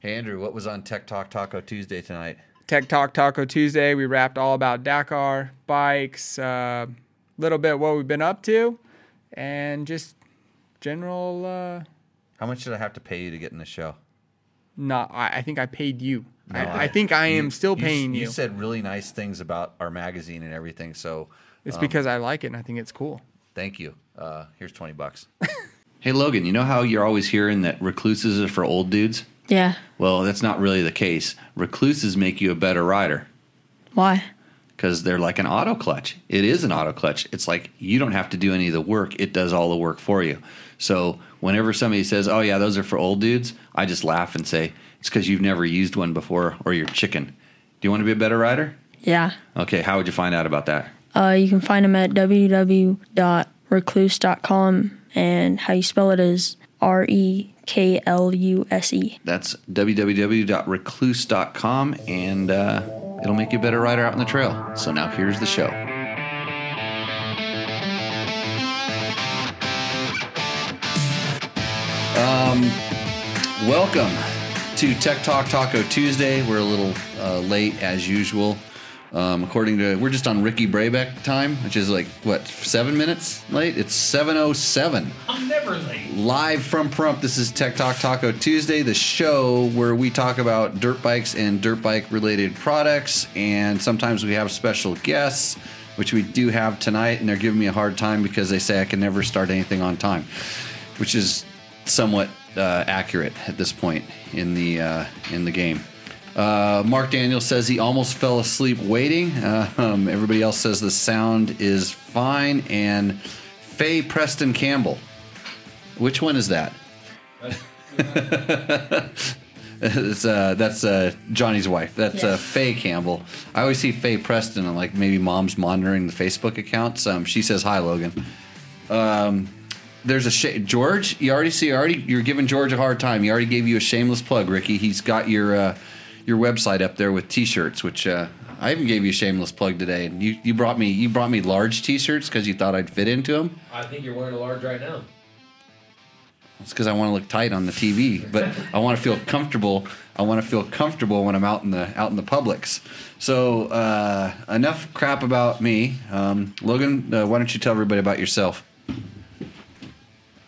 Hey Andrew, what was on Tech Talk Taco Tuesday tonight? Tech Talk Taco Tuesday. We wrapped all about Dakar, bikes, a uh, little bit what we've been up to, and just general. Uh, How much did I have to pay you to get in the show? not, I, I think I paid you. I, No, I, I- think I am still s- paying you. You said really nice things about our magazine and everything, so it's because I like it and I think it's cool. Thank you. Uh, here's 20 bucks. hey, Logan, you know how you're always hearing that recluses are for old dudes? Yeah. Well, that's not really the case. Recluses make you a better rider Why? because they're like an auto clutch. It is an auto clutch. It's like you don't have to do any of the work, it does all the work for you. So whenever somebody says, oh, yeah, those are for old dudes, I just laugh and say, it's because you've never used one before or you're chicken. Do you want to be a better rider? Yeah. Okay, how would you find out about that? Uh, you can find them at www.recluse.com, and how you spell it is R E K L U S E. That's www.recluse.com, and uh, it'll make you a better rider out on the trail. So now here's the show. Um, welcome to Tech Talk Taco Tuesday. We're a little uh, late as usual. Um, according to we're just on Ricky Brabeck time, which is like what seven minutes late. It's seven oh seven I'm never late. live from Prump. This is Tech Talk Taco Tuesday, the show where we talk about dirt bikes and dirt bike related products. And sometimes we have special guests, which we do have tonight. And they're giving me a hard time because they say I can never start anything on time, which is somewhat uh, accurate at this point in the uh, in the game. Uh, Mark Daniel says he almost fell asleep waiting. Uh, um, everybody else says the sound is fine. And Faye Preston Campbell which one is that? it's, uh, that's uh, Johnny's wife. That's uh, Yeah. Faye Campbell. I always see Faye Preston and like maybe mom's monitoring the Facebook accounts. Um, she says hi, Logan. Um, there's a sh- George. You already see. You already you're giving George a hard time. He already gave you a shameless plug, Ricky. He's got your uh, your website up there with t-shirts, which uh, I even gave you a shameless plug today. And you, you brought me you brought me large t-shirts because you thought I'd fit into them. I think you're wearing a large right now. It's because I want to look tight on the TV, but I want to feel comfortable. I want to feel comfortable when I'm out in the out in the publics. So uh, enough crap about me, um, Logan. Uh, why don't you tell everybody about yourself?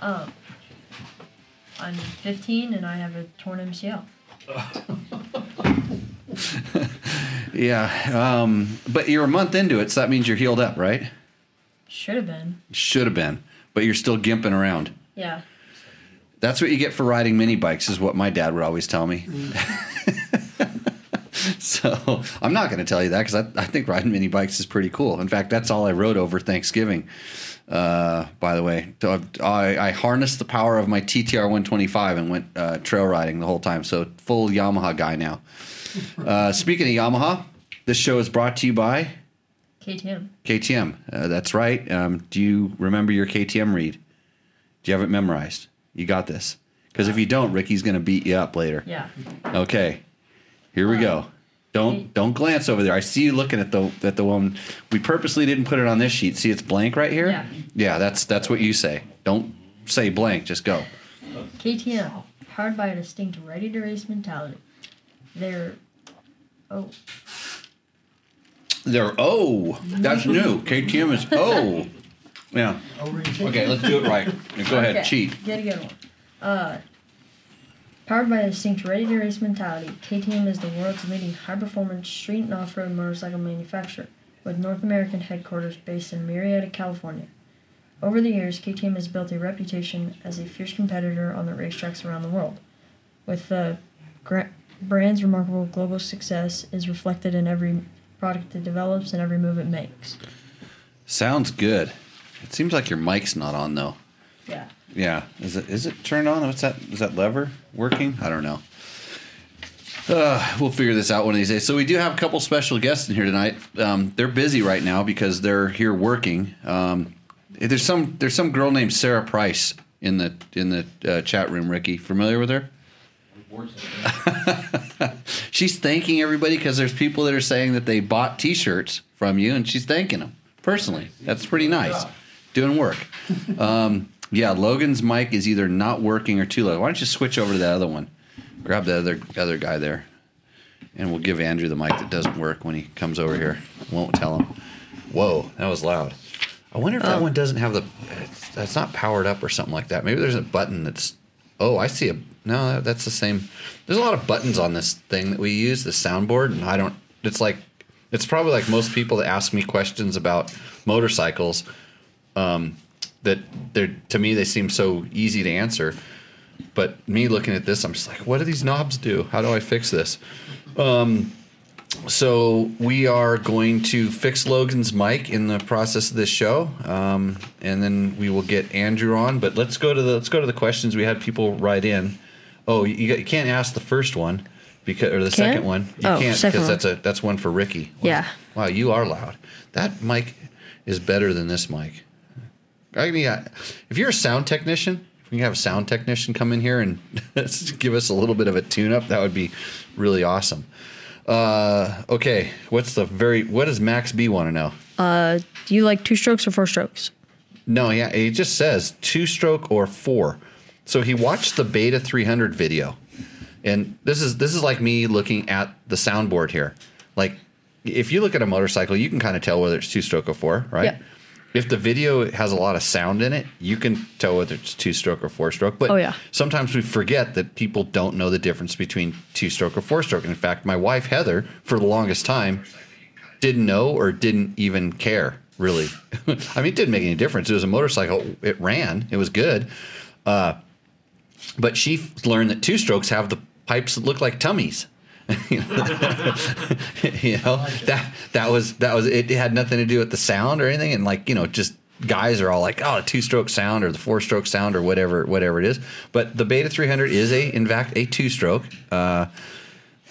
I'm 15 and I have a torn MCL. Yeah, um, but you're a month into it, so that means you're healed up, right? Should have been. Should have been, but you're still gimping around. Yeah. That's what you get for riding mini bikes, is what my dad would always tell me. so I'm not going to tell you that because I, I think riding mini bikes is pretty cool. In fact, that's all I rode over Thanksgiving. Uh, by the way, So I've- I, I harnessed the power of my TTR 125 and went uh, trail riding the whole time. So full Yamaha guy now. Uh, speaking of Yamaha, this show is brought to you by KTM. KTM. Uh, that's right. Um, do you remember your KTM read? Do you have it memorized? You got this. Because if you don't, Ricky's going to beat you up later. Yeah. Okay. Here we go. Don't don't glance over there. I see you looking at the at the one. We purposely didn't put it on this sheet. See, it's blank right here. Yeah. Yeah. That's that's what you say. Don't say blank. Just go. KTM. Powered by a distinct ready to race mentality. They're. Oh, They're oh. That's new. KTM is oh. Yeah. Okay. Let's do it right. Go ahead. okay. Cheat. Get a good one. Uh, powered by a distinct ready to race mentality, KTM is the world's leading high performance street and off road motorcycle manufacturer, with North American headquarters based in Murrieta, California. Over the years, KTM has built a reputation as a fierce competitor on the racetracks around the world. With the gra- brand's remarkable global success is reflected in every product it develops and every move it makes. Sounds good. It seems like your mic's not on though. Yeah. Yeah. Is it is it turned on? What's that? Is that lever working? I don't know. Uh, we'll figure this out one of these days. So we do have a couple special guests in here tonight. Um, they're busy right now because they're here working. Um, there's some there's some girl named Sarah Price in the in the uh, chat room. Ricky, familiar with her? she's thanking everybody because there's people that are saying that they bought T-shirts from you, and she's thanking them personally. That's pretty nice. Doing work. Um, yeah, Logan's mic is either not working or too low. Why don't you switch over to that other one? Grab the other other guy there, and we'll give Andrew the mic that doesn't work when he comes over here. Won't tell him. Whoa, that was loud. I wonder if that one doesn't have the. It's, that's not powered up or something like that. Maybe there's a button that's. Oh, I see a. No, that- that's the same. There's a lot of buttons on this thing that we use, the soundboard, and I don't. It's like. It's probably like most people that ask me questions about motorcycles that they're to me they seem so easy to answer. But me looking at this, I'm just like, what do these knobs do? How do I fix this? Um, so we are going to fix Logan's mic in the process of this show, um, and then we will get Andrew on. But let's go to the let's go to the questions we had people write in. Oh, you, you can't ask the first one because or the Can't? second one. You Oh, can't second because one. that's a that's one for Ricky. Yeah. Wow, you are loud. That mic is better than this mic. I mean, I- if you're a sound technician, if we can have a sound technician come in here and give us a little bit of a tune-up, that would be really awesome. Uh, okay, what's the very? What does Max B want to know? Do you like two strokes or four strokes? No, yeah, he just says two-stroke or four. So he watched the Beta 300 video, and this is this is like me looking at the soundboard here. Like, if you look at a motorcycle, you can kind of tell whether it's two-stroke or four, right? Yep. If the video has a lot of sound in it, you can tell whether it's two-stroke or four-stroke. But Oh, yeah. sometimes we forget that people don't know the difference between two-stroke or four-stroke. In fact, my wife Heather, for the longest time, didn't know or didn't even care really. I mean, it didn't make any difference. It was a motorcycle. It ran. It was good. Uh, but she f- learned that two strokes have the pipes that look like tummies. you know that that was that was it had nothing to do with the sound or anything and like you know just guys are all like oh the two stroke sound or the four stroke sound or whatever whatever it is but the beta 300 is a in fact a two stroke uh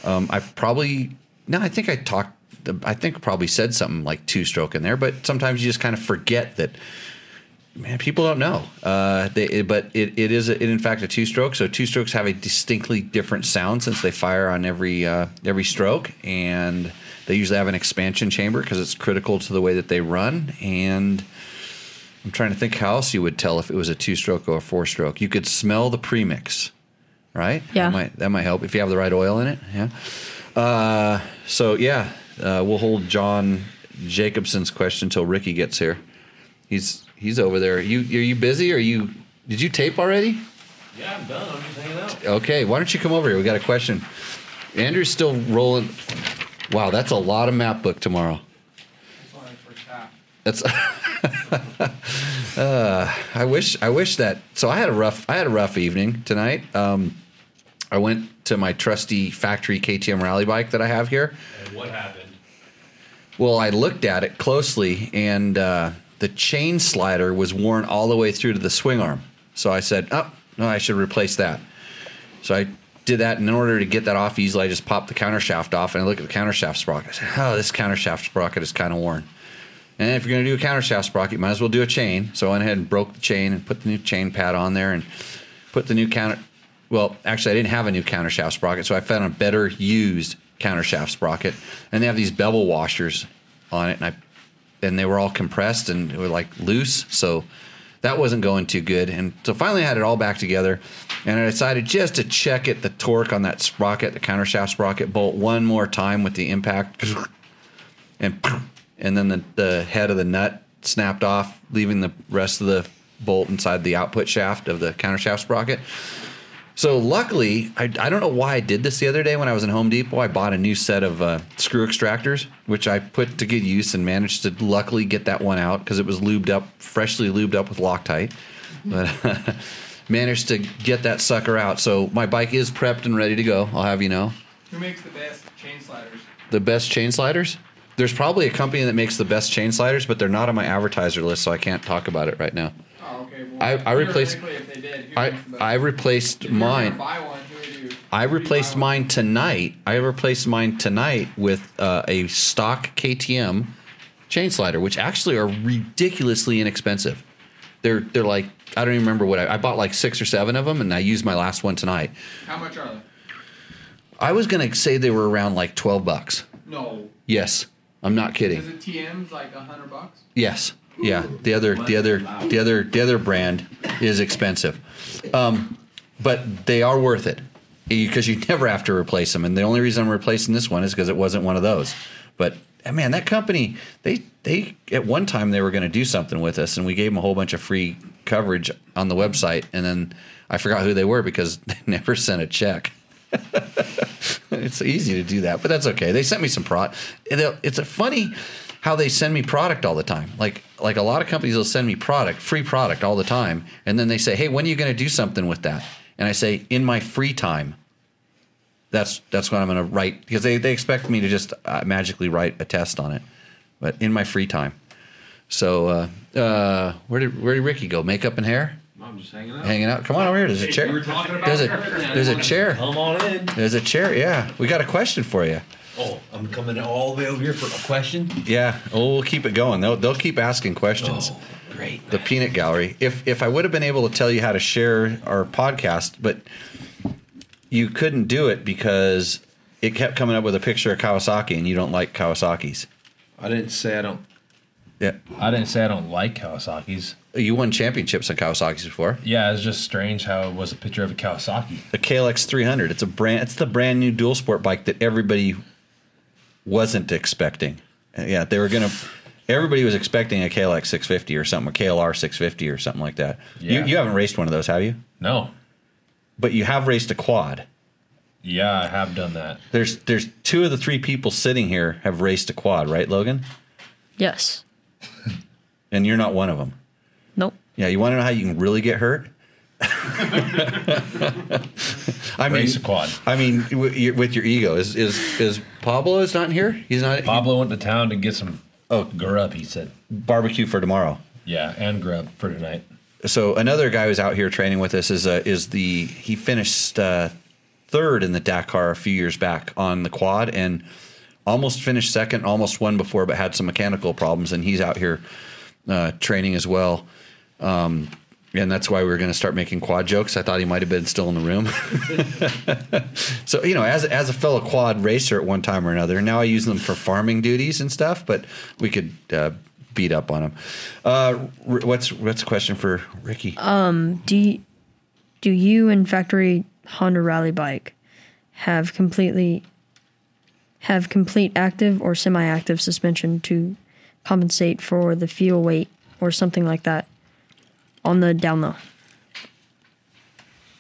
um i probably no i think i talked i think probably said something like two stroke in there but sometimes you just kind of forget that man, people don't know. Uh, they, it- but it, it is, a, it, in fact, a two stroke. So two strokes have a distinctly different sound since they fire on every uh, every stroke, and they usually have an expansion chamber because it's critical to the way that they run. And I'm trying to think how else you would tell if it was a two stroke or a four stroke. You could smell the premix, right? Yeah. that might, that might help if you have the right oil in it. Yeah. Uh, so yeah, uh, we'll hold John Jacobson's question till Ricky gets here. He's he's over there. You are you busy? Are you did you tape already? Yeah, I'm done. I'm just hanging out. Okay, why don't you come over here? We got a question. Andrew's still rolling. Wow, that's a lot of map book tomorrow. That's. Uh, I wish I wish that. So I had a rough I had a rough evening tonight. Um, I went to my trusty factory KTM rally bike that I have here. And what happened? Well, I looked at it closely, and uh, the chain slider was worn all the way through to the swing arm. So I said, "Oh, no, I should replace that." So I did that, and in order to get that off easily, I just popped the counter shaft off, and I looked at the counter shaft sprocket. I said, "Oh, this counter shaft sprocket is kind of worn." And if you're going to do a counter shaft sprocket, you might as well do a chain. So I went ahead and broke the chain and put the new chain pad on there and put the new counter. Well, actually, I didn't have a new counter shaft sprocket, so I found a better used counter shaft sprocket. And they have these bevel washers on it, and I and they were all compressed and were like loose. So that wasn't going too good. And so finally I had it all back together and I decided just to check it, the torque on that sprocket, the counter shaft sprocket bolt one more time with the impact and and then the, the head of the nut snapped off, leaving the rest of the bolt inside the output shaft of the counter shaft sprocket. So luckily, I, I don't know why I did this the other day when I was in Home Depot. I bought a new set of uh, screw extractors, which I put to good use and managed to luckily get that one out because it was lubed up, freshly lubed up with Loctite. But managed to get that sucker out. So my bike is prepped and ready to go. I'll have you know. Who makes the best chain sliders? The best chain sliders? There's probably a company that makes the best chain sliders, but they're not on my advertiser list, so I can't talk about it right now. Oh, okay. Well, I- I replaced- theoretically, If they did, who I makes the best? I replaced If you were gonna mine. Buy one, who would you? I who would you replaced buy one? mine tonight. I replaced mine tonight with uh, a stock KTM chain slider, which actually are ridiculously inexpensive. They're they're like I don't even remember what I, I bought like six or seven of them, and I used my last one tonight. How much are they? I was gonna say they were around like twelve bucks. No. Yes, I'm not kidding. Is it TM's like a hundred bucks? Yes. Yeah. The other the other the other the other brand is expensive. Um, but they are worth it. because you never have to replace them. And the only reason I'm replacing this one is because it wasn't one of those. But eh, man, that company they they at one time they were going to do something with us, and we gave them a whole bunch of free coverage on the website, and then I forgot who they were because they never sent a check. it's easy to do that, but that's okay. They sent me some product. It's a funny how they send me product all the time. Like like a lot of companies will send me product, free product all the time, and then they say, "Hey, when are you going to do something with that?" And I say, "In my free time." That's that's what I'm going to write because they they expect me to just uh, magically write a test on it, but in my free time. So uh, uh, where did where did Ricky go? Makeup and hair. I'm just hanging out. Hanging out. Come on over here. There's a chair. We were talking about There's a her. there's a chair. Come on in. There's a chair. Yeah, we got a question for you. Oh, I'm coming all the way over here for a question. Yeah. Oh, we'll keep it going. They'll they'll keep asking questions. Oh, great. The peanut gallery. If if I would have been able to tell you how to share our podcast, but you couldn't do it because it kept coming up with a picture of Kawasaki, and you don't like Kawasaki's. I didn't say I don't. Yeah. I didn't say I don't like Kawasaki's. You won championships on Kawasaki's before. Yeah, it's just strange how it was a picture of a Kawasaki. The KLX 300. It's a brand. It's the brand new dual sport bike that everybody wasn't expecting. Uh, Yeah, they were gonna. Everybody was expecting a KLX 650 or something, a KLR 650 or something like that. Yeah. You, you haven't raced one of those, have you? No. But you have raced a quad. Yeah, I have done that. There's there's two of the three people sitting here have raced a quad, right, Logan? Yes. And you're not one of them. Nope. Yeah, you want to know how you can really get hurt? I mean, Race a quad. I mean, w- you- with your ego, is is is Pablo is not here? He's not Pablo went to town to get some oh grub. He said, barbecue for tomorrow. "Yeah, and grub for tonight." So another guy who's out here training with us is uh, is the he finished uh, third in the Dakar a few years back on the quad and almost finished second, almost won before, but had some mechanical problems, and he's out here uh, training as well. Um, and that's why we were going to start making quad jokes. I thought he might have been still in the room. so you know, as as a fellow quad racer at one time or another, now I use them for farming duties and stuff. But we could uh, beat up on them. Uh, R- what's what's the question for Ricky? Do you, do you and factory Honda Rally bike have completely have complete active or semi-active suspension to compensate for the fuel weight or something like that on the down low?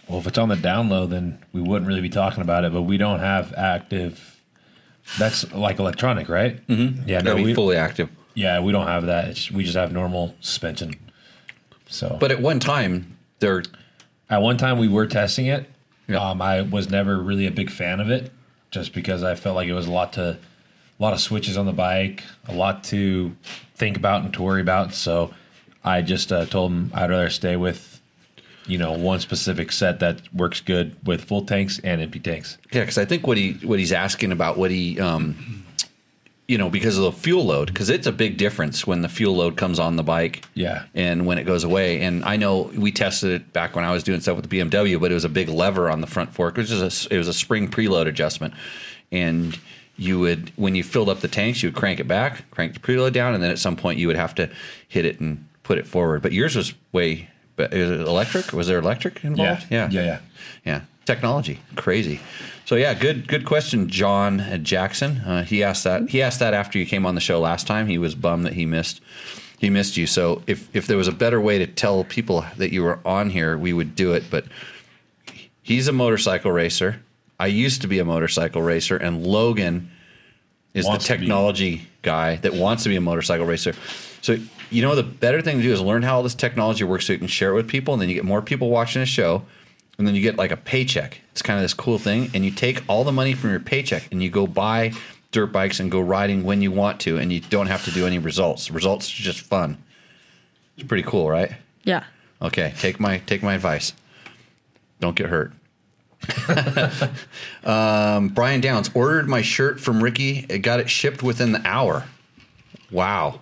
Well, if it's on the down low, then we wouldn't really be talking about it. But we don't have active. That's like electronic, right? Mm-hmm. Yeah, no, That'd be we, fully active. yeah, we don't have that. It's, we just have normal suspension. So, But at one time, they're At one time, we were testing it. Yeah. Um, I was never really a big fan of it, just because I felt like it was a lot to, a lot of switches on the bike, a lot to think about and to worry about. So, I just uh, told them I'd rather stay with, you know, one specific set that works good with full tanks and empty tanks. yeah. Because I think what he what he's asking about what he um, you know because of the fuel load because it's a big difference when the fuel load comes on the bike. Yeah. and when it goes away. And I know we tested it back when I was doing stuff with the BMW, but it was a big lever on the front fork, which is a it was a spring preload adjustment, and you would when you filled up the tanks, you would crank it back, crank the preload down, and then at some point you would have to hit it and put it forward. But yours was way, but is it electric? Was there electric involved? Yeah. Yeah. yeah technology crazy so yeah good good question john at jackson uh, he asked that he asked that after you came on the show last time he was bummed that he missed he missed you so if if there was a better way to tell people that you were on here we would do it but he's a motorcycle racer i used to be a motorcycle racer and logan is the Wants to be. technology guy that wants to be a motorcycle racer so you know the better thing to do is learn how all this technology works so you can share it with people and then you get more people watching the show and then you get like a paycheck it's kind of this cool thing and you take all the money from your paycheck and you go buy dirt bikes and go riding when you want to and you don't have to do any results results are just fun it's pretty cool right Yeah. Okay, take my take my advice. Don't get hurt. um, Brian Downs ordered my shirt from Ricky. It got it shipped within the hour. Wow,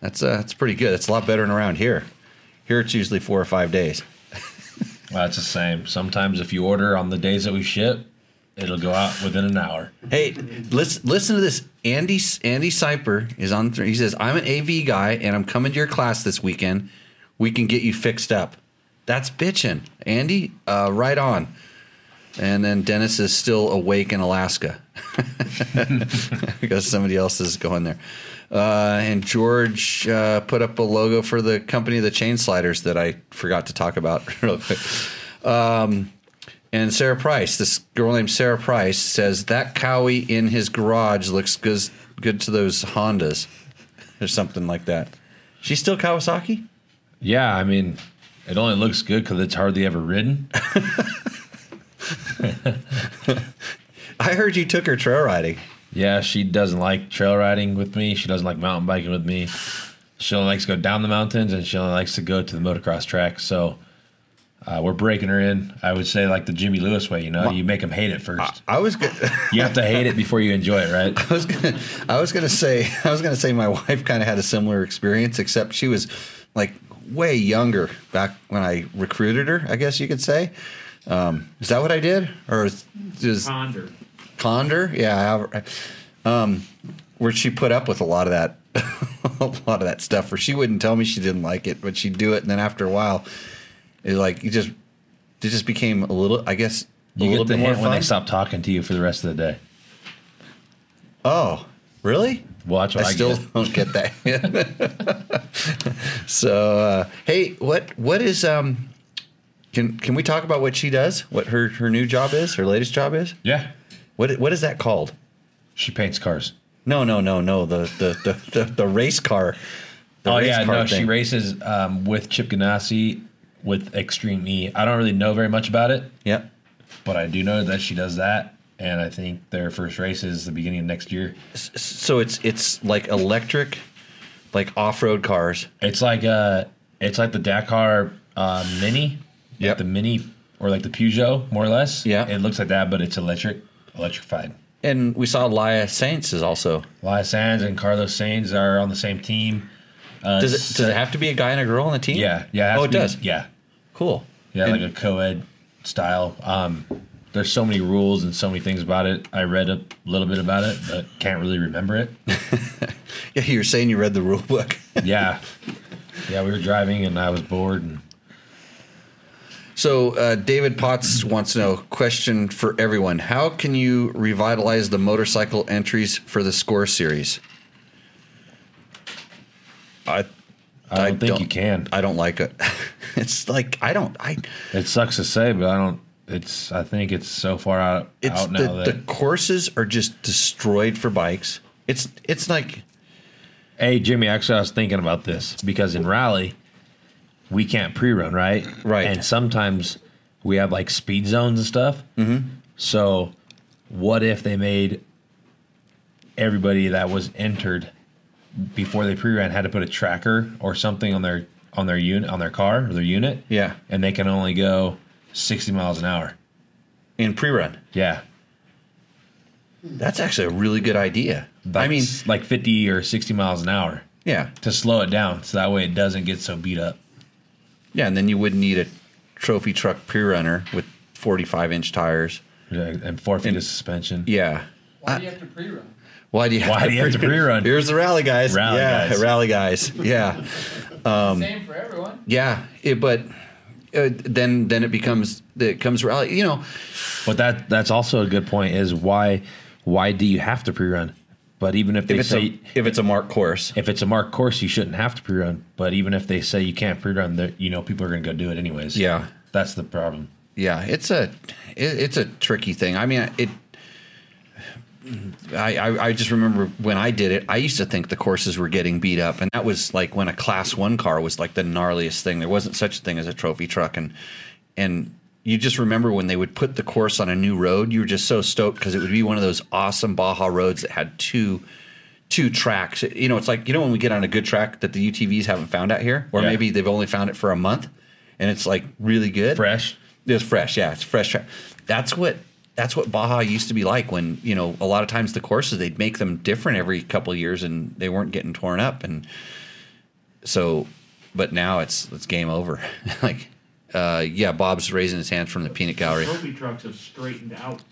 that's uh, that's pretty good. That's a lot better than around here. Here it's usually four or five days. Well, that's the same. Sometimes if you order on the days that we ship, it'll go out within an hour. Hey, listen, listen to this. Andy Andy Siper is on. Th- he says, "I'm an AV guy, and I'm coming to your class this weekend. We can get you fixed up." That's bitching, Andy. Uh, right on. And then Dennis is still awake in Alaska because somebody else is going there. Uh, and George uh, put up a logo for the company, the chain sliders, that I forgot to talk about real quick. Um, and Sarah Price, this girl named Sarah Price, says that Cowie in his garage looks good, good to those Hondas or something like that. She's still Kawasaki? Yeah, I mean, it only looks good because it's hardly ever ridden. I heard you took her trail riding. Yeah, she doesn't like trail riding with me. She doesn't like mountain biking with me. She only likes to go down the mountains, and she only likes to go to the motocross track. So uh, we're breaking her in. I would say like the Jimmy Lewis way. You know, you make them hate it first. I was good. You have to hate it before you enjoy it, right? I was gonna, I was gonna say, I was gonna say, my wife kind of had a similar experience, except she was like way younger back when I recruited her. I guess you could say. Um, is that what I did, or is, is Ponder. Ponder? Yeah, I, um, where she put up with a lot of that, a lot of that stuff. Where she wouldn't tell me she didn't like it, but she'd do it, and then after a while, it like it just, it just became a little. I guess a You little get the bit more hint fun. when they stop talking to you for the rest of the day. Oh, really? Well, that's what I I, still get. don't get that. so, uh, hey, what what is um? Can can we talk about what she does? What her her new job is? Her latest job is? Yeah, What what is that called? she paints cars. No, no, no, no. The the the the, the race car. the oh race yeah, car no, she thing. races um, with Chip Ganassi with Extreme E. I don't really know very much about it, Yep. but I do know that she does that, and I think their first race is the beginning of next year. So it's it's like electric, like off road cars. It's like uh, it's like the Dakar uh, Mini, like Yep. the Mini or like the Peugeot, more or less. Yeah. it looks like that, but it's electric, electrified. And we saw Laia Saints is also. Elias Sands and Carlos Sainz are on the same team. Uh, Does it does it have to be a guy and a girl on the team? Yeah, yeah. has Oh, to it be- does. Yeah, Cool. yeah, And- like a co-ed style. Um, there's so many rules and so many things about it. I read a little bit about it, but can't really remember it. yeah, you were saying you read the rule book. Yeah, yeah. We were driving and I was bored. And So uh, David Potts wants to know question for everyone: How can you revitalize the motorcycle entries for the score series? I I don't think you can. I don't like it. it's like I don't. I It sucks to say, but I don't. It's. I think it's so far out it's out the, now the that courses are just destroyed for bikes. It's it's like Hey, Jimmy, actually, I was thinking about this because in rally, we can't pre run, right? Right. And sometimes we have like speed zones and stuff. Mm-hmm. So, what if they made everybody that was entered before they pre ran had to put a tracker or something on their on their unit on their car or their unit? Yeah. And they can only go 60 miles an hour. in pre-run. Yeah. That's actually a really good idea. I mean, That's like 50 or 60 miles an hour yeah, to slow it down so that way it doesn't get so beat up. yeah, and then you would need a trophy truck pre-runner with forty-five inch tires. Yeah, and four feet of suspension. Yeah. Why do you have to pre-run? Why do you Why do you have to pre-run? Here's the rally guys. Rally yeah, guys. rally guys. Yeah, Same for everyone. yeah. It, but uh, then then it becomes it comes rally. You know, But that that's also a good point. Is why why do you have to pre-run? But even if they if it's say a if it's a marked course, if it's a marked course, you shouldn't have to pre-run. But even if they say you can't pre-run, that you know people are going to go do it anyways. Yeah. that's the problem. yeah, it's a it, it's a tricky thing. I mean, it. I, I I just remember when I did it. I used to think the courses were getting beat up, and that was like when a class one car was like the gnarliest thing. There wasn't such a thing as a trophy truck, and and you just remember when they would put the course on a new road. You were just so stoked because it would be one of those awesome Baja roads that had two two tracks. You know, it's like you know when we get on a good track that the UTVs haven't found out here, or Yeah. maybe they've only found it for a month, and it's like really good, Fresh. It's fresh, yeah, it's fresh track. That's what that's what Baja used to be like when you know a lot of times the courses they'd make them different every couple of years, and they weren't getting torn up, and so. But now it's it's game over. like, uh, yeah, Bob's raising his hands from the peanut gallery. Trophy trucks have straightened out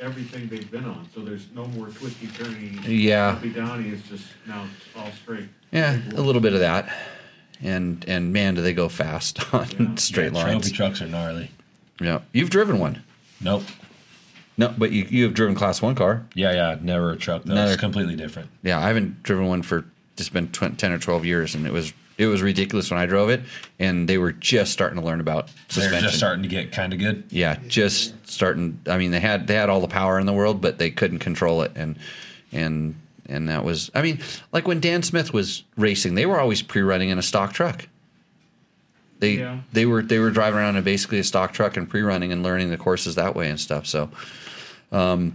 everything they've been on, so there's no more twisty turny. Yeah. Uppy downy is just now it's all straight. Yeah, a little bit of that. And and man, do they go fast on Yeah. straight Trophy lines. trucks are gnarly. Yeah. You've driven one. Nope. No, but you, you have driven class one car. Yeah, yeah. Never a truck. though. Never. It's completely different. Yeah, I haven't driven one for just been tw- ten or twelve years, and it was it was ridiculous when I drove it, and they were just starting to learn about suspension. They're just starting to get kind of good. yeah, just starting. I mean, they had they had all the power in the world, but they couldn't control it, and and and that was. I mean, like when Dan Smith was racing, they were always pre-running in a stock truck. They Yeah. they were they were driving around in basically a stock truck and pre-running and learning the courses that way and stuff. So, um,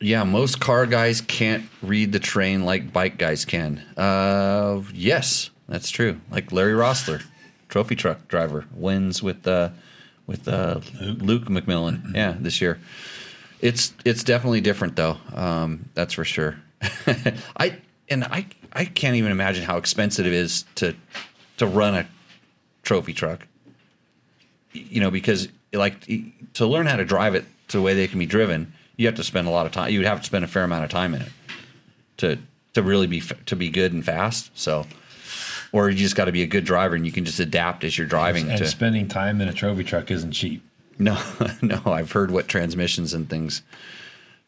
yeah, most car guys can't read the train like bike guys can. Uh, yes, that's true. Like Larry Rossler, trophy truck driver, wins with uh, with uh, Luke McMillan. Yeah, this year. It's it's definitely different though. Um, that's for sure. I and I I can't even imagine how expensive it is to to run a trophy truck. Y- You know, because like y- to learn how to drive it to the way they can be driven, you have to spend a lot of time. You would have to spend a fair amount of time in it to to really be f- to be good and fast. So, or you just got to be a good driver and you can just adapt as you're driving. And to, spending time in a trophy truck isn't cheap. no, no, I've heard what transmissions and things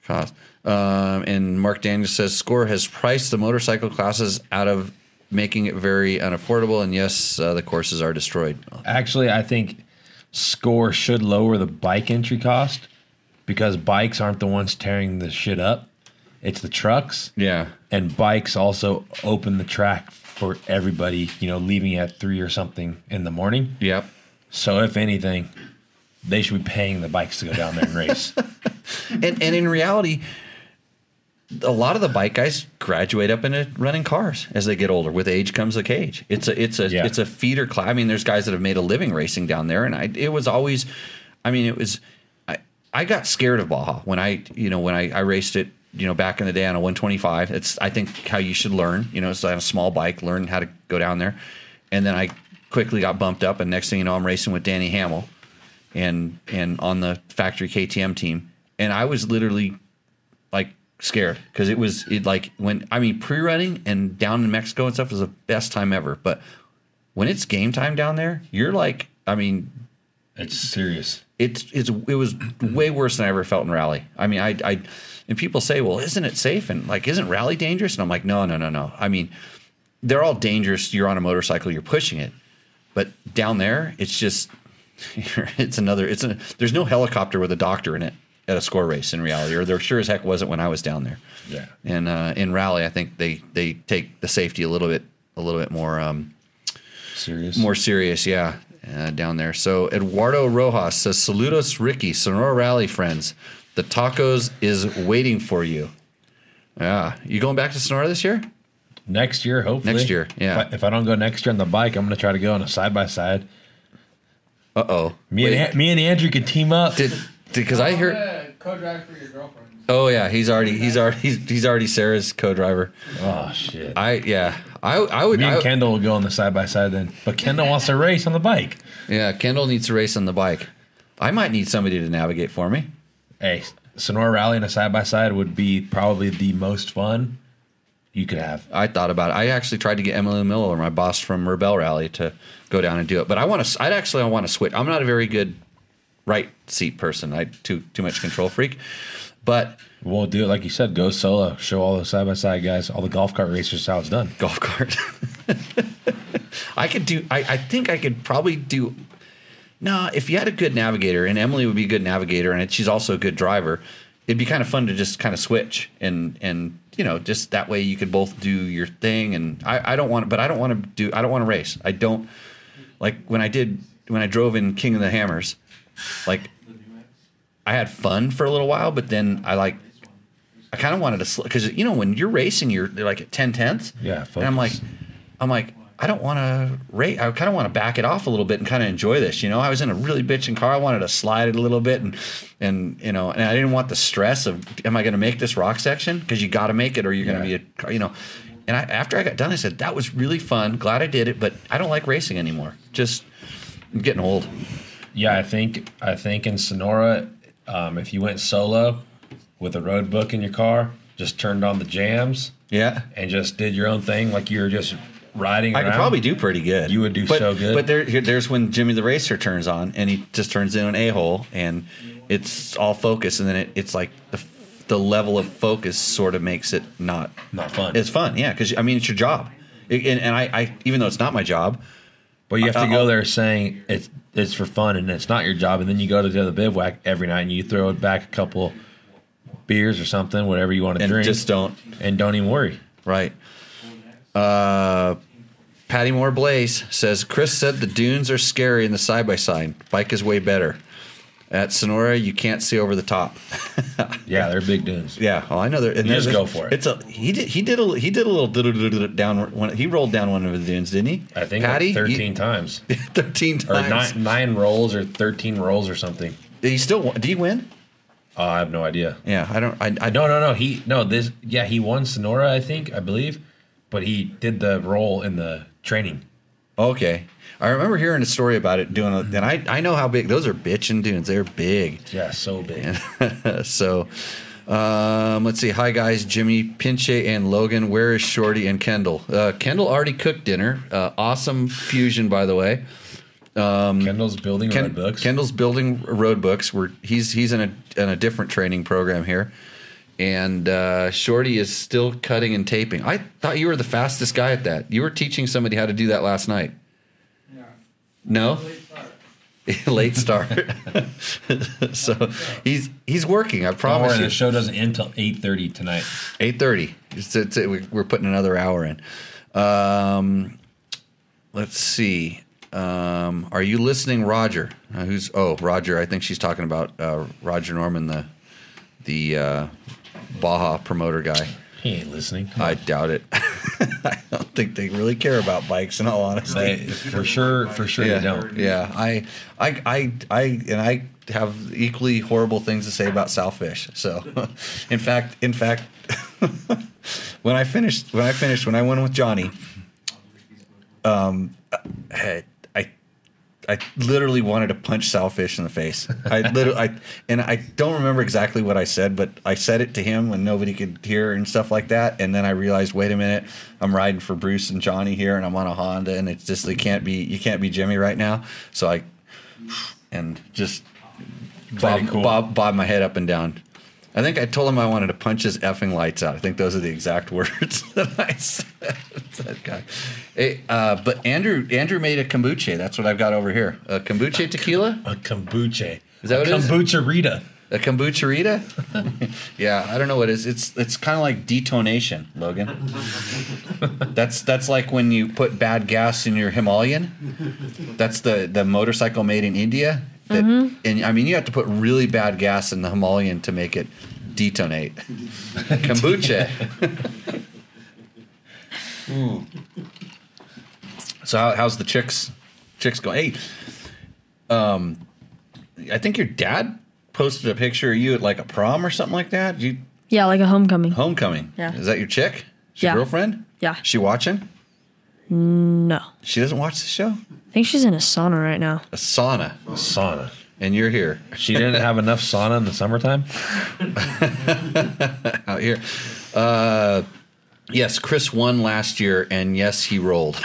cost. Um, and Mark Daniels says Score has priced the motorcycle classes out of making it very unaffordable, and yes, uh, the courses are destroyed. Actually, I think Score should lower the bike entry cost because bikes aren't the ones tearing the shit up. It's the trucks. Yeah, And bikes also open the track for everybody, you know, leaving at three or something in the morning. yep. So if anything, they should be paying the bikes to go down there and race. And and in reality, a lot of the bike guys graduate up into running cars as they get older. With age comes the cage. It's a it's a Yeah. it's a feeder class. I mean, there's guys that have made a living racing down there, and I it was always, I mean, it was, I I got scared of Baja when I you know when I I raced it you know back in the day on a 125. It's I think how you should learn. You know, so I have a small bike, learn how to go down there, and then I quickly got bumped up, and next thing you know, I'm racing with Danny Hamill, and and on the factory KTM team, and I was literally like scared because it was it like when I mean pre running and down in Mexico and stuff is the best time ever. But when it's game time down there, you're like I mean it's serious. it's it's it was way worse than I ever felt in rally. I mean I I and people say well isn't it safe and like isn't rally dangerous and I'm like no no no no I mean they're all dangerous. You're on a motorcycle, you're pushing it, but down there it's just it's another it's a there's no helicopter with a doctor in it at a score race in reality or there sure as heck wasn't when I was down there. Yeah. And uh, in rally, I think they they take the safety a little bit a little bit more um, Serious. more serious, yeah, uh, down there. So Eduardo Rojas says, "Saludos, Ricky, Sonora Rally friends. The tacos is waiting for you." Yeah, you going back to Sonora this year? Next year, hopefully. Next year, yeah. If I, if I don't go next year on the bike, I'm going to try to go on a side by side. Uh oh. Me and An- me and Andrew could team up. did because I heard. Co-drive for your girlfriend. Oh yeah, he's already he's already he's, he's already Sarah's co-driver. oh shit! I yeah. I I would me and I- Kendall will go on the side by side then. But Kendall wants to race on the bike. yeah. Kendall needs to race on the bike. I might need somebody to navigate for me. Hey, Sonora Rally and a side by side would be probably the most fun you could have. I thought about it. I actually tried to get Emily Miller, my boss from Rebel Rally, to go down and do it. But I want to. I'd actually want to switch. I'm not a very good right seat person. I too too much control freak. But We'll do it like you said. Go solo. Show all the side by side guys, all the golf cart racers how it's done. golf cart. I could do. I, I think I could probably do. Nah, if you had a good navigator, and Emily would be a good navigator, and she's also a good driver, it'd be kind of fun to just kind of switch and and you know just that way you could both do your thing. And I, I don't want, but I don't want to do. I don't want to race. I don't like when I did when I drove in King of the Hammers, like I had fun for a little while, but then I like I kind of wanted to slow because you know when you're racing, you're they're like at ten tenths. Yeah, and I'm like, focus. I'm like, I don't want to race. I kind of want to back it off a little bit and kind of enjoy this. You know, I was in a really bitching car. I wanted to slide it a little bit and and you know, and I didn't want the stress of am I going to make this rock section because you got to make it or you're going to Yeah. be a car, you know. And I, after I got done, I said that was really fun. Glad I did it, but I don't like racing anymore. Just I'm getting old. Yeah, I think I think in Sonora, um, if you went solo with a road book in your car, just turned on the jams Yeah. and just did your own thing, like you were just riding. I could around. probably do pretty good. You would do but, so good. But there, here- there's when Jimmy the Racer turns on, and he just turns into an a hole, and it's all focus, and then it, it's like the the level of focus sort of makes it not Not fun. It's fun, yeah, because I mean it's your job, It- and, and I, I even though it's not my job, But you have to Uh-oh. go there saying it's it's for fun and it's not your job, and then you go to the other bivouac every night and you throw back a couple beers or something, whatever you want to and drink, just don't and don't even worry. right. Uh, Patty Moore Blaze says Chris said the dunes are scary in the side by side. Bike is way better. At Sonora, you can't see over the top. Yeah, they're big dunes. Yeah, well, Oh, I know. There, and You just there's- go for it. It's a he did he did a he did a little diddle-diddle-diddle down one. He rolled down one of the dunes, didn't he? I think Patty like thirteen you- times thirteen or times. nine, nine rolls or thirteen rolls or something. Did he still won- did he win? Oh, I have no idea. Yeah, I don't. I, I No, no, no. He no this. Yeah, he won Sonora, I think, I believe, but he did the roll in the training. Okay, I remember hearing a story about it doing. A, and I I know how big those are. Bitchin' dunes, they're big. Yeah, so big. so. Um, let's see. Hi guys, Jimmy, Pinche, and Logan. Where is Shorty and Kendall? Uh, Kendall already cooked dinner. Uh, awesome fusion, by the way. Kendall's building Ken- red books. Kendall's building road books. We're he's he's in a in a different training program here, and uh, Shorty is still cutting and taping. I thought you were the fastest guy at that. You were teaching somebody how to do that last night. No, late start. so he's he's working. I Don't promise worry, you. the show doesn't end until eight thirty tonight. Eight thirty. It's, it's, it, we- we're putting another hour in. Um, let's see. Um, are you listening, Roger? Uh, who's? Oh, Roger. I think she's talking about uh, Roger Norman, the the uh, Baja promoter guy. He ain't listening. Come I doubt it. I don't think they really care about bikes. In all honesty, They- for sure, for sure yeah, they don't. yeah. I, I, I, I, and I have equally horrible things to say about Salfish. So, in fact, in fact, when I finished, when I finished, when I went with Johnny, um, I, I literally wanted to punch Salfish in the face. I literally, I, and I don't remember exactly what I said, but I said it to him when nobody could hear and stuff like that. And then I realized, wait a minute, I'm riding for Bruce and Johnny here, and I'm on a Honda, and it's just you can't be you can't be Jimmy right now. So I, and just bob, it cool. bob bob my head up and down. I think I told him I wanted to punch his effing lights out. I think those are the exact words that I said. that guy. Hey, uh, but Andrew Andrew made a kombucha. That's what I've got over here. A kombucha tequila, A kombucha. Is that what a it is? kombucha Rita? a kombucherita. yeah, I don't know what it is. It's it's kind of like detonation, Logan. that's that's like when you put bad gas in your Himalayan. That's the the motorcycle made in India. That, And I mean, you have to put really bad gas in the Himalayan to make it detonate. kombucha. So how, how's the chicks? Chicks going? Hey, um, I think your dad posted a picture of you at like a prom or something like that. You Yeah, like a homecoming. homecoming? Yeah. Is that your chick? Is your Yeah. girlfriend? Yeah. She watching? No. I She doesn't watch the show. think she's in a sauna right now. A sauna, Sauna. and you're here, She didn't have enough sauna in the summertime. out here. Uh, yes, Chris won last year, and yes, he rolled.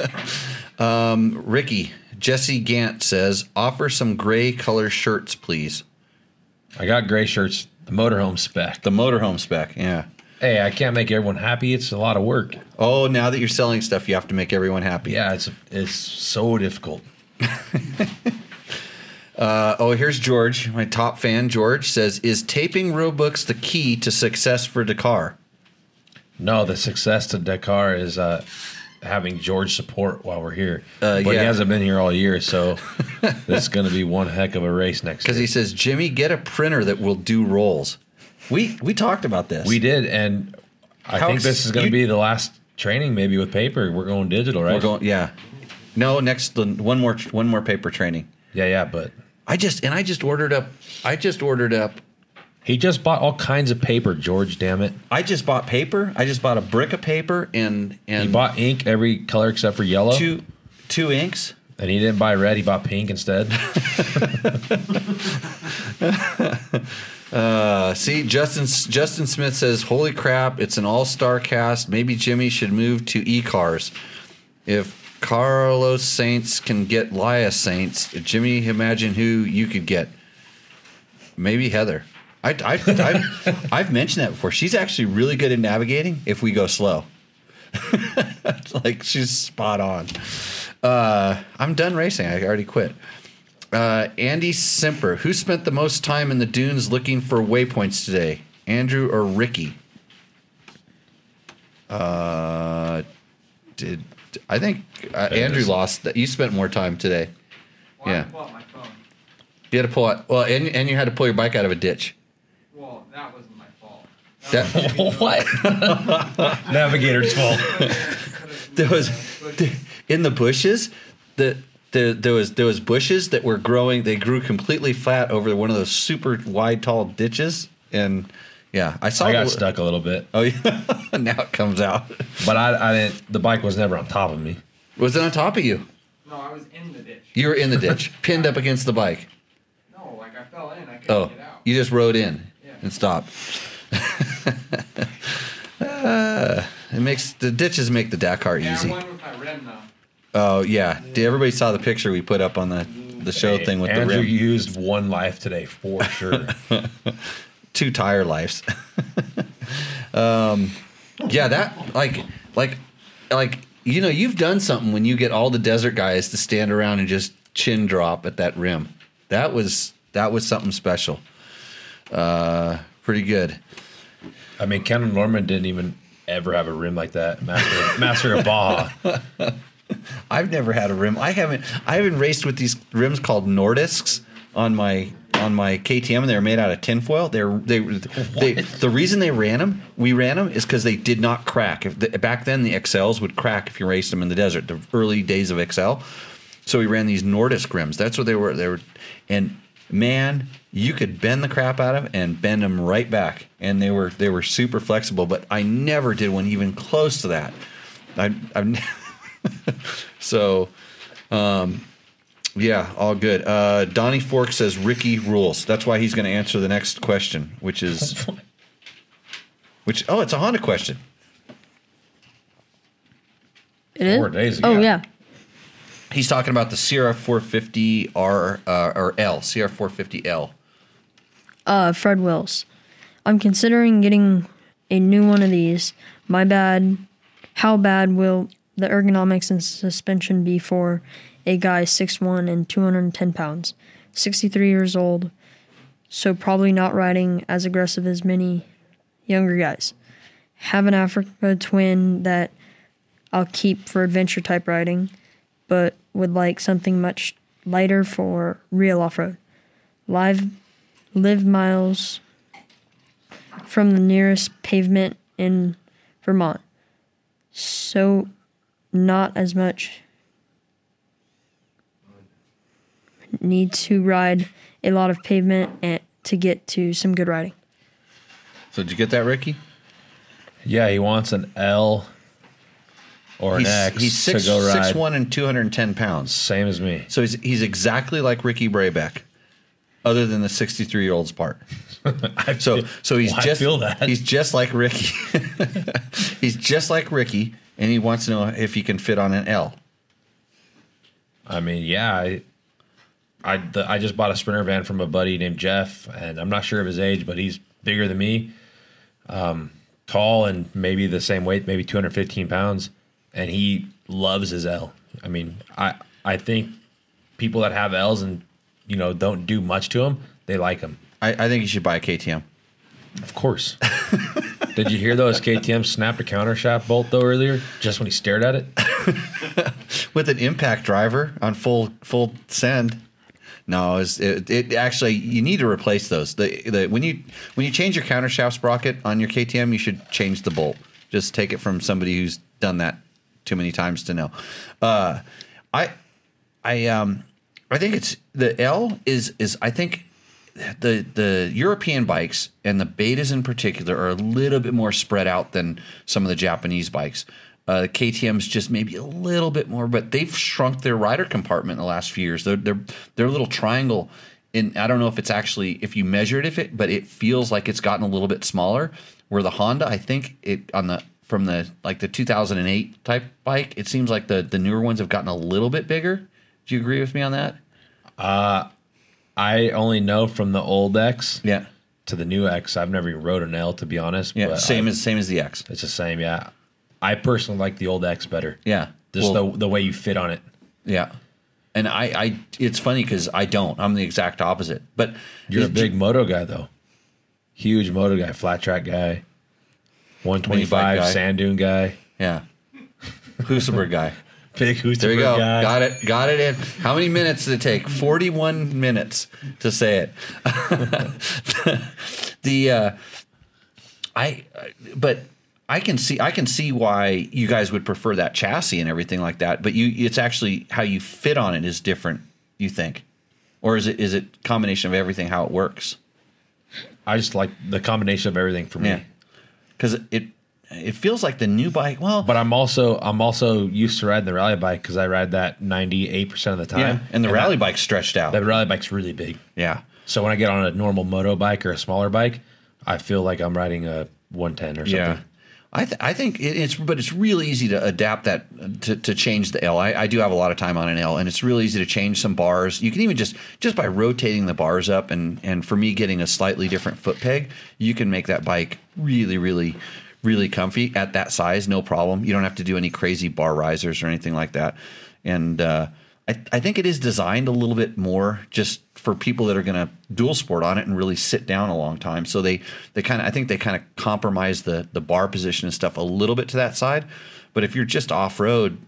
um, Ricky Jesse Gant says, "Offer some gray color shirts, please." I got gray shirts, the motorhome spec. The motorhome spec, yeah. hey, I can't make everyone happy. It's a lot of work. Oh, now that you're selling stuff, you have to make everyone happy. Yeah, it's it's so difficult. Oh, here's George, my top fan. George says, "Is taping road books the key to success for Dakar?" No, the success to Dakar is uh, having George support while we're here. Uh, but yeah. he hasn't been here all year, so it's going to be one heck of a race next Because year. he says, "Jimmy, get a printer that will do rolls." We we talked about this. we did, and I How think ex- this is going to you- be the last training maybe with paper. We're going digital, right? We're going, yeah. No, next the- one more one more paper training. yeah, yeah, but I just and I just ordered up. I just ordered up. He just bought all kinds of paper, George. Damn it! I just bought paper. I just bought a brick of paper and He and bought ink every color except for yellow, two two inks. and he didn't buy red. He bought pink instead. Uh, see, Justin Justin Smith says, "Holy crap! It's an all-star cast. Maybe Jimmy should move to e-cars. If Carlos Saints can get Lia Saints, Jimmy, imagine who you could get. Maybe Heather. I, I, I've, I've mentioned that before. She's actually really good at navigating if we go slow. It's like she's spot on. Uh, I'm done racing. I already quit." Uh, Andy Simper, who spent the most time in the dunes looking for waypoints today, Andrew or Ricky? Uh, did I think uh, it Andrew is. lost? That you spent more time today. Well, I Yeah. bought my phone. You had to pull out. Well, and and you had to pull your bike out of a ditch. Well, that wasn't my fault. That- was Jimmy's what? Navigator's fault. fault. there was in the bushes the the, there was there was bushes that were growing. They grew completely flat over one of those super wide, tall ditches, and yeah, I saw. I got the- stuck a little bit, Oh yeah, now it comes out. but I, I didn't. The bike was never on top of me. Was it on top of you? No, I was in the ditch. You were in the ditch, pinned up against the bike. No, like I fell in. I couldn't Oh, get out. you just rode in Yeah. and stopped. Uh, it makes the ditches make the Dakar yeah, easy. I won with my rim though. Oh yeah, Did everybody saw the picture we put up on the the show thing with Andrew the rim. used one life today for sure. two tire lives. um, yeah, that like like like you know you've done something when you get all the desert guys to stand around and just chin drop at that rim that was that was something special uh pretty good I mean, Ken Norman didn't even ever have a rim like that. Master, master of Baja. I've never had a rim. I haven't I haven't raced with these rims called Nordiscs on my on my KTM and they were made out of tinfoil. They're they they the reason they ran them we ran them is because they did not crack. If the, back then the XLs would crack if you raced them in the desert. The early days of XL, so we ran these Nordisk rims. That's what they were. They were, and man, you could bend the crap out of 'em and bend them right back. And they were they were super flexible. But I never did one even close to that. I, I've. So, um, yeah, all good. Uh, Donnie Fork says Ricky rules. That's why he's going to answer the next question, which is, which oh, it's a Honda question. It is. Four days Oh ago. yeah. He's talking about the Sierra 450 R uh, or L, Sierra 450 L. Uh, Fred Wills. I'm considering getting a new one of these. My bad. How bad will the ergonomics and suspension be for a guy 6'1 and 210 pounds? 63 years old, so probably not riding as aggressive as many younger guys. Have an Africa twin that I'll keep for adventure type riding, but would like something much lighter for real off road. Live live miles from the nearest pavement in Vermont. So, not as much need to ride a lot of pavement and to get to some good riding. so did you get that ricky Yeah, he wants an L or an X he's six, to go ride. six one and 210 pounds. Same as me. So he's he's exactly like Ricky Brayback, other than the 63 year old's part. I So feel- so he's Well, I just feel that. he's just like Ricky. he's just like Ricky, and he wants to know if he can fit on an L. I mean, yeah, I I, the, I just bought a sprinter van from a buddy named Jeff, and I'm not sure of his age, but he's bigger than me, um, tall and maybe the same weight, maybe 215 pounds, and he loves his L. I mean, I I think people that have L's and you know don't do much to them, they like them. I, I think he should buy a KTM. Of course. Did you hear those KTM snapped a counter shaft bolt though earlier? Just when he stared at it. with an impact driver on full full send. No, it's, it, it actually you need to replace those. The, the when you when you change your countershaft sprocket on your KTM, you should change the bolt. Just take it from somebody who's done that too many times to know. Uh, I I um I think it's the L is is I think the the European bikes and the betas in particular are a little bit more spread out than some of the Japanese bikes. Uh, the KTM's just maybe a little bit more, but they've shrunk their rider compartment in the last few years. Their their, their little triangle and I don't know if it's actually if you measured if it, but it feels like it's gotten a little bit smaller. Where the Honda, I think it on the from the like the 2008 type bike, it seems like the the newer ones have gotten a little bit bigger. Do you agree with me on that? I only know from the old X Yeah, to the new X. I've never even rode an L to be honest. yeah. but same I- as same as the X. it's the same. Yeah, I personally like the old X better. Yeah, just Well, the the way you fit on it. yeah. And I, I, it's funny because I don't. I'm the exact opposite. But You're a it's- big moto guy though, huge moto guy, flat track guy, one twenty Mini bike guy. five sand dune guy, yeah, Husaberg guy. big Hooter There you go. guy. Got it. Got it in. How many minutes did it take? 41 minutes to say it. the uh I but I can see I can see why you guys would prefer that chassis and everything like that, but you it's actually how you fit on it is different, you think? Or is it is it combination of everything how it works? I just like the combination of everything for me. Yeah. Cuz it it feels like the new bike, well, But I'm also I'm also used to riding the rally bike because I ride that 98 percent of the time. yeah, and the rally that, bike's stretched out. that rally bike's really big. yeah. So when I get on a normal moto bike or a smaller bike, I feel like I'm riding a 110 or something. Yeah. I, th- I think it, it's but it's really easy to adapt that to, to change the L. I, I do have a lot of time on an L, and it's really easy to change some bars. You can even just just by rotating the bars up, and and for me getting a slightly different foot peg, you can make that bike really really really comfy at that size, no problem. You don't have to do any crazy bar risers or anything like that. And uh, I I think it is designed a little bit more just for people that are going to dual sport on it and really sit down a long time. So they they kind of I think they kind of compromise the the bar position and stuff a little bit to that side. But if you're just off road,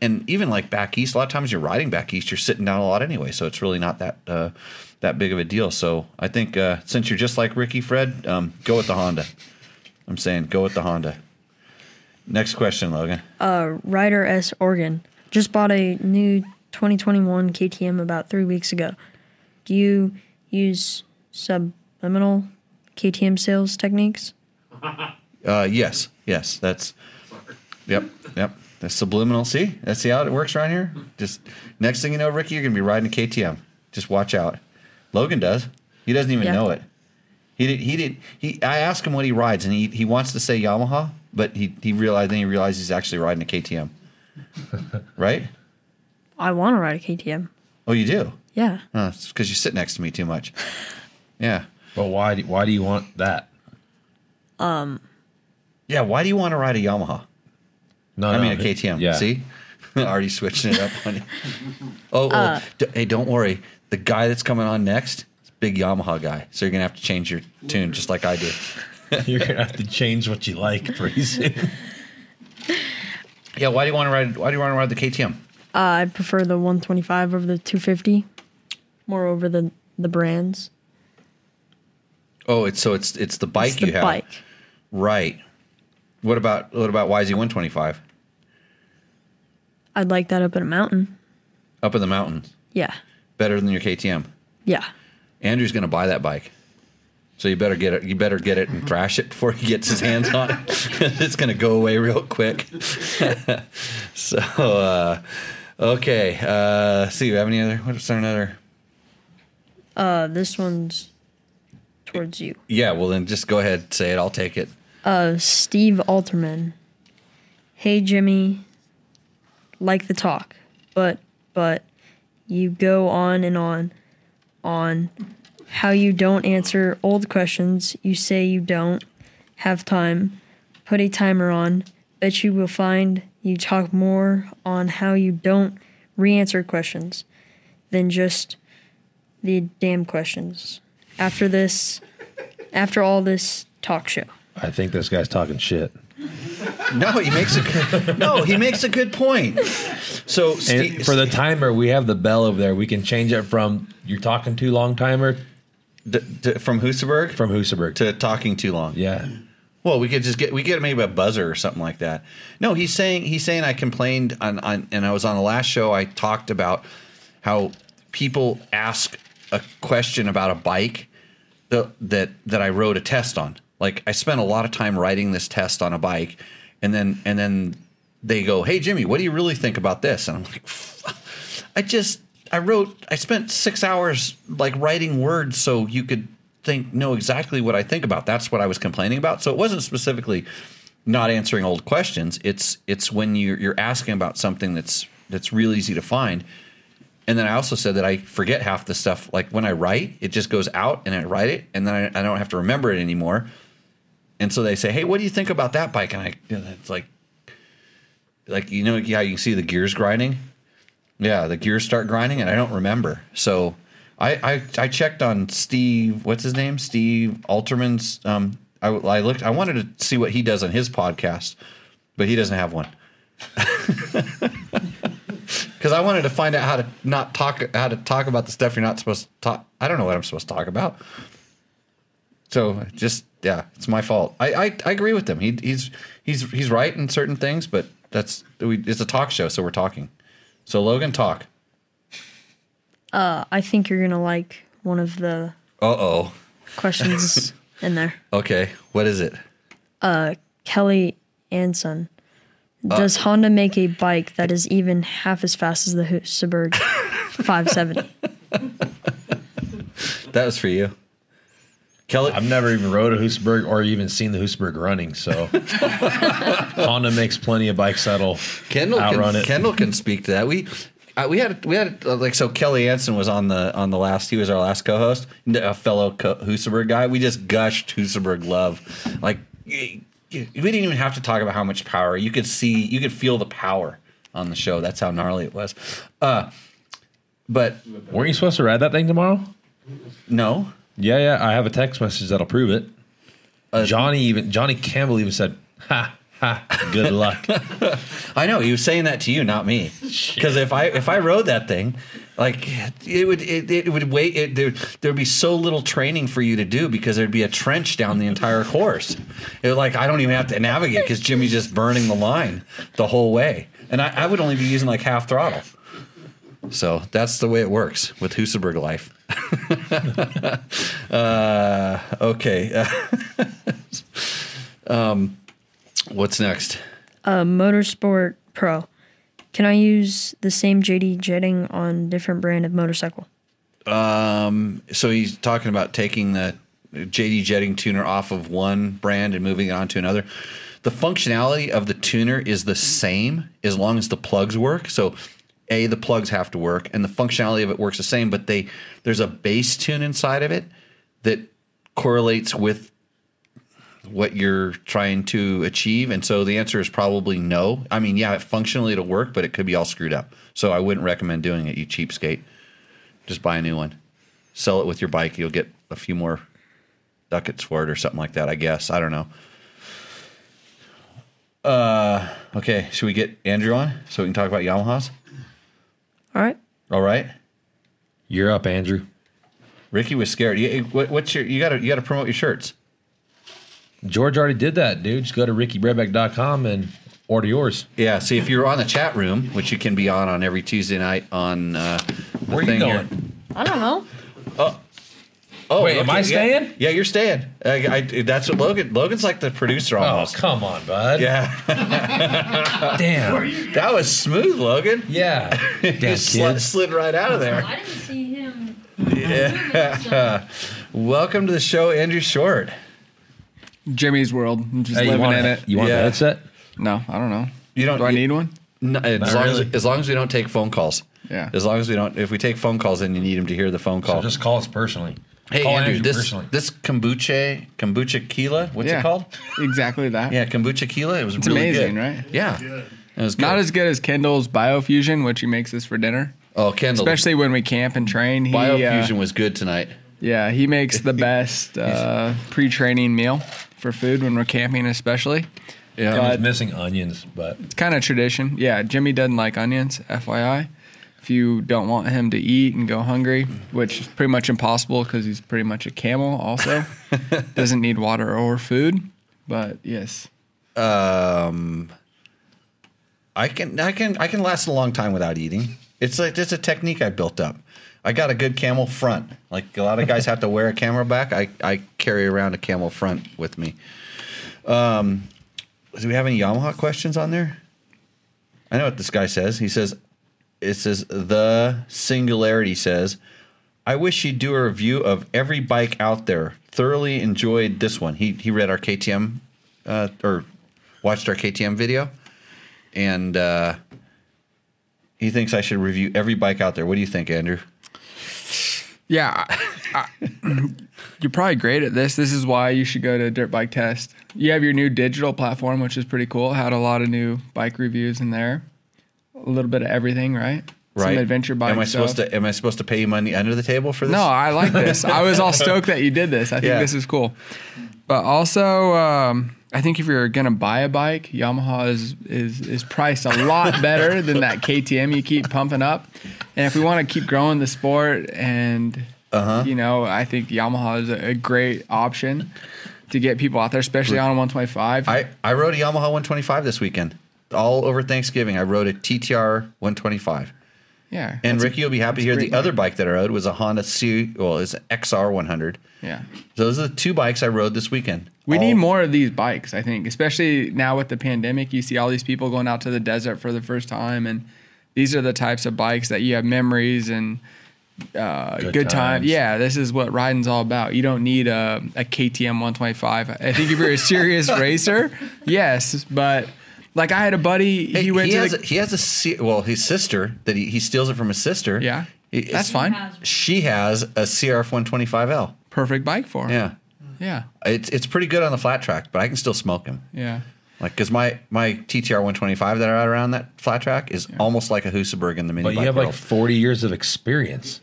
and even like back east, a lot of times you're riding back east, you're sitting down a lot anyway, so it's really not that uh, that big of a deal. So I think uh, since you're just like Ricky Fred, um, go with the Honda. I'm saying go with the Honda. Next question, Logan. Ryder S. Organ. Just bought a new 2021 KTM about three weeks ago. Do you use subliminal KTM sales techniques? Uh, yes, yes, that's. Yep, yep. That's subliminal. See, that's see how it works around here. Just next thing you know, Ricky, you're gonna be riding a KTM. Just watch out. Logan does. He doesn't even Yeah. know it. He did. He did. He. I asked him what he rides, and he he wants to say Yamaha, but he he realized then he realized he's actually riding a KTM. right? I want to ride a KTM. Oh, you do. Yeah. Oh, it's because you sit next to me too much. Yeah. But why do, why do you want that? Yeah. Why do you want to ride a Yamaha? No, I no, mean a it- KTM. Yeah. See, already switching it up. Honey. Oh, oh, Uh, d- hey, don't worry. The guy that's coming on next is a big Yamaha guy, so you're gonna have to change your tune just like I do. you're gonna have to change what you like pretty soon. Yeah. Why do you want to ride? Why do you want to ride the KTM? Uh, I prefer the 125 over the 250, more over the, the brands. Oh, it's so it's it's the bike It's you the have, bike. right? What about what about YZ125 I'd like that up in a mountain. up in the mountains? Yeah. Better than your KTM. Yeah. Andrew's gonna buy that bike. So you better get it. You better get it and crash it before he gets his hands on it. it's gonna go away real quick. so uh, okay. Uh, see, we have any other? What's there another? Uh, this one's towards you. Yeah. Well, then just go ahead, say it. I'll take it. Steve Alterman. Hey Jimmy, like the talk, but but you go on and on on how you don't answer old questions, you say you don't have time, put a timer on, bet you will find you talk more on how you don't re-answer questions than just the damn questions. After this, after all this talk show. I think this guy's talking shit. No, he makes a good, no. He makes a good point. So Ste- And for the timer, we have the bell over there. We can change it from you're talking too long timer d- d- from Husaberg from Husaberg. to talking too long. yeah. Well, we could just get we get maybe a buzzer or something like that. No, he's saying he's saying I complained on, on and I was on the last show. I talked about how people ask a question about a bike that that that I rode a test on. Like I spent a lot of time writing this test on a bike, and then and then they go, "Hey Jimmy, what do you really think about this?" And I'm like, "I just." I wrote. I spent six hours like writing words so you could think know exactly what I think about. That's what I was complaining about. So it wasn't specifically not answering old questions. It's it's when you're you're asking about something that's that's real easy to find. And then I also said that I forget half the stuff. Like when I write, it just goes out and I write it, and then I, I don't have to remember it anymore. And so they say, "Hey, what do you think about that bike?" And I, and it's like, like you know how you can see the gears grinding. Yeah, the gears start grinding, and I don't remember. So I I, I checked on Steve. What's his name? Steve Alterman's. Um, I, I looked. I wanted to see what he does on his podcast, but he doesn't have one. Because I wanted to find out how to not talk, how to talk about the stuff you're not supposed to talk. I don't know what I'm supposed to talk about. So just yeah, it's my fault. I I, I agree with him. He, he's he's he's right in certain things, but that's we, it's a talk show, so we're talking. So Logan, talk. Uh, I think you're gonna like one of the Uh oh. questions in there. Okay, what is it? Kelly Anson. Does Honda make a bike that is even half as fast as the Hu- Suburg 570? That was for you, Kelly. I've never even rode a Hoosberg or even seen the Hoosberg running, so Honda makes plenty of bikes that'll Kendall outrun can, it. Kendall can speak to that. We uh, we had we had uh, like so Kelly Anson was on the on the last he was our last co-host, n- a fellow co- Husaberg guy. We just gushed Husaberg love. Like y- y- we didn't even have to talk about how much power. You could see you could feel the power on the show. That's how gnarly it was. Uh but Weren't you supposed to ride that thing tomorrow? no. Yeah, yeah. I have a text message that'll prove it. Uh, Johnny even Johnny Campbell even said, "Ha ha, good luck." I know he was saying that to you, not me. Because if I if I rode that thing, like it would it, it would wait it, there there'd be so little training for you to do because there'd be a trench down the entire course. It was like I don't even have to navigate because Jimmy's just burning the line the whole way, and I, I would only be using like half throttle. So that's the way it works with Husaberg life. uh, okay. um, what's next? A Motorsport Pro. Can I use the same JD jetting on different brand of motorcycle? so he's talking about taking the JD jetting tuner off of one brand and moving it on to another. The functionality of the tuner is the same as long as the plugs work. So a the plugs have to work and the functionality of it works the same, but they there's a base tune inside of it that correlates with what you're trying to achieve. And so the answer is probably no. I mean, yeah, functionally it'll work, but it could be all screwed up. So I wouldn't recommend doing it, you cheapskate. Just buy a new one sell it with your bike, you'll get a few more ducats for it or something like that, I guess. I don't know. Uh, okay, should we get Andrew on so we can talk about Yamahas? All right. All right. You're up, Andrew. Ricky was scared. You, what, what's your you got to you got to promote your shirts. George already did that, dude. Just go to rickybrebeck.com and order yours. Yeah, see if you're on the chat room, which you can be on on every Tuesday night on uh the Where are you thing here. going? I don't know. Oh, Wait, am I yeah. staying? Yeah, you're staying. Uh, I, that's what Logan Logan's like the producer Oh, almost. come on, bud. yeah. Damn. That was smooth, Logan. Yeah. Damn You slid, kid. slid right out of there. I didn't see him. Welcome to the show, Andrew Short. Jimmy's world. I'm just Hey, you living want, in a, it. you want Yeah. the headset? No, I don't know. You don't- Do I you- need one? No, as, long really. as, as long as we don't take phone calls. Yeah. As long as we don't, if we take phone calls, then you need him to hear the phone So call. just call us personally. hey, call Andrew, this personally. this kombucha kombucha kila, what's Yeah. it called? Exactly that. Yeah, kombucha kila. It was It's really amazing, good. right? Yeah, it was good. Not as good as Kendall's Biofusion, which he makes us for dinner. oh, Kendall, Especially when we camp and train. He, Biofusion Uh, was good tonight. yeah, he makes the best uh, pre-training meal for food when we're camping, especially. Uh, Yeah, God. It's missing onions, but It's kind of tradition. Yeah, Jimmy doesn't like onions, FYI. If you don't want him to eat and go hungry, which is pretty much impossible because he's pretty much a camel, also doesn't need water or food. But yes, Um, I can I can I can last a long time without eating. It's like it's a technique I built up. I got a good camel front. Like a lot of guys have to wear a camel back. I, I carry around a camel front with me. Um, do we have any Yamaha questions on there? I know what this guy says. He says, it says the singularity says, I wish you'd do a review of every bike out there. Thoroughly enjoyed this one. He he read our KTM uh, or watched our KTM video, and uh, he thinks I should review every bike out there. What do you think, Andrew? Yeah, I, I- you're probably great at this. This is why you should go to Dirt Bike Test. You have your new digital platform, which is pretty cool. Had a lot of new bike reviews in there. A little bit of everything, right? Some adventure bike. Am I stuff. supposed to? Am I supposed to pay you money under the table for this? No, I like this. I was all stoked that you did this. I think Yeah. this is cool. But also, um, I think if you're gonna buy a bike, Yamaha is is is priced a lot better than that KTM you keep pumping up. And if we want to keep growing the sport, and Uh-huh. you know, I think Yamaha is a, a great option to get people out there, especially on a 125. I, I rode a Yamaha 125 this weekend. All over Thanksgiving, I rode a TTR 125. yeah, And that's a- Ricky, you'll be happy to hear the great other bike that I rode was a Honda C. Well, it's an XR 100. yeah. Those are the two bikes I rode this weekend. We All- need more of these bikes, I think, especially now with the pandemic. You see all these people going out to the desert for the first time, and these are the types of bikes that you have memories and uh, Good good, time. times. Yeah, this is what riding's all about. You don't need a, a KTM 125. I think if you're a serious racer, yes, but like I had a buddy, Hey, he went to has the, a, he has a C, well his sister that he, he steals it from his sister. yeah, He- that's it's- fine. She has a CRF 125L. Perfect bike for him. Yeah, yeah, it's it's pretty good on the flat track, but I can still smoke him. yeah. Like, because my, my TTR 125 that I ride around that flat track is almost like a Husaberg in the mini But you bike have world. like 40 years of experience.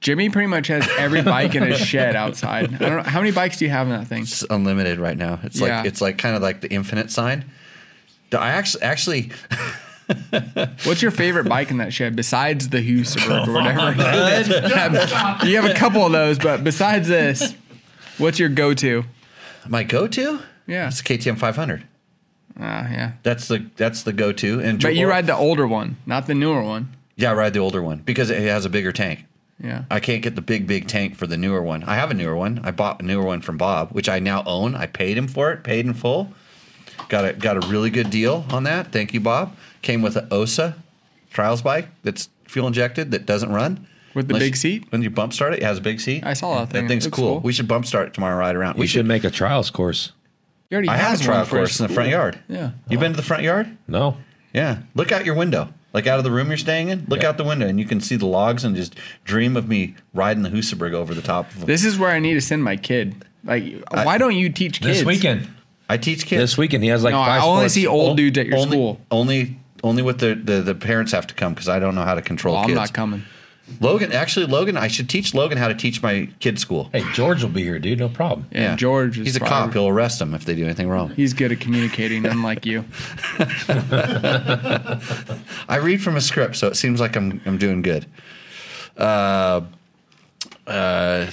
Jimmy pretty much has every bike in his shed outside. I don't know how many bikes do you have in that thing. it's unlimited right now. It's Yeah. like it's like kind of like the infinite sign. Do I actually actually What's your favorite bike in that shed besides the Husaberg or whatever? Yeah, you have a couple of those, but besides this, what's your go-to? my go to? Yeah. it's the KTM 500. Ah, yeah. That's the that's the go to. And But you or- ride the older one, not the newer one. yeah, I ride the older one because it has a bigger tank. Yeah. I can't get the big big tank for the newer one. I have a newer one. I bought a newer one from Bob, which I now own. I paid him for it, paid in full. Got a got a really good deal on that. Thank you, Bob. Came with an OSA trials bike that's fuel injected that doesn't run. With the Unless- big seat? When you bump start it, it has a big seat. I saw that thing. That thing's Looks cool. cool. We should bump start it tomorrow ride around. We should make a trials course. You already I have has a trial one for his course in the front school. yard. Yeah. You been to the front yard? No. Yeah. Look out your window. Like out of the room you're staying in, look Yeah. out the window and you can see the logs and just dream of me riding the Husaberg over the top of them. This is where I need to send my kid. Like, why don't you teach kids? This weekend. I teach kids. This weekend. He has like No, I five only sports. see old Oh, dudes at your only, school. Only only with the, the, the parents have to come because I don't know how to control Oh, I'm kids. not coming. Logan, actually, Logan, I should teach Logan how to teach my kids school. Hey, George will be here, dude. No problem. Yeah, George is He's a probably- cop. He'll arrest them if they do anything wrong. He's good at communicating, unlike you. I read from a script, so it seems like I'm I'm doing good. Uh, uh,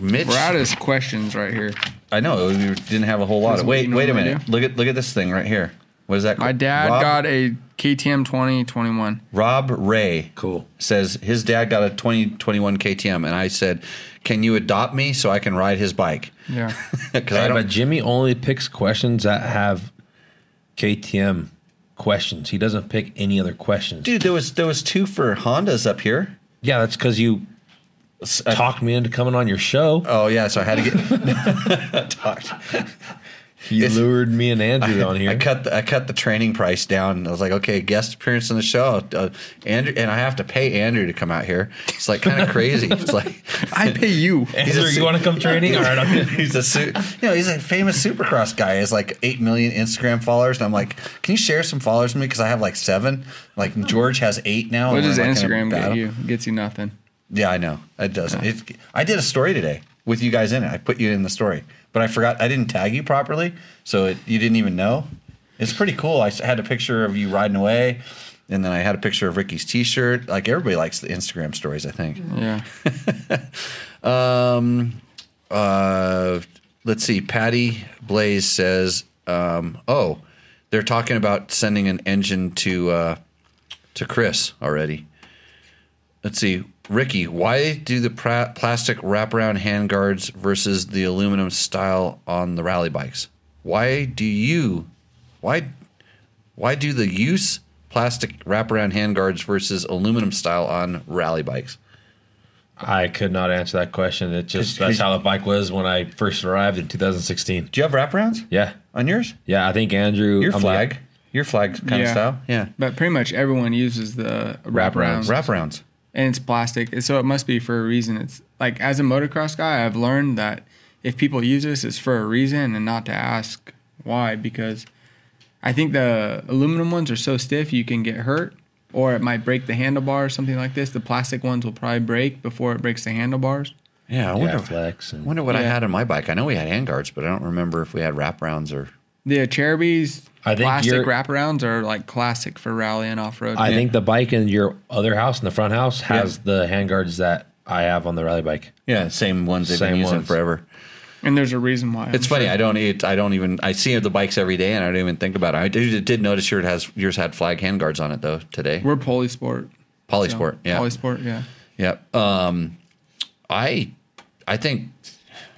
Mitch, We're out of questions right here. I know we didn't have a whole lot. Is Of, what wait, you know wait a what I minute. do? Look at look at this thing right here. What is that? My dad Rob, got a KTM 2021. Rob Ray. Cool. Says his dad got a 2021 KTM, and I said, "Can you adopt me so I can ride his bike?" Yeah. 'Cause I Hey, don't- but Jimmy only picks questions that have KTM questions. He doesn't pick any other questions. dude, there was there was two for Hondas up here. Yeah, that's because you S- uh, talked me into coming on your show. Oh yeah, so I had to get talked. You it's- lured me and Andrew on here. I cut the, I cut the training price down. and I was like, okay, guest appearance on the show, uh, Andrew, and I have to pay Andrew to come out here. It's like kind of crazy. It's like I pay you. Andrew, a- you want to come training? All right, I'm he's a su- you know he's a famous supercross guy. He has like eight million Instagram followers, and I'm like, can you share some followers with me because I have like seven. Like George has eight now. What and does we're in, like, kind of Instagram get battle. you? Gets you nothing. Yeah, I know it doesn't. It's I did a story today with you guys in it. I put you in the story, but I forgot I didn't tag you properly, so it, you didn't even know. It's pretty cool. I s- had a picture of you riding away, and then I had a picture of Ricky's T-shirt. Like everybody likes the Instagram stories, I think. Oh. Yeah. Um, uh, let's see. Patty Blaze says, um, "Oh, they're talking about sending an engine to uh, to Chris already." Let's see, Ricky. Why do the pra- plastic wraparound handguards versus the aluminum style on the rally bikes? Why do you? Why? Why do the use plastic wraparound handguards versus aluminum style on rally bikes? I could not answer that question. It just that's how the bike was when I first arrived in 2016. Do you have wraparounds Yeah, on yours? yeah. I think Andrew. Your I'm flag, like- your flag kind of Yeah. style. Yeah, But pretty much everyone uses the wraparounds. wraparounds. and it's plastic, so it must be for a reason. It's like as a motocross guy, I've learned that if people use this, it's for a reason and not to ask why. Because I think the aluminum ones are so stiff you can get hurt, or it might break the handlebar or something like this. The plastic ones will probably break before it breaks the handlebars. Yeah, I yeah, wonder. flex and wonder what I Yeah. had on my bike. I know we had handguards, but I don't remember if we had wraparounds or. The Cherubies I think plastic you're- wraparounds are like classic for rally and off road. I think the bike in your other house, in the front house, has the handguards that I have on the rally bike. Yeah, same ones they've Same been using ones. forever. and there's a reason why. It's funny. I don't. It, I don't even. I see the bikes every day, and I don't even think about it. I did, did notice yours has yours had flag handguards on it though today. We're polysport. so- Polysport. yeah. Polysport. Yeah. Yep. Um, I, I think,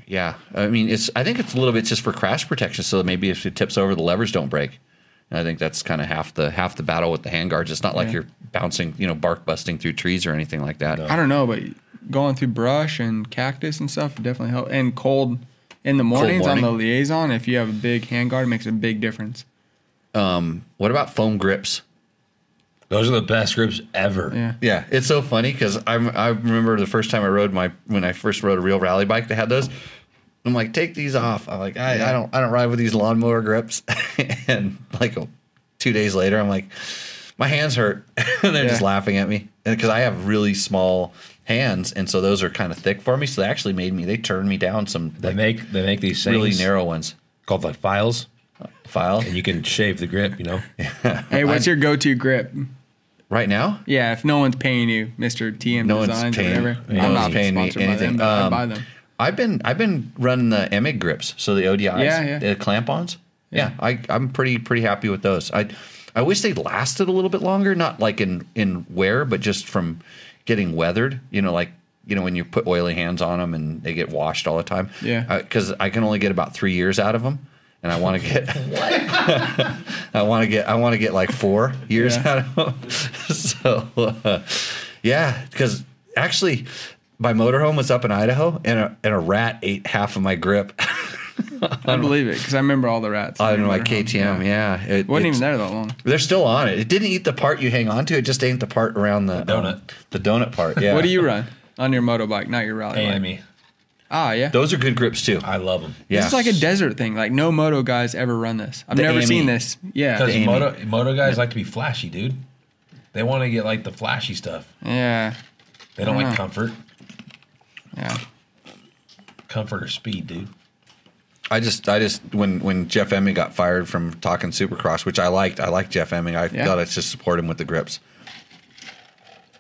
yeah. I mean, it's. I think it's a little bit just for crash protection. So maybe if it tips over, the levers don't break. And I think that's kind of half the half the battle with the handguards. It's not like Yeah. you're bouncing, you know, bark busting through trees or anything like that. I don't know, but going through brush and cactus and stuff would definitely help. And cold in the mornings on the morning. liaison, if you have a big handguard, it makes a big difference. What about foam grips? Those are the best grips ever. Yeah. Yeah, it's so funny because I I remember the first time I rode my when I first rode a real rally bike that had those. I'm like, take these off. I'm like, I, I don't I don't ride with these lawnmower grips. and like two days later, I'm like, my hands hurt, and they're just Yeah. laughing at me because I have really small hands, and so those are kind of thick for me. So they actually made me they turned me down some They like, make they make these things really narrow ones. called like files, File and you can shave the grip. You know, Hey, what's your go-to grip? right now. Yeah, if no one's paying you, Mister TM No one's Designs paying- or whatever. no one's I'm not paying me sponsored by anything. them, but I Um, buy them. I've been I've been running the Emig grips, so the ODIs, Yeah, yeah. the uh, clamp-ons. Yeah, I I'm pretty pretty happy with those. I I wish they lasted a little bit longer, not like in in wear, but just from getting weathered. You know, like you know when you put oily hands on them and they get washed all the time. Yeah. because I can only get about three years out of them, and I want to get I want to get I want to get like four years Yeah. out of them. so uh, yeah, because actually my motorhome was up in Idaho and a, and a rat ate half of my grip I believe it because I remember all the rats. on in my motorhome. KTM. Yeah, it wasn't it's- even there that long. They're still on it. It didn't eat the part you hang on to. It just ate the part around the, The donut. um, the donut part. Yeah. What do you run on your motorbike, not your rally bike? AME. Ah, yeah. Those are good grips too. I love them. Yeah. This is like a desert thing. Like no moto guys ever run this. I've The E. never seen AME. this. Yeah. Because AME. moto, moto guys like to be flashy, dude. They want to get like the flashy stuff. Yeah. They don't I Uh-huh. like know. comfort, Yeah. comfort or speed, dude. I just, I just, when when Jeff Emming got fired from talking Supercross, which I liked, I liked Jeff Emming. I Yeah. thought I should support him with the grips.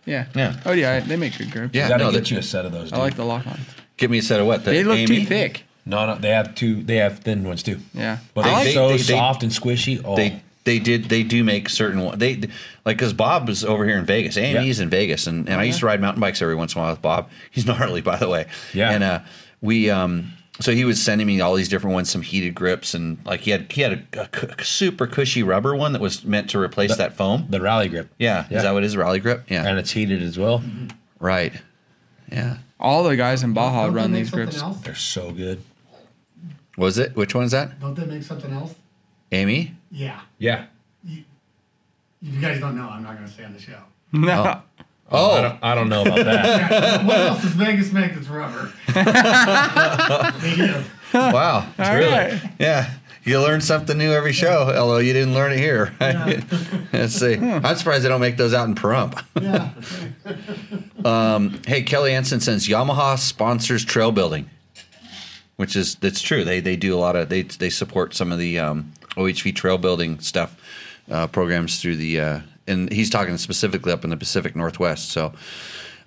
Yeah. Yeah. Oh yeah, they make good grips. Yeah, You gotta no, get that- you a set of those. Dude. I like the lock ons. Give me a set of what? The They look Amy? too thick. No, no, they have two. They have thin ones too. Yeah. I but they're like- so they- they- soft and squishy. Oh, they they did they do make certain one they like because Bob is over here in Vegas. and Yeah. he's in Vegas, and, and I used to ride mountain bikes every once in a while with Bob. He's gnarly, by the way. Yeah. and uh, we um. So he was sending me all these different ones, some heated grips, and like he had he had a, a cu- super cushy rubber one that was meant to replace that foam. the rally grip. yeah. is that what it is? Rally grip. Yeah, And it's heated as well. right. Yeah, all the guys in Baja Don't they run make these something grips. Else? They're so good. was it? Which one's that? Don't they make something else? Amy? Yeah. Yeah. If you guys don't know, I'm not going to say on the show. No. Oh, I don't, I don't know about that. what else does Vegas make that's rubber? they do. Wow, All right. Yeah. You learn something new every show, although you didn't learn it here. right? Let's see. I'm surprised they don't make those out in Pahrump. Um, Yeah. hey, Kelly Anson says Yamaha sponsors trail building, which is that's true. They they do a lot of they they support some of the um, OHV trail building stuff uh, programs through the uh, and he's talking specifically up in the Pacific Northwest. So.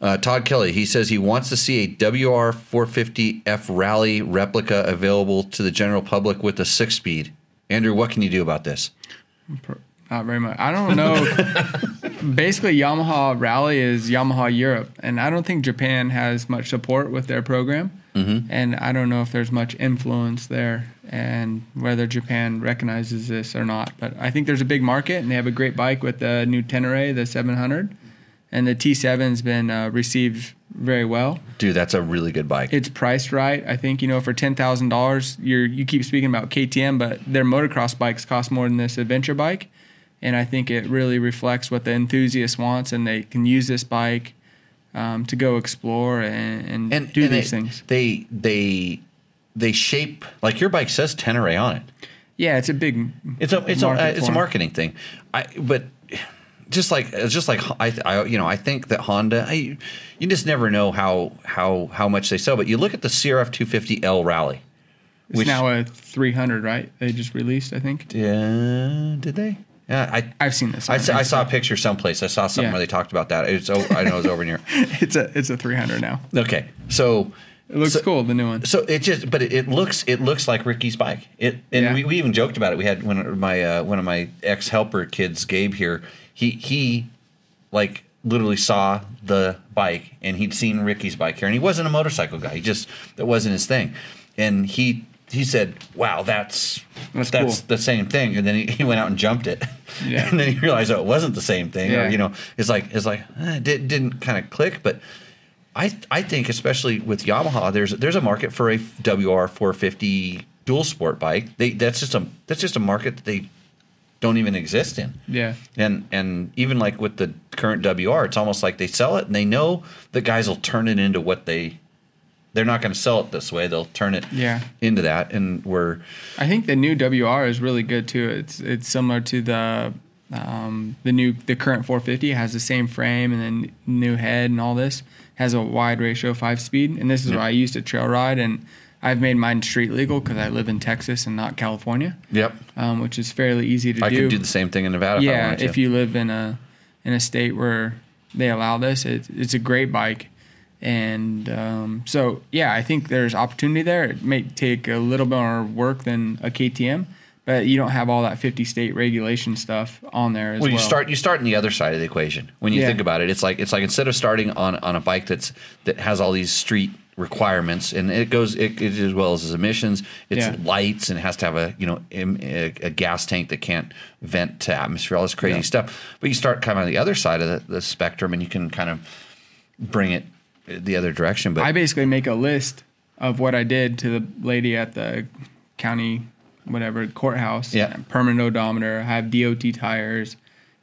Uh, Todd Kelly, he says he wants to see a WR450F Rally replica available to the general public with a six speed. Andrew, what can you do about this? Not very much. I don't know. Basically, Yamaha Rally is Yamaha Europe, and I don't think Japan has much support with their program. Mm-hmm. And I don't know if there's much influence there and whether Japan recognizes this or not. But I think there's a big market and they have a great bike with the new Tenere, the 700. And the T7's been uh, received very well. Dude, that's a really good bike. It's priced right. I think, you know, for $10,000, you're you keep speaking about KTM, but their motocross bikes cost more than this adventure bike. And I think it really reflects what the enthusiast wants and they can use this bike um, to go explore and, and, and do and these they, things. They they they shape like your bike says Tenere on it. Yeah, it's a big. It's a it's a market uh, it's for a 'em. marketing thing. I but just like it's just like I, I you know I think that Honda I, you just never know how how how much they sell. But you look at the CRF 250L Rally. It's which- now a 300, right? They just released, I think. Yeah, did they? Yeah, I. I've seen this. I, on saw, I saw a picture someplace. I saw something Yeah. where they talked about that. It's over, I know it was over in here. Instagram. It's a it's a 300 now. Okay, so It looks so- cool, the new one. So it just, but it, it looks, it looks like Ricky's bike. It, and Yeah. we, we even joked about it. We had one, my uh, one of my ex helper kids, Gabe here. He he, like literally saw the bike, and he'd seen Ricky's bike here, and he wasn't a motorcycle guy. He just that wasn't his thing, and he he said, "Wow, that's That's that's, cool." the same thing." And then he, he went out and jumped it, Yeah. and then he realized oh, it wasn't the same thing. Yeah. Or, you know, it's like it's like eh, it did, didn't kind of click, but. I I think especially with Yamaha, there's there's a market for a WR 450 dual sport bike. They that's just a that's just a market that they don't even exist in. Yeah. And and even like with the current WR, it's almost like they sell it and they know the guys will turn it into what they they're not going to sell it this way. They'll turn it Yeah. into that, and we're I think the new WR is really good too. It's it's similar to the um, the new the current 450 It has the same frame and then new head and all this has a wide ratio five speed and this is what I used to trail ride and I've made mine street legal because I live in Texas and not California, yep. um, which is fairly easy to I do. could do the same thing in Nevada. if, I yeah, wanted to. if you live in a in a state where they allow this, it, it's a great bike, and um, so yeah, I think there's opportunity there. It may take a little bit more work than a KTM, but you don't have all that 50 state regulation stuff on there as well. well, you start you start on the other side of the equation when you Yeah. think about it. It's like it's like instead of starting on on a bike that's that has all these street requirements and it goes it, it as well as emissions, it's Yeah. lights and it has to have a you know em- a, a gas tank that can't vent to atmosphere, all this crazy Yeah. stuff. But you start kind of on the other side of the, the spectrum, and you can kind of bring it the other direction. But I basically make a list of what I did to the lady at the county, whatever courthouse. Yeah. Permanent odometer. I have DOT tires.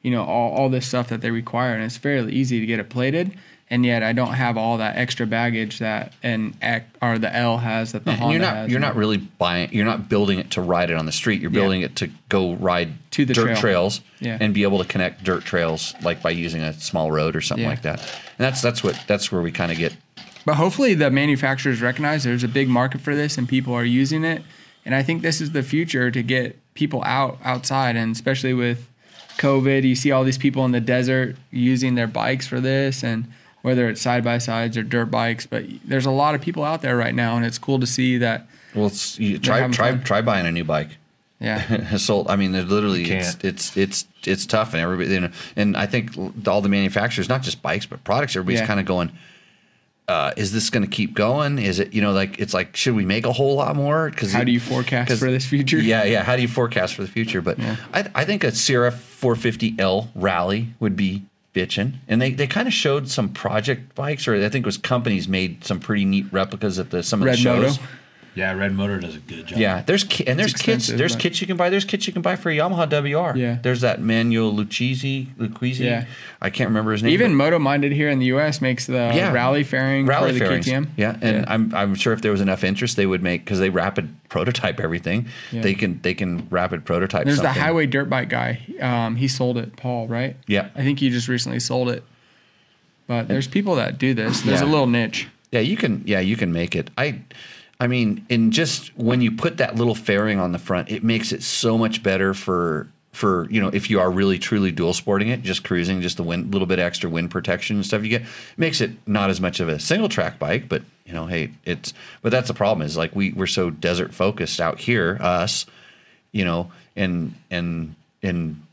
You know, all all this stuff that they require, and it's fairly easy to get it plated. And yet, I don't have all that extra baggage that an X or the L has that the and Honda Mm-hmm. you're not has. you're not really buying you're not building it to ride it on the street. You're building it to go ride To the dirt trail. trails Yeah. and be able to connect dirt trails like by using a small road or something Yeah. like that. And that's that's what that's where we kind of get But hopefully, the manufacturers recognize there's a big market for this and people are using it. And I think this is the future to get people out outside, and especially with COVID, you see all these people in the desert using their bikes for this, and whether it's side by sides or dirt bikes. But there's a lot of people out there right now, and it's cool to see that. well it's, you try having try fun. try buying a new bike. Yeah, So I mean, there's literally it's, can't. it's it's it's tough, and everybody you know, and I think all the manufacturers, not just bikes but products, everybody's Yeah. kind of going. Uh, is this going to keep going? Is it you know like it's like should we make a whole lot more? Because how do you forecast 'cause- for this future? Yeah, yeah. How do you forecast for the future? But I, I think a CRF 450L rally would be bitching. And they, they kind of showed some project bikes, or I think it was companies made some pretty neat replicas at the some of Red the shows. Moto. Yeah, Red Motor does a good job. Yeah, there's ki- and there's kits. expensive, There's but- kits you can buy. There's kits you can buy for a Yamaha WR. Yeah. There's that Manuel Lucchese. Lucchese. Yeah. I can't remember his name. Even but- Moto Minded here in the U.S. makes the Yeah. rally fairing for rally the fairings. KTM. Yeah, and I'm I'm sure if there was enough interest, they would make because they rapid prototype everything. Yeah. They can they can rapid prototype. There's something. the highway dirt bike guy. Um, he sold it, Paul, right? Yeah. I think he just recently sold it. But there's people that do this. There's a Yeah. little niche. Yeah, you can. Yeah, you can make it. I, I mean, and just when you put that little fairing on the front, it makes it so much better for for you know if you are really truly dual sporting it, just cruising, just the wind, little bit extra wind protection and stuff you get makes it not as much of a single track bike. But you know, hey, it's but that's the problem is like we we're so desert focused out here, us, you know, and and and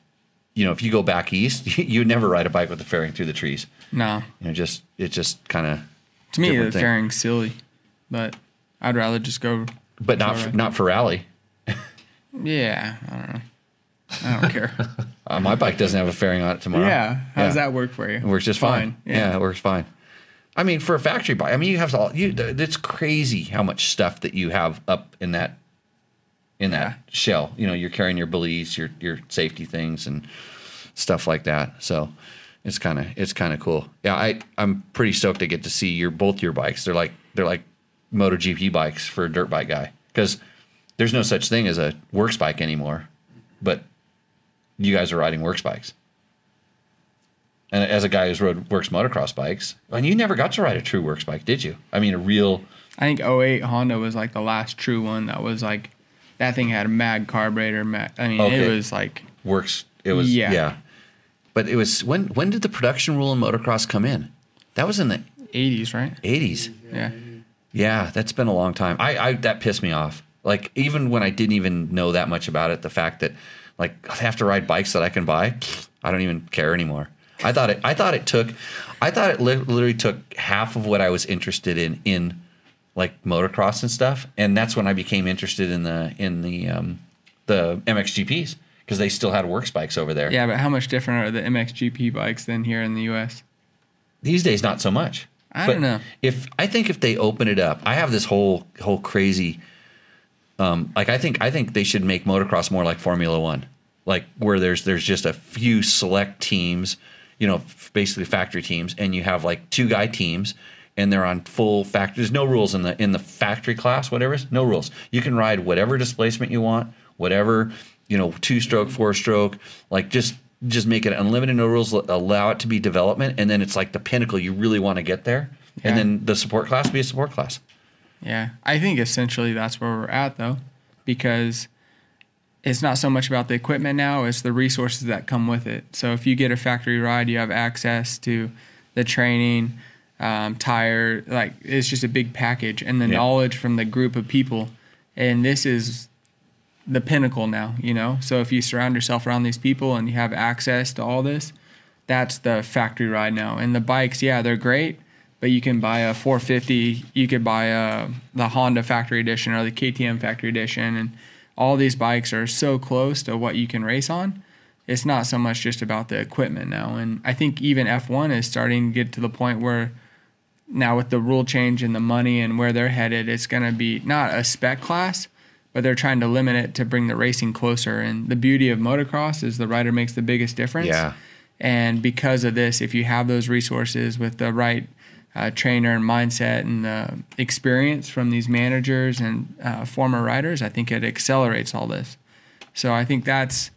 you know if you go back east, you never ride a bike with a fairing through the trees. Nah. You know, just it just kind of To me, Different the thing. fairing's silly. But I'd rather just go. but not f- Sorry. not for rally. Yeah, I don't know. I don't care. Uh, my bike doesn't have a fairing on it tomorrow. yeah, how does Yeah. that work for you? It works just fine. Yeah. Yeah. it works fine. I mean, for a factory bike, I mean, you have all you. th- It's crazy how much stuff that you have up in that in that shell. You know, you're carrying your beliefs, your your safety things, and stuff like that. So it's kind of it's kind of cool. Yeah, I I'm pretty stoked to get to see your both your bikes. They're like they're like MotoGP bikes for a dirt bike guy because there's no such thing as a works bike anymore. But you guys are riding works bikes and as a guy who's rode works motocross bikes, and you never got to ride a true works bike, did you? I mean, a real I think 08 Honda was like the last true one that was like that thing had a mag carburetor. Mag, I mean, Okay. it was like works. It was Yeah. yeah. but it was when when did the production rule in motocross come in? That was in the 80s, right? eighties. Yeah. Yeah, that's been a long time. I, I that pissed me off. Like even when I didn't even know that much about it, the fact that like I have to ride bikes that I can buy, pfft, I don't even care anymore. I thought it. I thought it took. I thought it li- literally took half of what I was interested in in like motocross and stuff, and that's when I became interested in the in the um, the MXGPs because they still had works bikes over there. Yeah, but how much different are the MXGP bikes than here in the US? these days not so much. I don't know. If I think if they open it up, I have this whole whole crazy um like I think I think they should make motocross more like Formula 1. Like where there's there's just a few select teams, you know, f- basically factory teams and you have like two guy teams and they're on full factory. There's no rules in the in the factory class whatever. it is, No rules. You can ride whatever displacement you want, whatever, you know, two stroke, four stroke, like just just make it unlimited, no rules, l- allow it to be development, and then it's like the pinnacle you really want to get there. Yeah. And then the support class be a support class. Yeah. I think essentially that's where we're at though, because it's not so much about the equipment now, it's the resources that come with it. So if you get a factory ride, you have access to the training, um, tire, like it's just a big package and the Yeah. knowledge from the group of people. And this is the pinnacle now, you know? So if you surround yourself around these people and you have access to all this, that's the factory ride now. And the bikes, yeah, they're great, but you can buy a 450, you could buy a, the Honda factory edition or the KTM factory edition. And all these bikes are so close to what you can race on. It's not so much just about the equipment now. And I think even F1 is starting to get to the point where now with the rule change and the money and where they're headed, it's going to be not a spec class, but they're trying to limit it to bring the racing closer. And the beauty of motocross is the rider makes the biggest difference. Yeah. And because of this, if you have those resources with the right uh, trainer and mindset and the experience from these managers and uh, former riders, I think it accelerates all this. So I think that's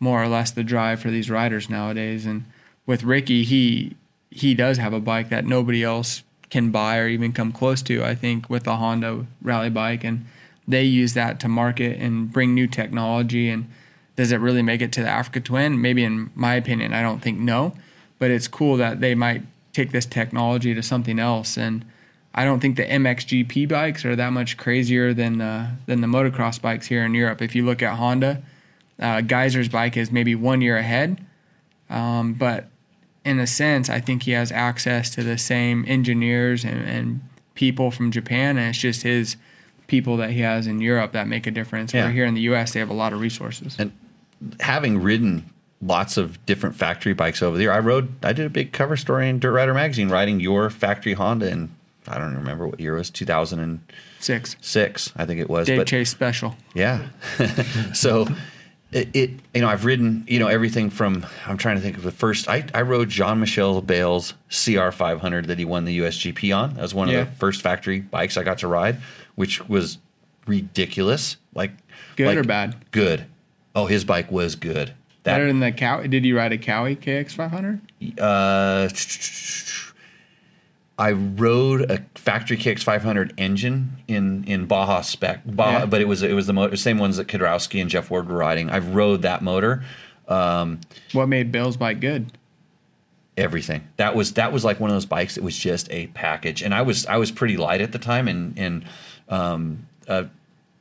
more or less the drive for these riders nowadays. And with Ricky, he he does have a bike that nobody else can buy or even come close to. I think with the Honda rally bike, and they use that to market and bring new technology. And does it really make it to the Africa Twin? Maybe in my opinion, I don't think no. But it's cool that they might take this technology to something else and. I don't think the MXGP bikes are that much crazier than uh, than the motocross bikes here in Europe. If you look at Honda, uh, Geyser's bike is maybe one year ahead, um, but in a sense, I think he has access to the same engineers and, and people from Japan, and it's just his people that he has in Europe that make a difference. Where Yeah. here in the U.S., they have a lot of resources. And having ridden lots of different factory bikes over there, I rode I did a big cover story in Dirt Rider magazine riding your factory Honda in I don't remember what year it was, two thousand and Six. six, I think it was. Dave but- Chase special. Yeah. so it, it, you know, I've ridden, you know, everything from, I'm trying to think of the first, I, I rode Jean Michel Bale's CR500 that he won the USGP on. That was one Yeah. of the first factory bikes I got to ride, which was ridiculous. Like, Good like- or bad? Good. Oh, his bike was good. Better That, than the cow. Did you ride a Cowie KX500? uh, I rode a factory kicks 500 engine in in Baja spec, Baja, Yeah. but it was it was the motor, same ones that Kudrowski and Jeff Ward were riding. I've rode that motor, um, What made Bill's bike good? everything. That was that was like one of those bikes that was just a package, and I was I was pretty light at the time, and and um, uh,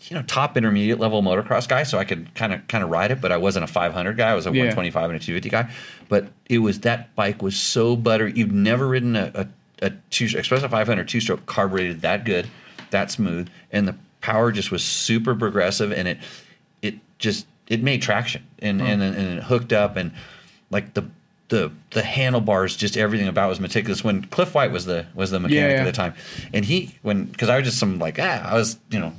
you know top intermediate level motocross guy, so I could kind of kind of ride it, but I wasn't a 500 guy. I was a Yeah. 125 and a 250 guy. But it was that bike was so buttery. You've never ridden a, a, a two, especially a 500 two stroke carbureted that good. that smooth, and the power just was super progressive, and it it just it made traction, Hmm. and and and it hooked up, and like the the the handlebars, just everything about it was meticulous. When Cliff White was the was the mechanic yeah. at the time, and he when because I was just some like ah I was you know.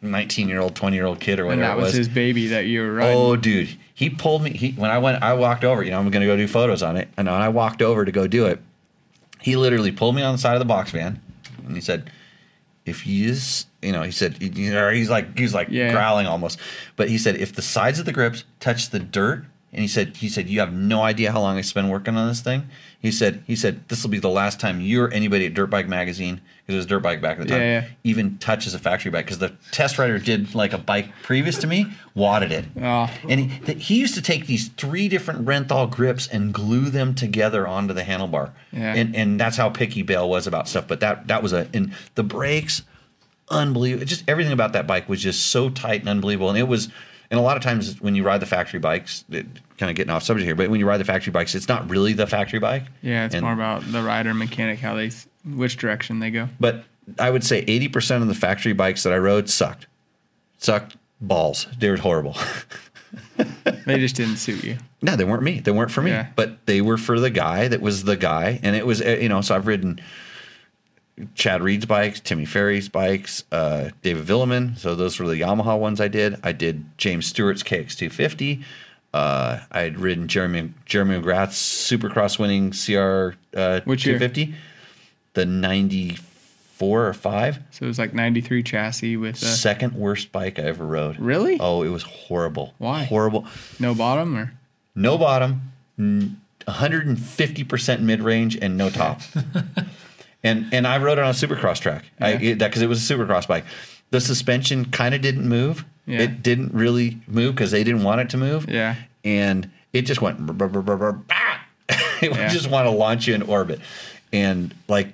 19 year old 20 year old kid or and whatever that it was was his baby that you were riding. Oh, dude, he pulled me. He when I went, I walked over. You know, I'm gonna go do photos on it, and when I walked over to go do it, he literally pulled me on the side of the box van, and he said, "If you, s- you know," he said, you know, he's like he's like Yeah. growling almost, but he said, "If the sides of the grips touch the dirt." And he said, he said, you have no idea how long I spent working on this thing. He said, he said, this will be the last time you or anybody at Dirt Bike Magazine, because it was Dirt Bike back at the time, Yeah, yeah. even touches a factory bike. Because the test rider did like a bike previous to me, wadded it. Oh. And he, th- he used to take these three different Renthal grips and glue them together onto the handlebar. Yeah. And and that's how picky Bale was about stuff. But that that was a and the brakes, unbelievable. Just everything about that bike was just so tight and unbelievable. And it was and a lot of times when you ride the factory bikes, it, kind of getting off subject here, but when you ride the factory bikes, it's not really the factory bike. yeah, it's And- more about the rider mechanic, how they, s- which direction they go. But I would say eighty percent of the factory bikes that I rode sucked, sucked balls. They were horrible. They just didn't suit you. No, they weren't me. They weren't for me. Yeah. But they were for the guy that was the guy, and it was uh, you know. So I've ridden Chad Reed's bikes, Timmy Ferry's bikes, uh, David Villeman. So those were the Yamaha ones I did. I did James Stewart's KX250. Uh, I had ridden Jeremy Jeremy McGrath's Supercross winning CR uh, Which year? 250, the '94 or five. So it was like 93 chassis with uh, Second worst bike I ever rode. Really? Oh, it was horrible. Why? Horrible no bottom or? no bottom, n- 150% mid range, and no top. and and I rode it on a supercross track. I, Yeah. it, that because it was a supercross bike. The suspension kind of didn't move. Yeah. It didn't really move because they didn't want it to move. Yeah. And it just went. brr, brr, brr, brr, brr, bah! it would Yeah. just want to launch you in orbit. And like,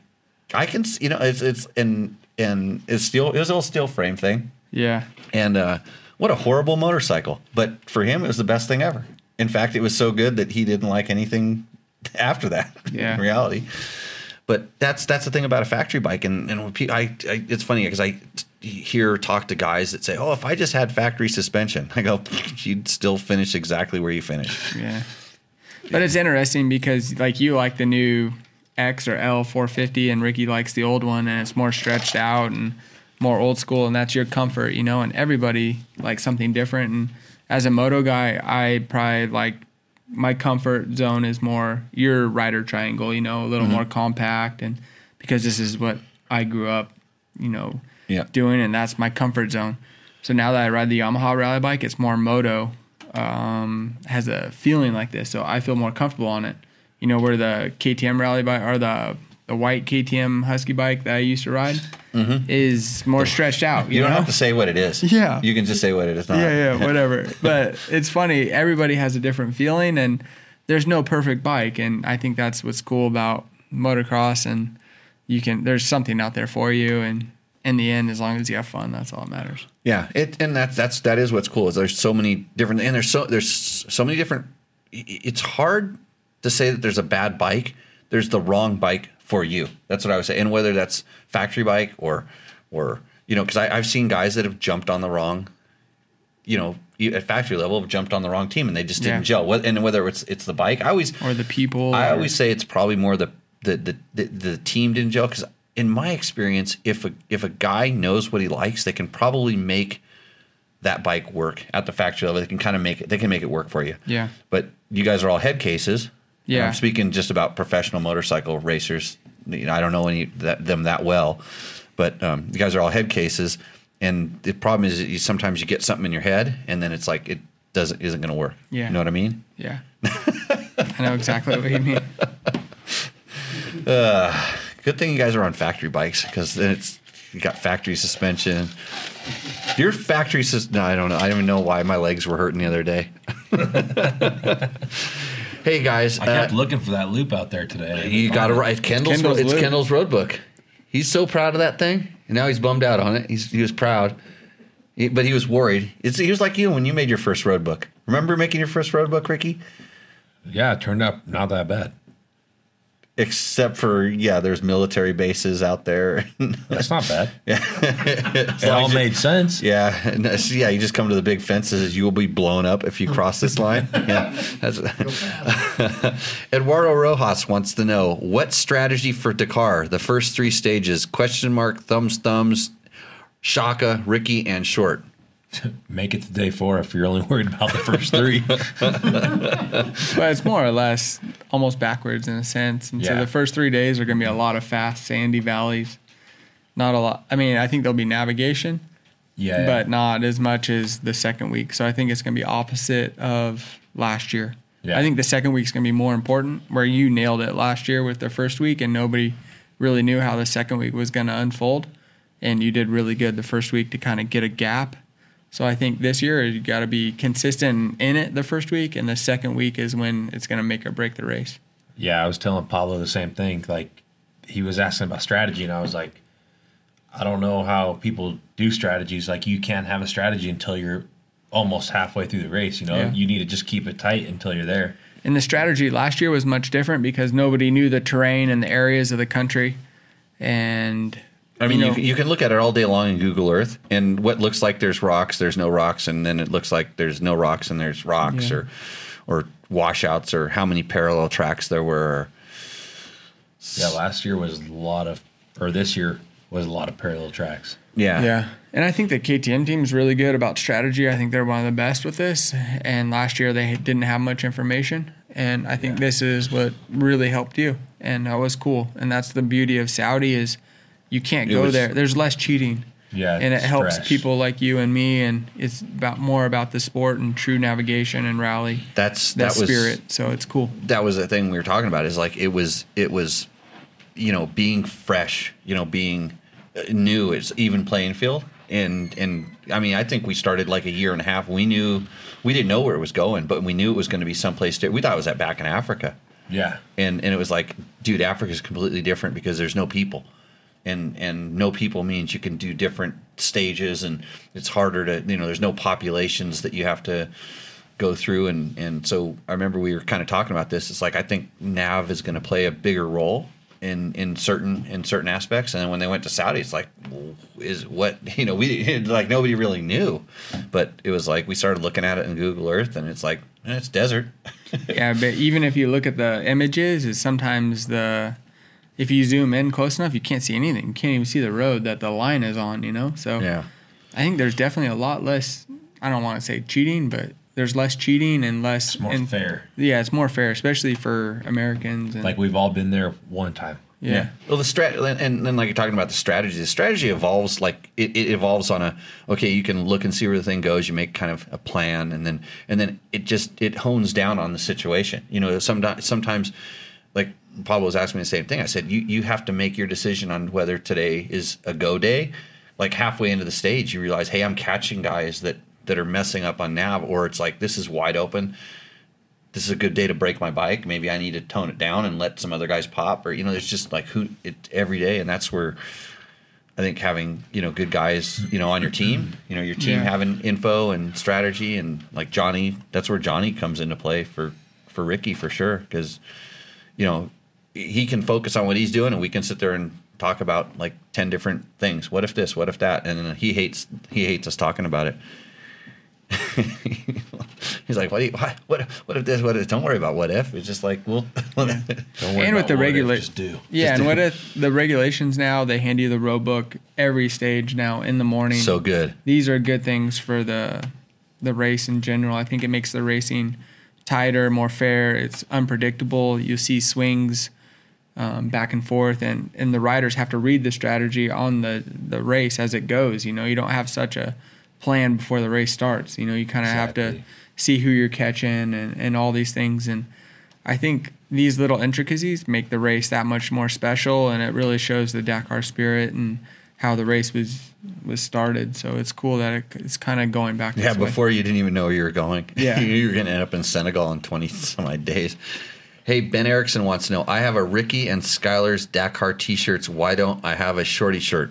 I can, s- you know, it's it's and and it's steel. It was all steel frame thing. Yeah. And uh, what a horrible motorcycle. But for him, it was the best thing ever. In fact, it was so good that he didn't like anything after that. Yeah. in reality. But that's that's the thing about a factory bike, and and when pe- I, I it's funny because I hear talk to guys that say, "Oh, if I just had factory suspension," I go, "You'd still finish exactly where you finished." Yeah. But it's interesting because like you like the new X or L 450 and Ricky likes the old one and it's more stretched out and more old school and that's your comfort, you know, and everybody likes something different and as a moto guy, I probably like my comfort zone is more your rider triangle, you know, a little more compact and because this is what I grew up, you know, Yeah. doing and that's my comfort zone. So now that I ride the Yamaha rally bike, it's more moto um, has a feeling like this, so I feel more comfortable on it. You know, where the KTM rally bike or the the white KTM Husky bike that I used to ride is more stretched out. You, Mm-hmm. You don't know? have to say what it is. Yeah. you can just say what it is. Not. Yeah, yeah, whatever. but it's funny. Everybody has a different feeling, and there's no perfect bike. And I think that's what's cool about motocross. And you can there's something out there for you. And in the end, as long as you have fun, that's all that matters. Yeah, it and that's that's that is what's cool is there's so many different and there's so there's so many different. i- It's hard to say that there's a bad bike. There's the wrong bike for you. That's what I would say. And whether that's factory bike or or you know, because I've seen guys that have jumped on the wrong, you know, e- at factory level have jumped on the wrong team and they just didn't Yeah. gel. What- And whether it's it's the bike, I always Or the people. I or- always say it's probably more the the the, the, the team didn't gel because in my experience, if a if a guy knows what he likes, they can probably make that bike work at the factory level. They can kind of make it. They can make it work for you. Yeah. But you guys are all head cases. And Yeah. I'm speaking just about professional motorcycle racers. You know, I don't know any that, them that well, but um, you guys are all head cases. And the problem is, that you, sometimes you get something in your head, and then it's like it doesn't isn't going to work. Yeah. You know what I mean? Yeah. I know exactly what you mean. Good thing you guys are on factory bikes because then it's you got factory suspension. Your factory sus No, I don't know. I don't even know why my legs were hurting the other day. hey guys, I kept uh, looking for that loop out there today. you got to write Kendall's. Kendall's it's loop. Kendall's road book. He's so proud of that thing, and now he's bummed out on it. He's, he was proud, He- but he was worried. It's, he was like you when you made your first road book. Remember making your first road book, Ricky? Yeah, it turned out not that bad. Except for yeah, there's military bases out there. That's not bad. it It all made sense. Yeah, and that's- yeah. You just come to the big fence that says you will be blown up if you Mm. cross this line. Yeah, that's- Eduardo Rojas wants to know what strategy for Dakar? The first three stages: question mark, thumbs, thumbs, Shaka, Ricky, and Short. Make it to day four if you're only worried about the first three. but it's more or less almost backwards in a sense. And so Yeah. the first three days are going to be a lot of fast, sandy valleys. Not a lot. I mean, I think there'll be navigation, yeah. but not as much as the second week. So I think it's going to be opposite of last year. Yeah. I think the second week's going to be more important, where you nailed it last year with the first week, and nobody really knew how the second week was going to unfold. And you did really good the first week to kind of get a gap. So I think this year you got to be consistent in it the first week, and the second week is when it's going to make or break the race. yeah, I was telling Pablo the same thing. Like he was asking about strategy, and I was like, I don't know how people do strategies. Like you can't have a strategy until you're almost halfway through the race. You know, Yeah. you need to just keep it tight until you're there. And the strategy last year was much different because nobody knew the terrain and the areas of the country. And I mean, you, know- you, can look at it all day long in Google Earth, and what looks like there's rocks, there's no rocks, and then it looks like there's no rocks and there's rocks, Yeah. or or washouts, or how many parallel tracks there were. Yeah, last year was a lot of, or this year was a lot of parallel tracks. Yeah, Yeah. And I think the KTM team's really good about strategy. I think they're one of the best with this. And last year they didn't have much information. And I think this is what really helped you. And that was cool. And that's the beauty of Saudi is you can't It go was- there. There's less cheating. Yeah, And it it's helps fresh. people like you and me and it's about more about the sport and true navigation and rally. That's That, that was spirit. So it's cool. that was the thing we were talking about is like it was it was you know being fresh you know being uh, new it's even playing field and and i mean i think we started like a year and a half we knew we didn't know where it was going but we knew it was going to be someplace di- we thought it was at back in africa Yeah, and and it was like dude africa's completely different because there's no people and and no people means you can do different stages and it's harder to you know there's no populations that you have to go through and and so i remember we were kind of talking about this it's like i think nav is going to play a bigger role in in certain in certain aspects and then when they went to saudi it's like well, is what you know we like nobody really knew but it was like we started looking at it in google earth and it's like eh, it's desert yeah, but even if you look at the images, is sometimes the if you zoom in close enough, you can't see anything. You can't even see the road that the line is on. You know, so I think there's definitely a lot less. I don't want to say cheating, but there's less cheating and less it's more and, fair. Yeah, it's more fair, especially for Americans. And, Like we've all been there one time. yeah. Well, the strat, and- and then like you're talking about the strategy. The strategy evolves like it, it evolves on a okay. You can look and see where the thing goes. You make kind of a plan, and then and then it just it hones down on the situation. You know, sometimes sometimes like Pablo was asking me the same thing. I said you you have to make your decision on whether today is a go day. Like halfway into the stage, you realize, hey, I'm catching guys that that are messing up on nav, or it's like this is wide open this is a good day to break my bike. Maybe I need to tone it down and let some other guys pop, or you know, there's just like who it every day, and that's where I think having you know good guys you know on your team, you know, your team Yeah. having info and strategy, and like Johnny, that's where Johnny comes into play for for Ricky for sure, because you know he can focus on what he's doing, and we can sit there and talk about like ten different things. What if this? What if that? And then he hates he hates us talking about it. He's like, what, do you, why, what? What if this? What if? Don't worry about what if. It's just like, well, Don't And with about the what if, regula- just do. Yeah, and what if the regulations now they hand you the road book every stage now in the morning? so good. these are good things for the the race in general. I think it makes the racing tighter, more fair. It's unpredictable. You see swings um, back and forth, and and the riders have to read the strategy on the the race as it goes. You know, you don't have such a plan before the race starts. You know, you kind of have to Exactly. see who you're catching and and all these things and. I think these little intricacies make the race that much more special, and it really shows the Dakar spirit and how the race was was started. So it's cool that it, it's kind of going back. Yeah, this way. before you didn't even know where you were going. Yeah. you were going to end up in Senegal in 20 some odd days. Hey, Ben Erickson wants to know I have a Ricky and Skylar's Dakar t shirts. Why don't I have a shorty shirt?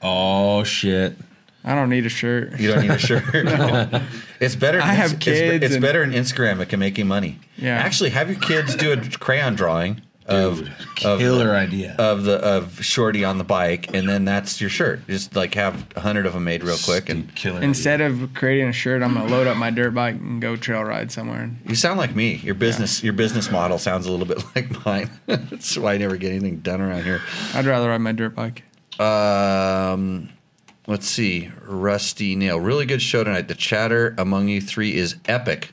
Oh shit! I don't need a shirt. You don't need a shirt. It's better. I have it's, kids It's, it's and- better in Instagram. It can make you money. Yeah. Actually, have your kids do a crayon drawing of, of killer idea. of the of shorty on the bike, and then that's your shirt. Just like have a hundred of them made real quick, and killer. Instead of creating a shirt, I'm gonna load up my dirt bike and go trail ride somewhere. And You sound like me. Your business your business model sounds a little bit like mine. That's why I never get anything done around here. I'd rather ride my dirt bike. Um, let's see. Rusty Nail. Really good show tonight. The chatter among you three is epic.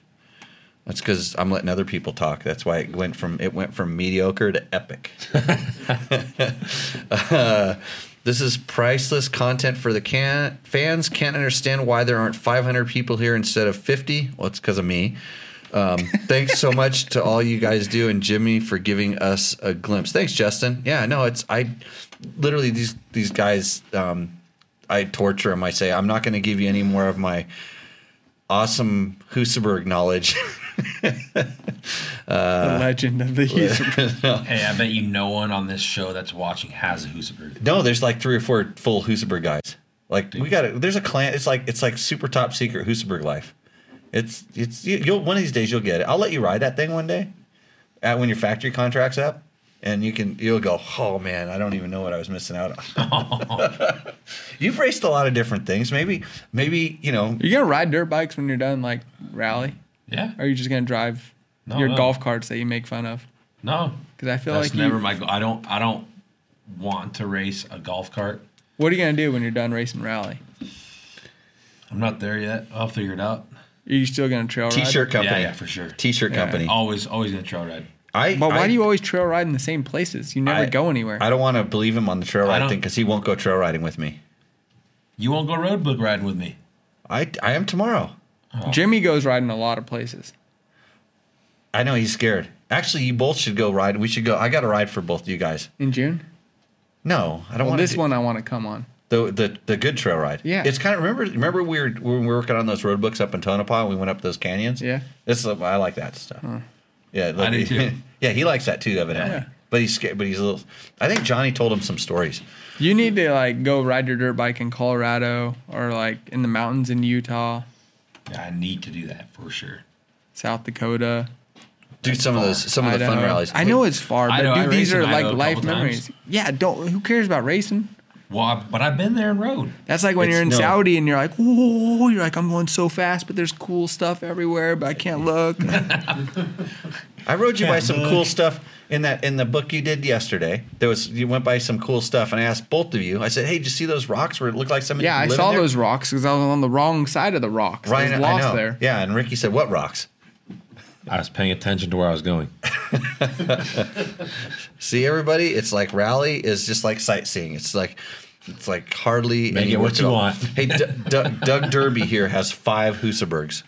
That's because I'm letting other people talk. That's why it went from it went from mediocre to epic. Uh, this is priceless content for the can- fans. Can't understand why there aren't 500 people here instead of 50. Well, it's because of me. Um, thanks so much to all you guys do and Jimmy for giving us a glimpse. Thanks, Justin. Yeah, no, it's I literally these these guys. Um, I torture them. I say I'm not going to give you any more of my awesome Husaberg knowledge. Uh, the legend of the Houston. Hey, I bet you no one on this show that's watching has a Hoosaberg. No, there's like three or four full Husaberg guys. Like we got to There's a clan. It's like it's like super top secret Husaberg life. It's it's you, you'll one of these days you'll get it. I'll let you ride that thing one day, at when your factory contract's up, and you can you'll go. Oh man, I don't even know what I was missing out on. You've raced a lot of different things. Maybe maybe you know. Are you gonna ride dirt bikes when you're done like rally? Yeah. Or are you just gonna drive No, your no. golf carts that you make fun of? No. Because I feel That's like you- never my goal. I don't I don't want to race a golf cart. What are you gonna do when you're done racing rally? I'm not there yet. I'll figure it out. Are you still gonna trail ride? T-shirt company. Yeah, yeah, Oh, for sure. T-shirt Yeah. company. Always always gonna trail ride. I. But why I- do you always trail ride in the same places? You never I- go anywhere. I don't want to believe him on the trail I ride don't- thing because he won't go trail riding with me. You won't go road book riding with me. I I am tomorrow. Jimmy goes riding a lot of places. I know he's scared. Actually, you both should go ride. We should go. I got a ride for both of you guys. In June? No, I don't Well, want this one I want to come on. The, the the good trail ride. Yeah. it's kind of remember remember we were when we were working on those road books up in Tonopah. and We went up those canyons. Yeah. this I like that stuff. Yeah, I do too. yeah, he likes that too, evidently. Yeah. But he's scared. But he's a little. I think Johnny told him some stories. You need to like go ride your dirt bike in Colorado or like in the mountains in Utah, Yeah, I need to do that for sure. South Dakota. Do some of those some of the fun Idaho. rallies. I know it's far, but I know, I dude, these raced in are Idaho like a couple life times. memories. Yeah, don't who cares about racing? Well, I, but I've been there and rode. That's like when It's- you're in no. Saudi and you're like, whoa, you're like, I'm going so fast, but there's cool stuff everywhere, but I can't look. I rode you by some cool stuff in that in the book you did yesterday. There was you went by some cool stuff, and I asked both of you. I said, "Hey, did you see those rocks where it looked like somebody?" yeah, I lived saw there?" those rocks because I was on the wrong side of the rocks. Ryan, I was I lost know. there. Yeah, and Ricky said, "What rocks?" I was paying attention to where I was going. See, everybody, it's like rally is just like sightseeing. It's like it's like hardly Make any it what work you at all. want. Hey, D- D- Doug Derby here has five Husabergs.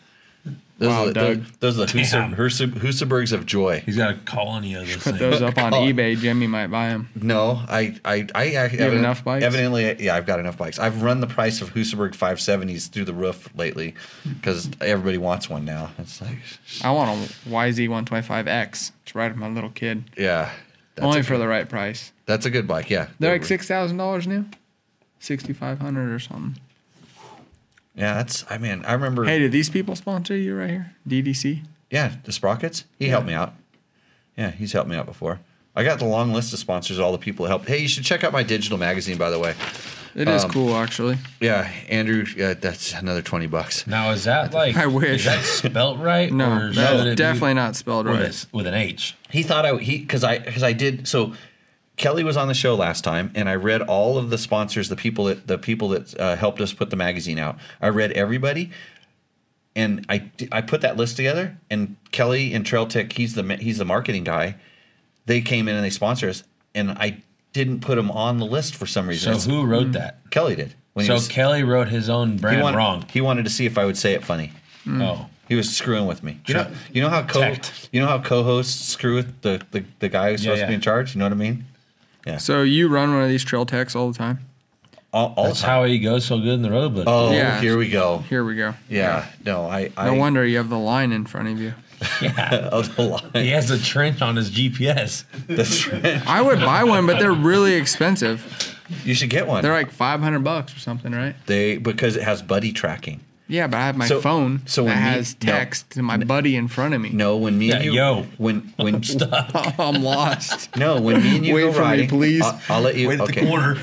Those, Wow, are the, Doug. those, those are the Husa, Damn. Husa, Husabergs of joy. He's got a colony of those Put things. those up on God. eBay. Jimmy might buy them. No, I, I, I, I you have enough bikes? Evidently, yeah, I've got enough bikes. I've run the price of Husaberg 570s through the roof lately because everybody wants one now. It's like, I want a YZ125X to ride with my little kid, yeah, that's, only a, for the right price. that's a good bike. Yeah, They're like six thousand dollars new, sixty five hundred or something. Yeah, that's. I mean, I remember. Hey, did these people sponsor you right here? DDC. Yeah, the Sprockets. He helped me out. Yeah, he's helped me out before. I got the long list of sponsors, all the people that helped. Hey, you should check out my digital magazine, by the way. It Um, is cool actually. Yeah, Andrew, uh, that's another 20 bucks. Now is that like I wish. is that spelt right? No, or that's should it be definitely not spelled with, right. a- with an H. He thought I, he, because I, because I did, so Kelly was on the show last time and I read all of the sponsors, the people that, the people that uh, helped us put the magazine out. I read everybody and I, di- I put that list together and Kelly and Trail Tech, he's the, ma- he's the marketing guy. They came in and they sponsored us and I didn't put them on the list for some reason. So It's- who Mm. wrote that? Kelly did. When So he was, Kelly wrote his own he brand wanted, wrong. He wanted to see if I would say it funny. Mm. Oh, He was screwing with me. You know, Sure. you know how co Tact. you know how co-hosts screw with the, the, the guy who's Yeah, supposed to be yeah. in charge. You know what I mean? So you run one of these trail techs all the time? All, all the that's time. how he goes so good in the road book. Oh, Yeah. here we go. Here we go. Yeah. No, I. I No wonder you have the line in front of you. of the line. He has a trench on his GPS. That's right. I would buy one, but they're really expensive. You should get one. They're like five hundred bucks or something, right? They because it has buddy tracking. Yeah, but I have my So- phone so that when me- has no. text to my buddy in front of me. No, when me and Yeah, you, yo. when when I'm lost. no, when me and you Wait go for me, riding, please. I'll, I'll let you. Wait at the okay. corner.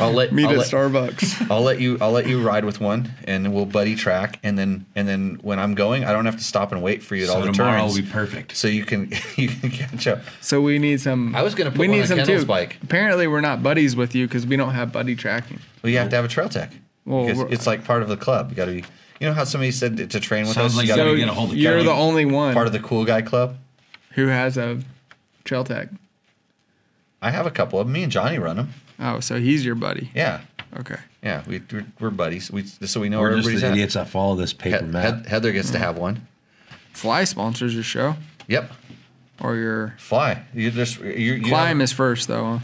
I'll let Meet I'll at let- Starbucks. I'll let you I'll let you ride with one and we'll buddy track and then and then when I'm going I don't have to stop and wait for you at So all the tomorrow turns. will be perfect. So you can you can catch up. So we need some. I was gonna put we one need on some Kendall's too. bike. Apparently, we're not buddies with you because we don't have buddy tracking. Well you have to have a trail tech. Well, because we're- it's like part of the club. You gotta be you know how somebody said to- to train with Sounds us? like you gotta So get a hold of you're Kelly. the only one be part of the cool guy club? who has a trail tag. I have a couple of them. Me and Johnny run them. Oh, so he's your buddy. Yeah. Okay. Yeah. We we're, we're buddies. We so we know where We're just everybody's the at. idiots that follow this He- paper map. He- Heather gets to have one. Fly sponsors your show Yep. or your Fly. You just you, you climb is first though. Huh?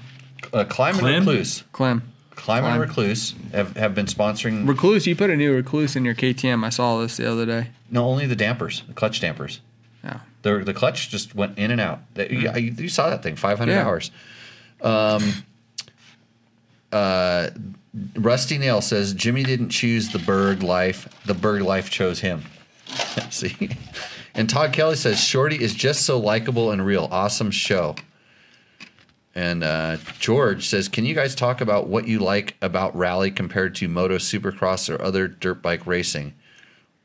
have, uh, climb and Clim? recluse. Climb. Climb, Climb. and recluse have, have been sponsoring Recluse, you put a new recluse in your KTM. I saw this the other day. No, only the dampers, the clutch dampers. Yeah. Hmm. The the clutch just went in and out. That- you, you- you saw that thing, 500 Yeah. hours. Um, uh, Rusty Nail says Jimmy didn't choose the Berg life. The Berg life chose him. See. And Todd Kelly says Shorty is just so likable and real. Awesome show. And uh, George says, "Can you guys talk about what you like about rally compared to moto, supercross, or other dirt bike racing,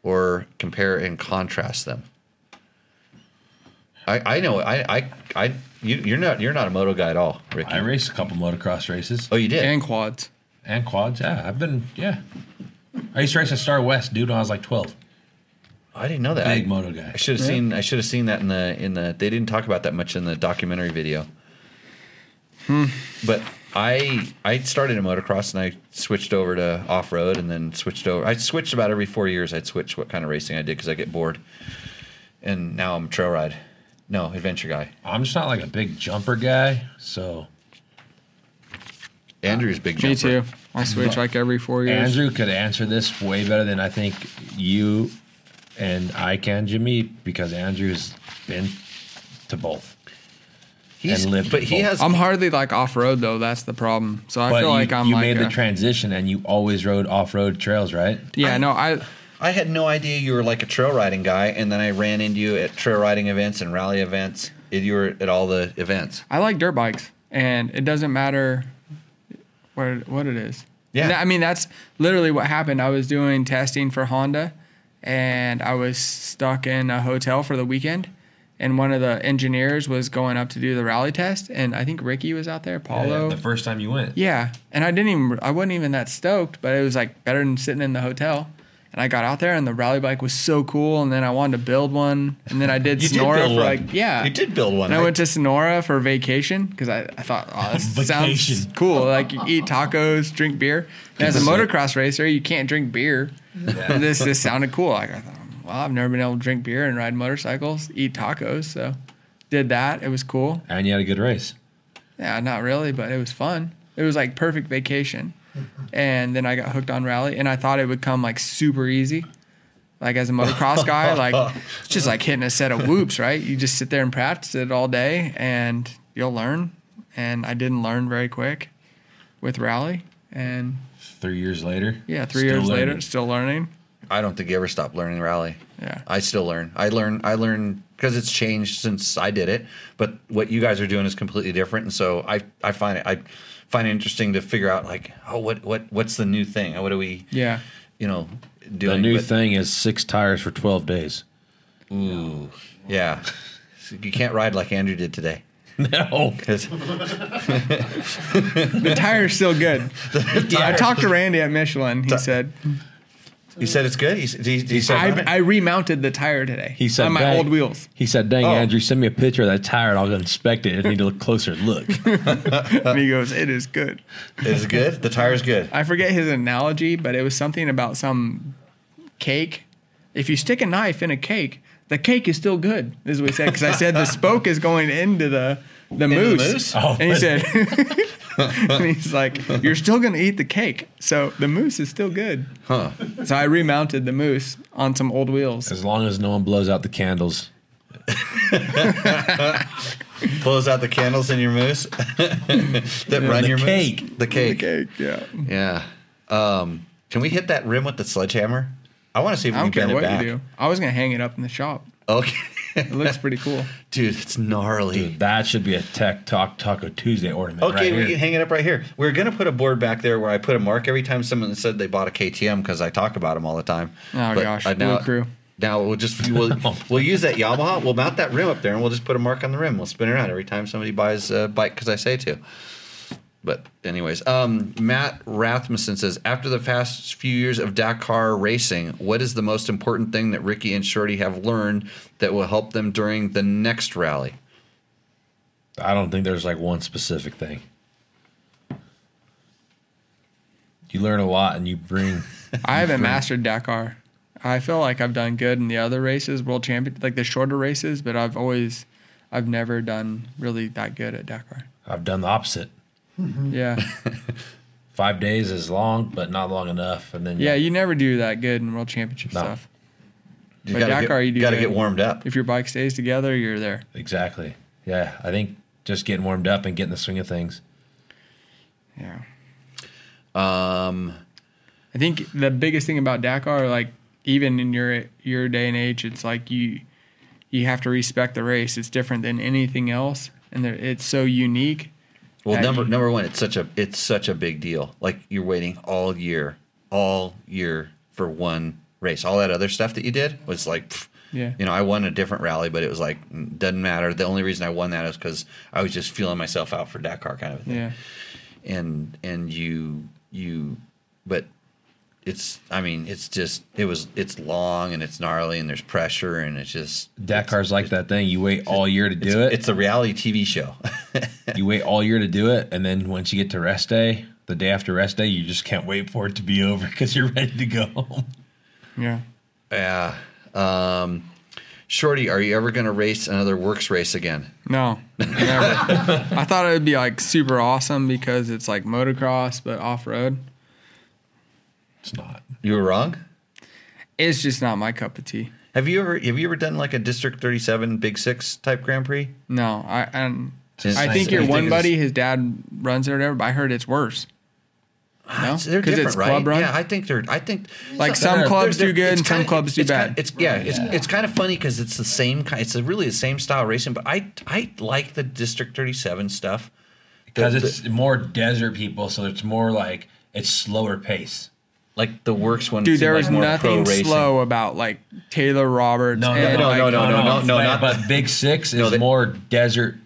or compare and contrast them?" I, I know I I, I you, you're not you're not a moto guy at all, Ricky. I raced a couple motocross races oh, you did. And quads. and quads. Yeah, I've been. Yeah, I used to race at Star West, dude, when I was like twelve. I didn't know that. Big I, moto guy. I should have seen. I should have seen that in the in the. They didn't talk about that much in the documentary video. Hmm. But I I started in motocross and I switched over to off road and then switched over. I switched about every four years. I'd switch what kind of racing I did because I get bored. And now I'm trail ride, no adventure guy. I'm just not like a big jumper guy, so Andrew's big jumper. Me too. I switch like every four years. Andrew could answer this way better than I think you and I can, Jimmy, because Andrew's been to both. He's, And lived but he both. has. I'm hardly like off road though. That's the problem. So I but feel you, like I'm you like made the a- transition and you always rode off road trails, right? yeah. No, I I had no idea you were like a trail riding guy, and then I ran into you at trail riding events and rally events. You were at all the events. I like dirt bikes, and it doesn't matter what it, what it is. Yeah. And I mean that's literally what happened. I was doing testing for Honda, and I was stuck in a hotel for the weekend. And one of the engineers was going up to do the rally test, and I think Ricky was out there. Paulo, The first time you went. Yeah, and I didn't even I wasn't even that stoked, but it was like better than sitting in the hotel. And I got out there, and the rally bike was so cool. And then I wanted to build one, and then I did You did Sonora build for one. like yeah, You did build one. And I, I- went to Sonora for vacation because I, I thought oh, this sounds Vacation. cool. Like you eat tacos, drink beer. And as a motocross racer, you can't drink beer. This this sounded cool. Like I thought, well, I've never been able to drink beer and ride motorcycles, eat tacos. So did that. It was cool. And you had a good race. Yeah, not really, but it was fun. It was like perfect vacation. And then I got hooked on rally, and I thought it would come like super easy. Like as a motocross guy, like it's just like hitting a set of whoops, right? You just sit there and practice it all day, and you'll learn. And I didn't learn very quick with rally, and Three years later. yeah, three Still years later, learning. still learning. I don't think you ever stop learning rally. Yeah. I still learn. I learn. I learn because it's changed since I did it. But what you guys are doing is completely different, and so I I find it I find it interesting to figure out like oh what what what's the new thing? What are we Yeah, you know doing? The new But- thing is six tires for 12 days. Ooh, yeah. You can't ride like Andrew did today. No. 'Cause- the tire's still good. I talked to Randy at Michelin. He said he said it's good. He s- he, he said I, run I it. remounted the tire today. He said on my dang- old wheels. He said, "Dang, Oh. Andrew, send me a picture of that tire, and I'll go inspect it. I need to look closer. Look, and he goes, "It is good." is it good. The tire's good. I forget his analogy, but it was something about some cake. If you stick a knife in a cake, the cake is still good. Is what he said because I said the spoke is going into the the the moose. moose? Oh. and he said, and he's like, "You're still gonna eat the cake, so the moose is still good." Huh. So I remounted the moose on some old wheels. as long as no one blows out the candles." Blows out the candles in your moose that run the your moose. cake. The cake. Cake, yeah. Yeah. Um, can we hit that rim with the sledgehammer? I want to see if I we don't can care bend it what back. you do. I was gonna hang it up in the shop. Okay, It looks pretty cool. dude, it's gnarly. That should be a Tech Talk Taco Tuesday ornament. Okay, right we here. can hang it up right here. We're gonna put a board back there where I put a mark every time someone said they bought a KTM because I talk about them all the time. Oh, gosh, I- Blue Crew. Now we'll just we'll, we'll use that Yamaha. We'll mount that rim up there and we'll just put a mark on the rim. We'll spin around every time somebody buys a bike because I say to. But anyways, um, Matt Rathmussen says after the past few years of Dakar racing, what is the most important thing that Ricky and Shorty have learned that will help them during the next rally? I don't think there's like one specific thing. You learn a lot and you bring. I haven't mastered Dakar. I feel like I've done good in the other races, world champion, like the shorter races, but I've always, I've never done really that good at Dakar. I've done the opposite. Yeah, Five days is long, but not long enough. And then yeah, you never do that good in world championship No. stuff. You But gotta Dakar, get, you do gotta good. get warmed up. If your bike stays together, you're there. exactly. Yeah, I think just getting warmed up and getting the swing of things. Yeah. Um, I think the biggest thing about Dakar, like even in your your day and age, it's like you you have to respect the race. It's different than anything else, and there, it's so unique. Well, that number you- number one, it's such a it's such a big deal. Like you're waiting all year, all year for one race. All that other stuff that you did was like, pff, Yeah. You know, I won a different rally, but it was like mm, doesn't matter. The only reason I won that is because I was just feeling myself out for Dakar kind of a thing. yeah, And and you you, but it's I mean it's just it was it's long and it's gnarly and there's pressure and it's just Dakar's like that thing. You wait all year to do it. it's a reality TV show. you wait all year to do it, and then once you get to rest day, the day after rest day, you just can't wait for it to be over because you're ready to go home. yeah. Yeah. Um, Shorty, are you ever going to race another works race again? No, never. I thought it would be like super awesome because it's like motocross but off road. It's not. You were wrong. It's just not my cup of tea. Have you ever have you ever done like a District 37 Big Six type Grand Prix? No, I and Just I nice. think your You think one it's- buddy, his dad runs it or whatever. But I heard it's worse. No, Ah, It's- they're because different, it's right? club run. Yeah, I think they're. I think Like some They're- clubs they're- do good it's and some kinda- clubs do it's kinda- bad. it's yeah, it's it's kind of funny because it's the same kind. It's really the same style racing, but I I like the District 37 stuff. because The- the- it's more desert people, so it's more like it's slower pace. like the works one. Dude, seemed there like was more pro nothing racing. slow about like Taylor Roberts. No, no, and, no, like, no, no, no, no, but, not- but Big Six is No, they- more desert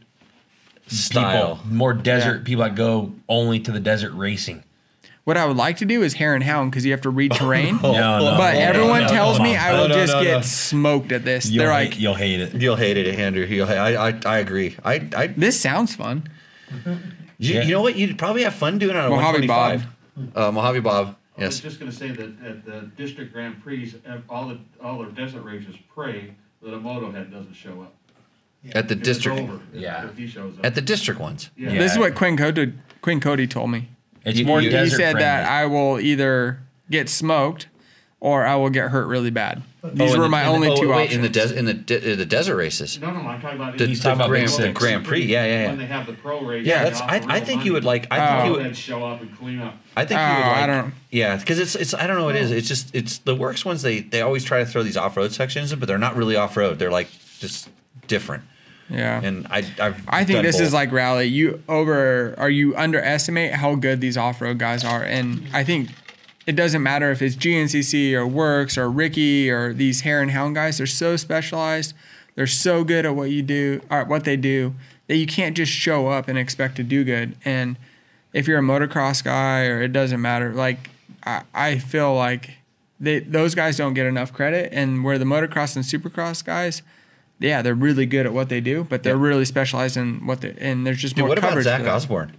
style. people, more desert people that go only to the desert racing. What I would like to do is Hare and Hound because you have to read terrain. No, Oh, no, but no, everyone no, tells no, me no. I will No, no, just no, get no. smoked at this. You'll They're hate, like, you'll hate it. You'll hate it, Andrew. You'll, I, I I agree. I I this sounds fun. You, Yeah. you know what? You'd probably have fun doing it on a Mojave Bob. 125. Uh, Mojave Bob. I was Yes. just gonna say that at the district grand prix, ev- all the, all the desert races pray that a moto head doesn't show up. At the If it's district. over, if- Yeah. If he shows up. At the district ones. Yeah. This is Yeah. what Quinn Cody, Quinn Cody told me. It's more you- desert. he said that friendly. I will either get smoked or I will get hurt really bad. These in were the- my in the- only oh, two wait, options. In the, des- in, the de- in the desert races. No, no, I'm talking about. The, He's the talking about grand, Big the Six. grand Prix. Yeah, yeah, When they yeah. have the pro race. Yeah, they that's. offer I, real I think money. you would like. I Oh. think you Moto would. heads show up and clean up. I think you Oh, would I like. don't- Yeah, because it's it's. I don't know what it is. It's just it's the works ones. They they always try to throw these off road sections, in, but they're not really off road. They're like just different. yeah. And I I've I think done this both. is like rally. You over or you underestimate how good these off road guys are, and I think it doesn't matter if it's GNCC or Works or Ricky or these Hare and Hound guys. They're so specialized. They're so good at what you do, or what they do, that you can't just show up and expect to do good. And if you're a motocross guy, or it doesn't matter. Like I, I feel like they, those guys don't get enough credit, and where the motocross and supercross guys yeah, they're really good at what they do, but they're really specialized in what they and there's just Dude, more what about coverage. Zach for that. Osborne?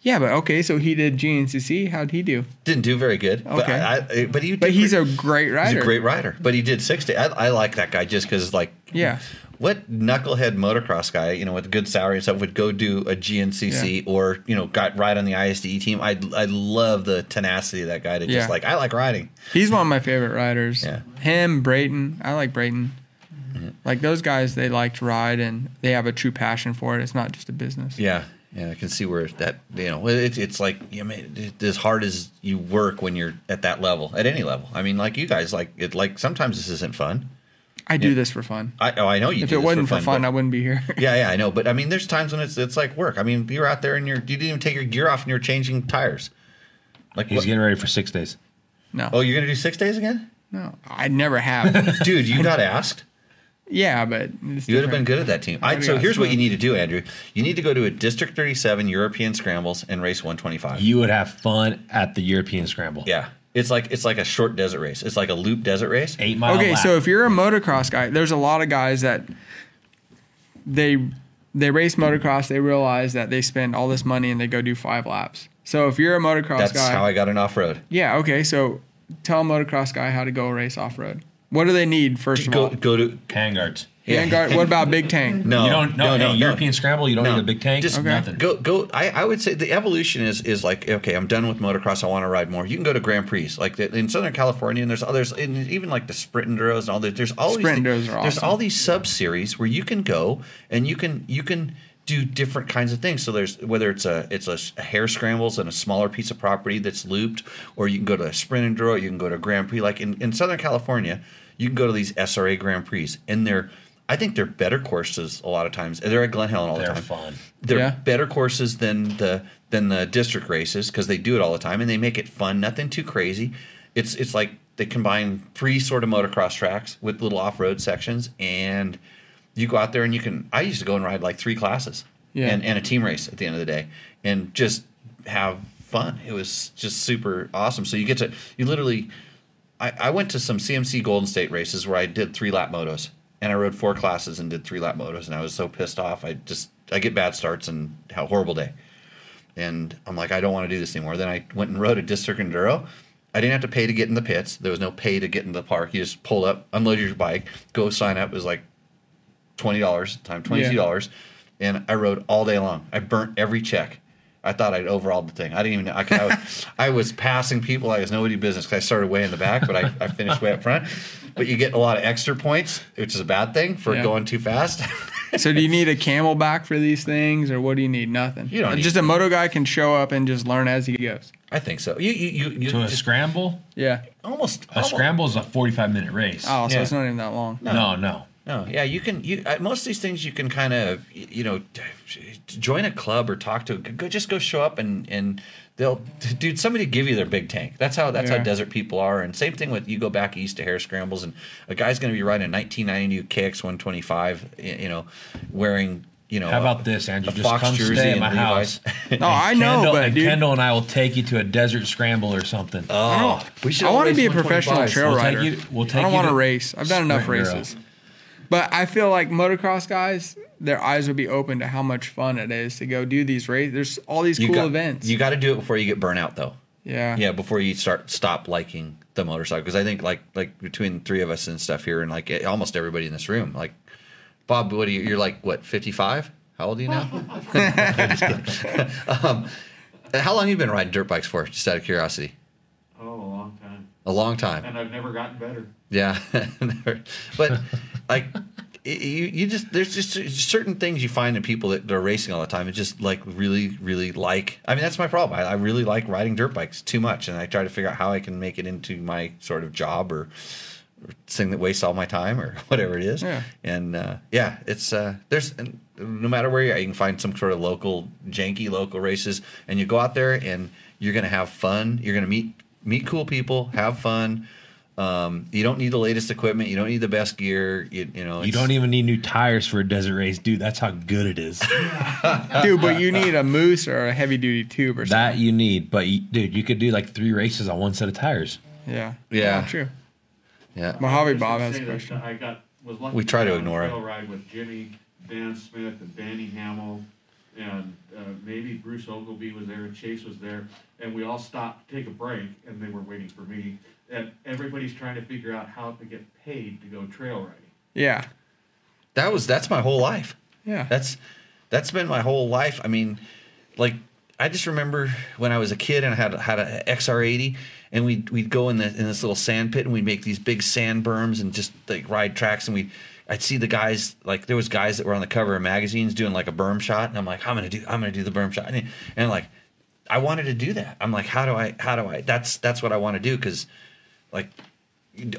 Yeah, but okay, so he did GNCC. How'd he do? Didn't do very good. But, Okay. I, I, but he. But did he's pretty- a great He's rider. a great rider, but he did 60. I, I like that guy just because, like, Yeah. what knucklehead motocross guy, you know, with a good salary and stuff, would go do a GNCC or you know, got ride on the ISDE team? I I love the tenacity of that guy to Yeah. just like I like riding. He's one of my favorite riders. Yeah. Him, Brayton. I like Brayton. Like those guys, they like to ride and they have a true passion for it. It's not just a business. Yeah, And I can see where that you know it, it's like I mean it, as hard as you work when you're at that level at any level. I mean like you guys like it like sometimes this isn't fun. I do this for fun. I oh I know you. if do it this wasn't for fun, but- I wouldn't be here. yeah, yeah, I know. But I mean, there's times when it's it's like work. I mean, you're out there and you're you didn't even take your gear off and you're changing tires. Like He's what- getting ready for six days. No, oh, you're gonna do six days again, no, I never have. dude. You got asked. yeah, but it's You would have been different. good at that team. I, Maybe so not. here's what you need to do, Andrew. You need to go to a District 37 European Scrambles and race 125. You would have fun at the European Scramble. yeah, it's like it's like a short desert race. It's like a loop desert race. Eight mile. okay, lap. so if you're a motocross guy, there's a lot of guys that they they race motocross, they realize that they spend all this money and they go do five laps. So if you're a motocross That's guy, how I got an off road. yeah, okay, so tell a motocross guy how to go race off road. What do they need first of Go all? go to Pangards. Vanguard, what about big tank? no. you don't no, no, no, hey, no. European Scramble. You don't need a big tank. Just Okay. Nothing. Go go. I, I would say the evolution is is like okay, I'm done with motocross. I want to ride more. You can go to Grand Prix, like the, in Southern California, and there's others, and even like the Sprint enduros and all that. There's all Sprint these, enduros thi- are There's awesome. all these sub series where you can go and you can you can do different kinds of things. So there's whether it's a it's a, s- a hair scrambles and a smaller piece of property that's looped, or you can go to a Sprint enduro. You can go to Grand Prix. Like in, in Southern California, you can go to these SRA Grand Prix, and they're I think they're better courses a lot of times. They're at Glen Helen all the They're time fun. they're Yeah. better courses than the than the district races because they do it all the time and they make it fun, nothing too crazy. It's it's like they combine three sort of motocross tracks with little off road sections, and you go out there and you can. I used to go and ride like three classes, Yeah. and and a team race at the end of the day, and just have fun. It was just super awesome. So you get to you literally. I, I went to some CMC Golden State races where I did three lap motos and I rode four classes and did three lap motos and I was so pissed off. I just I get bad starts and how horrible day. And I'm like, I don't want to do this anymore. Then I went and rode a district enduro. I didn't have to pay to get in the pits. There was no pay to get in the park. You just pulled up, unload your bike, go sign up. It was like twenty dollars time twenty two dollars, and I rode all day long. I burnt every check. I thought I'd overhauled the thing. I didn't even know. I, I, was, I was passing people like it's nobody business 'cause I started way in the back, but I, I finished way up front. But you get a lot of extra points, which is a bad thing for Yeah. going too fast. So do you need a camelback for these things, or what do you need? Nothing. Uh, You don't need- Just a moto guy can show up and just learn as he goes. I think so. You you you, you To a just scramble, Yeah. almost a almost- scramble is a forty-five minute race. Oh, so Yeah. it's not even that long. no, no. No, yeah, you can. You uh, most of these things you can kind of y- you know t- join a club or talk to. Go, just go show up and and they'll dude somebody give you their big tank. That's how that's Yeah. how desert people are. And same thing with you go back east to hair scrambles and a guy's going to be riding a 1992 KX 125. You know, wearing you know How a- about this, Andrew? a Just Fox come jersey stay at and my Levi's. house. No, Oh, I know, Kendall, but and dude, Kendall and I will take you to a desert scramble or something. I don't- we should I all want to race be a 125s. professional trail We'll take rider. you- we'll I take don't you want to to race. I've done enough Sprint Girl. races. But I feel like motocross guys, their eyes would be open to how much fun it is to go do these races. There's all these You cool got- events. You got to do it before you get burnout though. yeah. yeah before you start stop liking the motorcycle because i think like like between the three of us and stuff here and like eh, almost everybody in this room like bob what are you you're like what 55 how old are you now I'm just kidding. um, how long you been riding dirt bikes for just out of curiosity Oh, a long time. a long time And I've never gotten better. yeah but like you, you just there's just certain things you find in people that are racing all the time. It just like really, really like. I mean, that's my problem. I, I really like riding dirt bikes too much, and I try to figure out how I can make it into my sort of job or, or thing that wastes all my time or whatever it is. Yeah. And uh, yeah, it's uh, there's and no matter where you are, you can find some sort of local janky local races, and you go out there and you're gonna have fun. You're gonna meet meet cool people, have fun. Um, you don't need the latest equipment. You don't need the best gear. You, you know, You it's- don't e- even need new tires for a desert race, dude. That's how good it is. Dude, but you need a moose or a heavy duty tube or something. that you need, but you, dude, you could do like three races on one set of tires. yeah. Yeah. True. Yeah. Mojave Just to Bob has say a that uh, question. I got was lucky. We try to go on a ignore it. Trail ride with Jimmy, Dan Smith, and Danny Hamill, and uh, maybe Bruce Ogilvie was there, and Chase was there, and we all stopped to take a break, and they were waiting for me, and everybody's trying to figure out how to get paid to go trail riding. Yeah. that was that's my whole life. Yeah. That's that's been my whole life. I mean, like I just remember when I was a kid and I had had an XR80 and we'd we'd go in the in this little sand pit and we'd make these big sand berms and just like ride tracks and we I'd see the guys like there was guys that were on the cover of magazines doing like a berm shot and I'm like I'm gonna do I'm gonna do the berm shot and, and like I wanted to do that I'm like how do I how do I that's that's what I want to do because like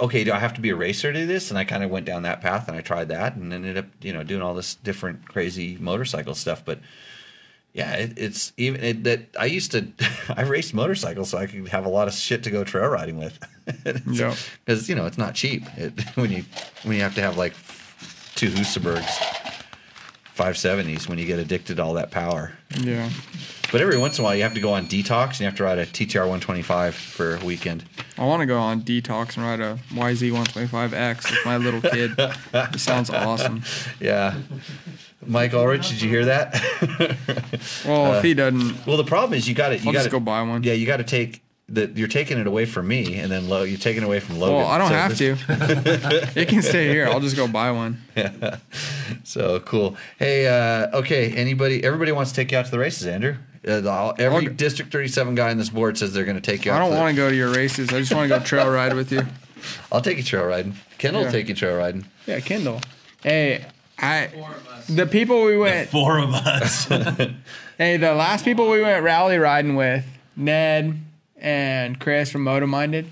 okay, do I have to be a racer to do this? And I kind of went down that path and I tried that and ended up, you know, doing all this different crazy motorcycle stuff. But yeah, it, it's even it, that I used to, I raced motorcycles so I could have a lot of shit to go trail riding with. Yeah. Because, you know, it's not cheap it, when you, when you have to have like two Husabergs, 570s when you get addicted to all that power. Yeah. But every once in a while you have to go on detox and you have to ride a TTR 125 for a weekend. I want to go on detox and ride a YZ125X with my little kid. it sounds awesome. Yeah. Mike Ulrich, did you hear that? Well, if he doesn't, Well, the problem is you got it. You I'll got just go buy one. Yeah, you got to take that. You're taking it away from me, and then Lo, you're taking it away from Logan. well, I don't So have this- to. it can stay here. I'll just go buy one. So cool. Hey, uh, okay. Anybody? Everybody wants to take you out to the races, Andrew. Uh, the- all- every I'll- District 37 guy on this board says they're going to take you. I out don't to the- want to go to your races. I just want to go trail ride with you. I'll take you trail riding. Kendall will Yeah. take you trail riding. Yeah, Kindle. Hey, I the people we went Four of us. hey the last people we went rally riding with Ned and Chris from Moto Minded.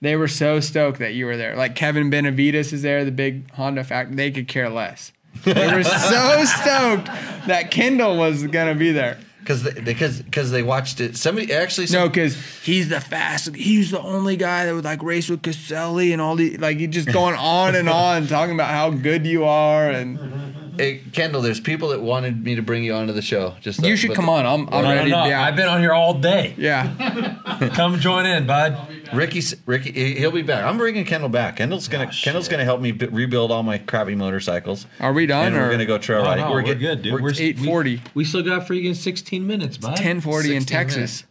They were so stoked that you were there. Like Kevin Benavides is there, the big Honda fact. They could care less. They were so stoked that Kendall was gonna be there. Because because because they watched it. Somebody actually. No, because he's the fastest. He's the only guy that would like race with Caselli and all the like. He just going on and on talking about how good you are, and Hey, Kendall, there's people that wanted me to bring you onto the show. Just you should but- come on. I'm, I'm No, no, ready. no. Yeah, I've been on here all day. yeah. Come join in, bud. Ricky's Ricky. he- He'll be back. I'm bringing Kendall back. Kendall's gonna Oh, Kendall's gonna help me b- rebuild all my crappy motorcycles. Are we done, And we're or- gonna go trail riding. Oh, no, we're get- good, dude. we're- We're it's s- Eight forty. We still got freaking 16 minutes, bud. Ten forty in 16 minutes. Texas.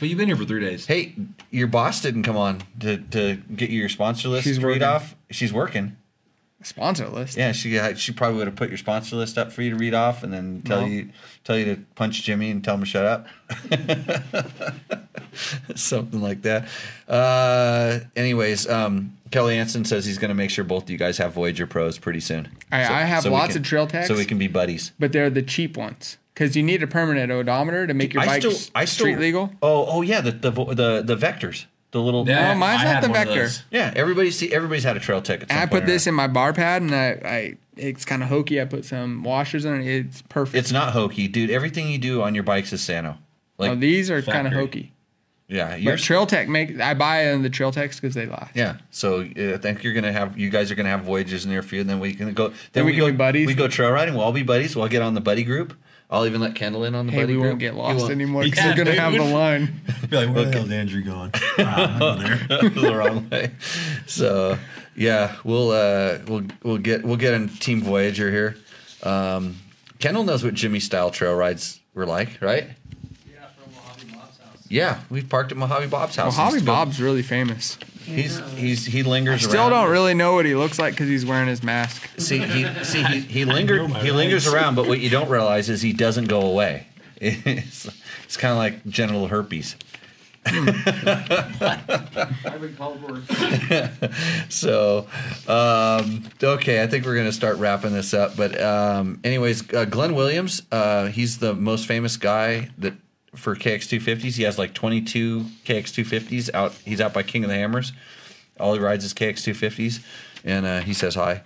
But you've been here for three days. Hey, your boss didn't come on to, to get you your sponsor list. She's to read working. off. She's working. Sponsor list. Yeah, she uh, she probably would have put your sponsor list up for you to read off, and then tell No. you tell you to punch Jimmy and tell him to shut up. Something like that. Uh, anyways, um, Kelly Anson says he's going to make sure both of you guys have Voyager Pros pretty soon. I- I have we lots can- of trail tags. so we can be buddies. But they're the cheap ones because you need a permanent odometer to make your I bike still, s- I still, street legal. Oh, oh yeah, the the vo- the, the vectors, the little. Yeah. Yeah. No, mine's I not had the one of Vector. those. everybody's see, everybody's had a trail ticket. And I put this in my bar pad, and I, I it's kind of hokey. I put some washers in it. It's perfect. It's not hokey, dude. Everything you do on your bikes is Sano. Like, Oh, these are kind of Factory. hokey. yeah, you're But Trail Tech make I buy in the Trail Techs because they last. Yeah, so uh, I think you're gonna have you guys are gonna have voyages in the near future, and then we can go. Then, we can go, be buddies. We go trail riding. We'll all be buddies. We'll all get on the buddy group. I'll even let Kendall in on the Hey, buddy we group. won't get You lost won't. anymore because Yeah, we're gonna dude. have the line. Be like, where the hell's Andrew going? Ah, I'm there. the wrong way. So yeah, we'll uh, we'll we'll get we'll get in Team Voyager here. Um, Kendall knows what Jimmy style trail rides were like, right? Yeah, from Mojave Bob's house. Yeah, we've parked at Mojave Bob's Well, house. Oh, Hobby He's still- Bob's really famous. He's he's he lingers. Still around. don't really know what he looks like because he's wearing his mask. See, he see he, he lingered know my he lingers rights. around, but what you don't realize is he doesn't go away. It's, it's kind of like genital herpes. I would call work. So, um, okay, I think we're gonna start wrapping this up. But um, anyways, uh, Glenn Williams, uh, he's the most famous guy that for KX250s. He has like 22 KX250s out. He's out by King of the Hammers. All he rides is KX250s, and uh, he says hi.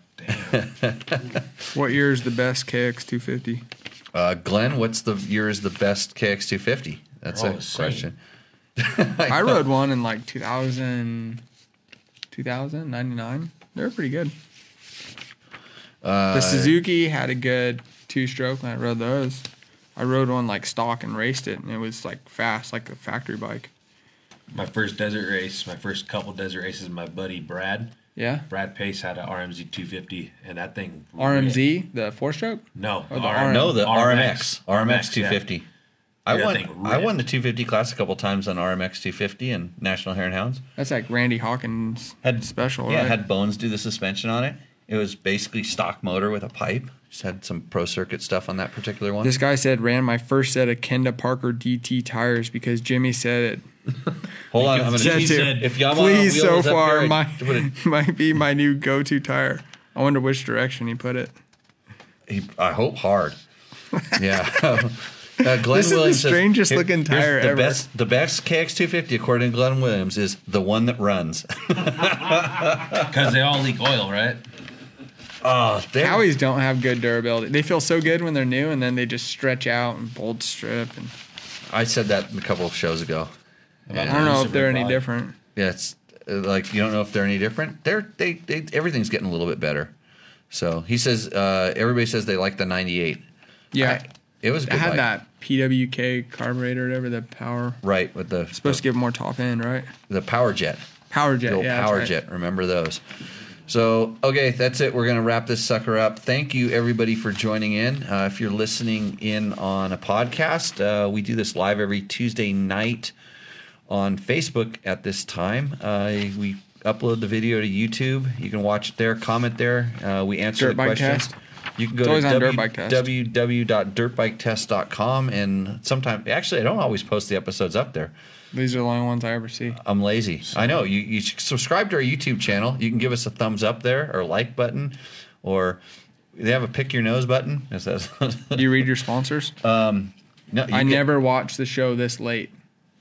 What year is the best KX 250? Uh, Glenn, what's the year is the best KX250? That's They're a all the Oh, same. question. I rode one in like 2000, 2000, 99. They were pretty good. Uh, the Suzuki had a good two stroke when I rode those. I rode one like stock and raced it, and it was like fast, like a factory bike. My first desert race, my first couple desert races, my buddy Brad. Yeah. Brad Pace had an RMZ 250, and that thing. RMZ, the four stroke? No, Or Oh, the RM. No, the RMX. RMX. RMX yeah. 250. I Yeah, I won. think I ripped. won the 250 class a couple times on RMX 250 and National Hare and Hounds. That's like Randy Hawkins Had special, Yeah, right? had Bones do the suspension on it. It was basically stock motor with a pipe. Just had some pro circuit stuff on that particular one. This guy said ran my first set of Kenda Parker DT tires because Jimmy said it. Hold on, I'm gonna- Said He to, said- If Yamaha please so wheels up far here, I might put it- might be my new go to tire. I wonder which direction he put it. He, I hope hard. Yeah. Uh, Glenn This is the Williams says, strangest "Here- looking here's tire the ever." Best, the best KX250, according to Glenn Williams, is the one that runs. Because they all leak oil, right? Oh, Howies don't have good durability. They feel so good when they're new, and then they just stretch out and bolt strip. And I said that a couple of shows ago. I don't know if they're any different. Yeah, it's uh, like you don't know if they're any different. They're they, they everything's getting a little bit better. So he says uh, everybody says they like the 98. Yeah, It was a I good had bike. that PWK carburetor, or whatever the power. right with the Supposed to give more top end, right? the power jet. Power The jet, old yeah. that's power right. jet. Remember those. So, okay, that's it. We're going to wrap this sucker up. Thank you, everybody, for joining in. Uh, if you're listening in on a podcast, uh, we do this live every Tuesday night on Facebook at this time. Uh, we upload the video to YouTube. You can watch it there, comment there. Uh, we answer Dirt the Bike questions. Test. You can go It's always to on w- Dirt Bike Test. www.dirtbiketest.com and sometimes, actually, I don't always post the episodes up there. These are the only ones I ever see. I'm lazy. I know. You, you should subscribe to our YouTube channel. You can give us a thumbs up there or like button, or they have a pick your nose button. Is that Do you read your sponsors? um, no, you I get- never watch the show this late.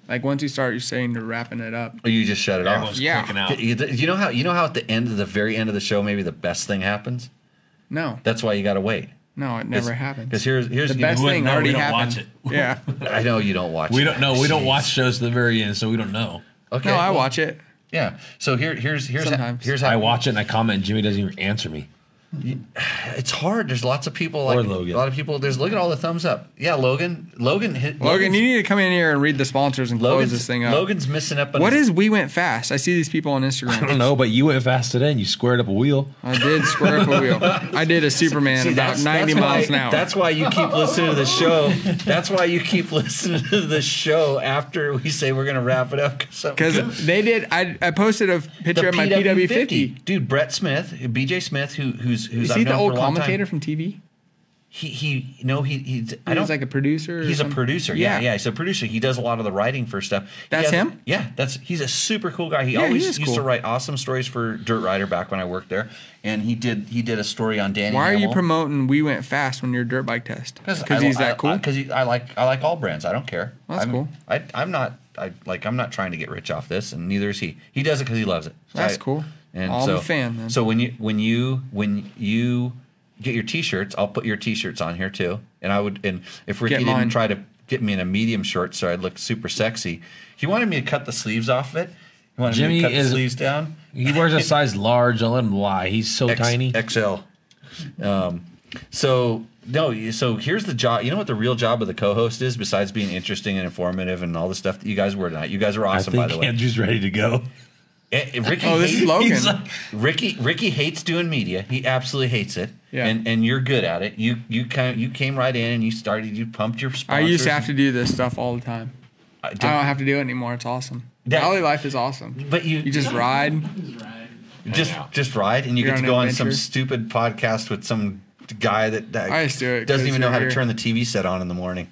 Like once you start, you're saying you're wrapping it up. Oh, You just shut it off. Everyone's Yeah. clicking out. You, you know how you know how at the end of the very end of the show, maybe the best thing happens. No, That's why you got to wait. no, it never happens. Because here's here's the best wouldn't thing know, already we don't watch happened. Yeah. I know you don't watch. We it. don't know. We don't Jeez. watch shows to the very end, so we don't know. Okay, No, I well, watch it. Yeah. So here here's here's Sometimes. here's how I watch it and I comment, and Jimmy doesn't even answer me. It's hard. There's lots of people Or like Logan. a lot of people. There's look at all the thumbs up. Yeah, Logan. Logan. hit- Logan, Logan's- you need to come in here and read the sponsors and close Logan's, this thing up. Logan's missing up on what his- is We Went Fast? I see these people on Instagram. I don't know, but you went fast today and you squared up a wheel. I did square up a wheel. I did a Superman See, about 90 why- miles an hour. That's why you keep listening to the show. That's why you keep listening to the show after we say we're going to wrap it up. because they did. I, I posted a picture of my PW50. dude, Brett Smith, BJ Smith, who who's who's Is I've he known the for old a long time. commentator from TV? He he no he he's I He's don't like a producer. or he's a something? producer. Yeah. yeah, he's a producer. He does a lot of the writing for stuff. He That's has- him? Yeah, that's he's a super cool guy. He Yeah, he always is used to cool. write awesome stories for Dirt Rider back when I worked there, and he did he did a story on Danny. Why are you Hamill. promoting We Went Fast when you're dirt bike test? Because I- he's I- that cool. Because he- I like I like all brands. I don't care. That's I'm, cool. I, I'm not. I like. I'm not trying to get rich off this, and neither is he. He does it because he loves it. So That's I- cool. Oh, And I'm so, a fan, then. So when you when you when you get your t-shirts, I'll put your t-shirts on here too. And I would. And if Ricky didn't mine. try to get me in a medium short, so I'd look super sexy, he wanted me to cut the sleeves off of it. He wanted me Jimmy to cut is- the sleeves down. He wears a size large. I'll let him lie. He's so X- tiny. XL. Um, so no, you- so here's the job. You know what the real job of the co-host is, besides being interesting and informative and all the stuff that you guys were tonight. You guys were I awesome, think by the way. Andrew's ready to go. Eh, eh, Ricky, Oh, this is hates- Logan. he's like- Ricky, Ricky hates doing media. He absolutely hates it. Yeah. And and you're good at it. You you kind you came right in and you started. You pumped your. I used to Uh, sponsors. have Uh, to do this stuff all the time. I I don't don't- have to do it anymore. It's awesome. That- Valley life is awesome. But you, You just ride. just just ride and you You're get on to an go on some adventure. stupid podcast with some guy that, that I just do it doesn't 'cause even know you're how to here. turn the TV set on in the morning.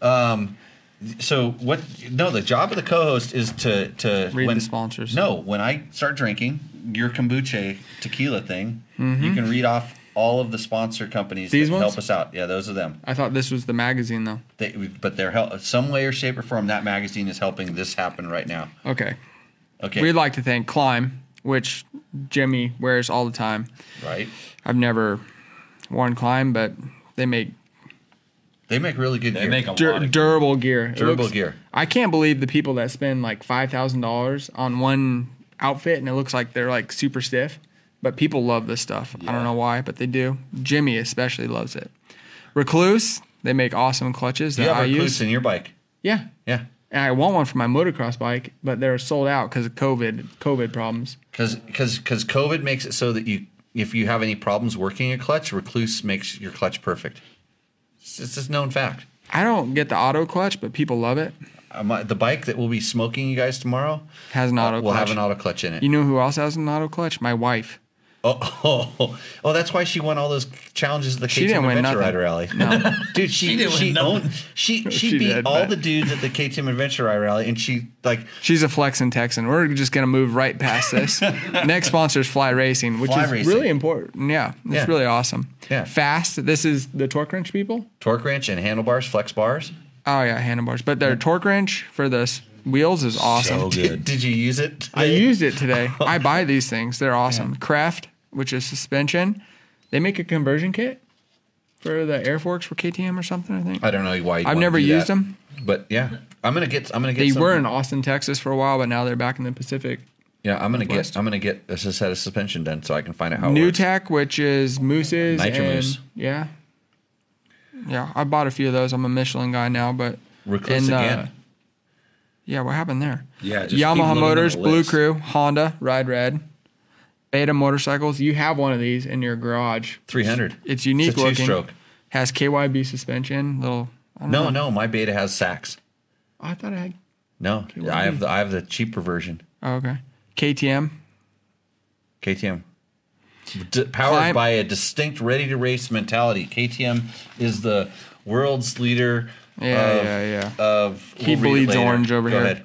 Um, so what? No, the job of the co-host is to to Read the sponsors. No, when I start drinking your kombucha tequila thing, you can read off all of the sponsor companies Mm-hmm. These that ones? help us out. Yeah, those are them. I thought this was the magazine though. They, but they're help some way or shape or form. That magazine is helping this happen right now. Okay. Okay, We'd like to thank Climb, which Jimmy wears all the time. right? I've never worn Climb, but they make They make really good. They gear. make a dur- lot of durable gear. It Durable gear. I can't believe the people that spend like five thousand dollars on one outfit and it looks like they're like super stiff. But people love this stuff. I don't know why, but they do. Jimmy especially loves it. Recluse, they make awesome clutches you that I have a use. in your bike. Yeah, Yeah. and I want one for my motocross bike, but they're sold out because of COVID. COVID problems. because because because COVID makes it so that you if you have any problems working a clutch, Recluse makes your clutch perfect. It's, it's just known fact. I don't get the auto clutch, but people love it. Uh, my- the bike that we'll be smoking you guys tomorrow Has an uh, auto will clutch. have an auto clutch in it. You know who else has an auto clutch? My wife. Oh, oh, oh, that's why she won all those challenges. at The She KTM didn't win Adventure nothing. Rider Rally. No. dude, she She she, didn't win nothing. owned, she she, She beat did, all but- the dudes at the KTM Adventure Rider Rally, and she like She's a flexing Texan. We're just gonna move right past this. Next sponsor is Fly Racing, which Fly is Racing. really important. Yeah, it's Yeah. really awesome. Yeah. fast. This is the torque wrench people. torque wrench and handlebars, flex bars. Oh yeah, handlebars. But their torque wrench for the s- wheels is awesome. Did, did you use it? I used it today. I buy these things. They're awesome. Kraft, which is suspension, they make a conversion kit for the air forks for KTM or something. I think I don't know why. you'd I've wanna never do used that. them. but yeah, I'm gonna get. I'm gonna get. They some- were in Austin, Texas for a while, but now they're back in the Pacific. Yeah, I'm gonna Northwest. get. I'm gonna get a set of suspension done so I can find out how. it New works. Tech, which is Moose's. Nitro and- Moose. Yeah. Yeah, I bought a few of those. I'm a Michelin guy now, but. Recluse and, uh, again. yeah, what happened there? Yeah, just keep Yamaha limiting the Motors, Blue list. Crew, Honda, Ride Red, Beta Motorcycles. You have one of these in your garage. 300. It's unique It's a looking. two-stroke. Has KYB suspension. Little. I don't No, know. no, my Beta has sacks. I thought I had. No, what I do have you- the I have the cheaper version. Oh, okay. KTM. KTM. D- powered Climb- by a distinct ready to race mentality. KTM is the world's leader. Yeah, of, yeah, yeah. Of He we'll read it bleeds later. orange over Go here. ahead.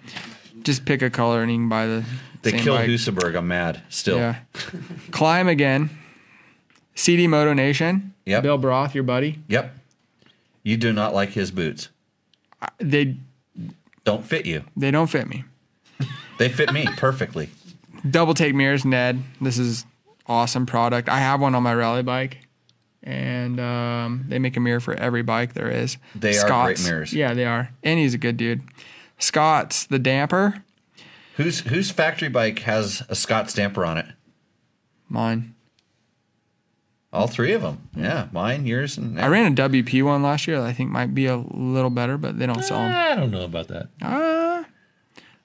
Just pick a color and you can buy the. They same killed bike. Husaberg. I'm mad still. Yeah. Climb again. CD Moto Nation. Yep. Bill Broth, your buddy. Yep. You do not like his boots. They Don't fit you. they don't fit me. They fit me perfectly. Double take mirrors, Ned. This is awesome product. I have one on my rally bike, and um, they make a mirror for every bike there is. They are great mirrors. Yeah, they are. And he's a good dude. Scott's the damper. Whose whose factory bike has a Scott stamper on it? Mine. All three of them. Yeah, mine, yours, and I ran a WP one last year that I think might be a little better, but they don't sell them. I don't know about that. Uh,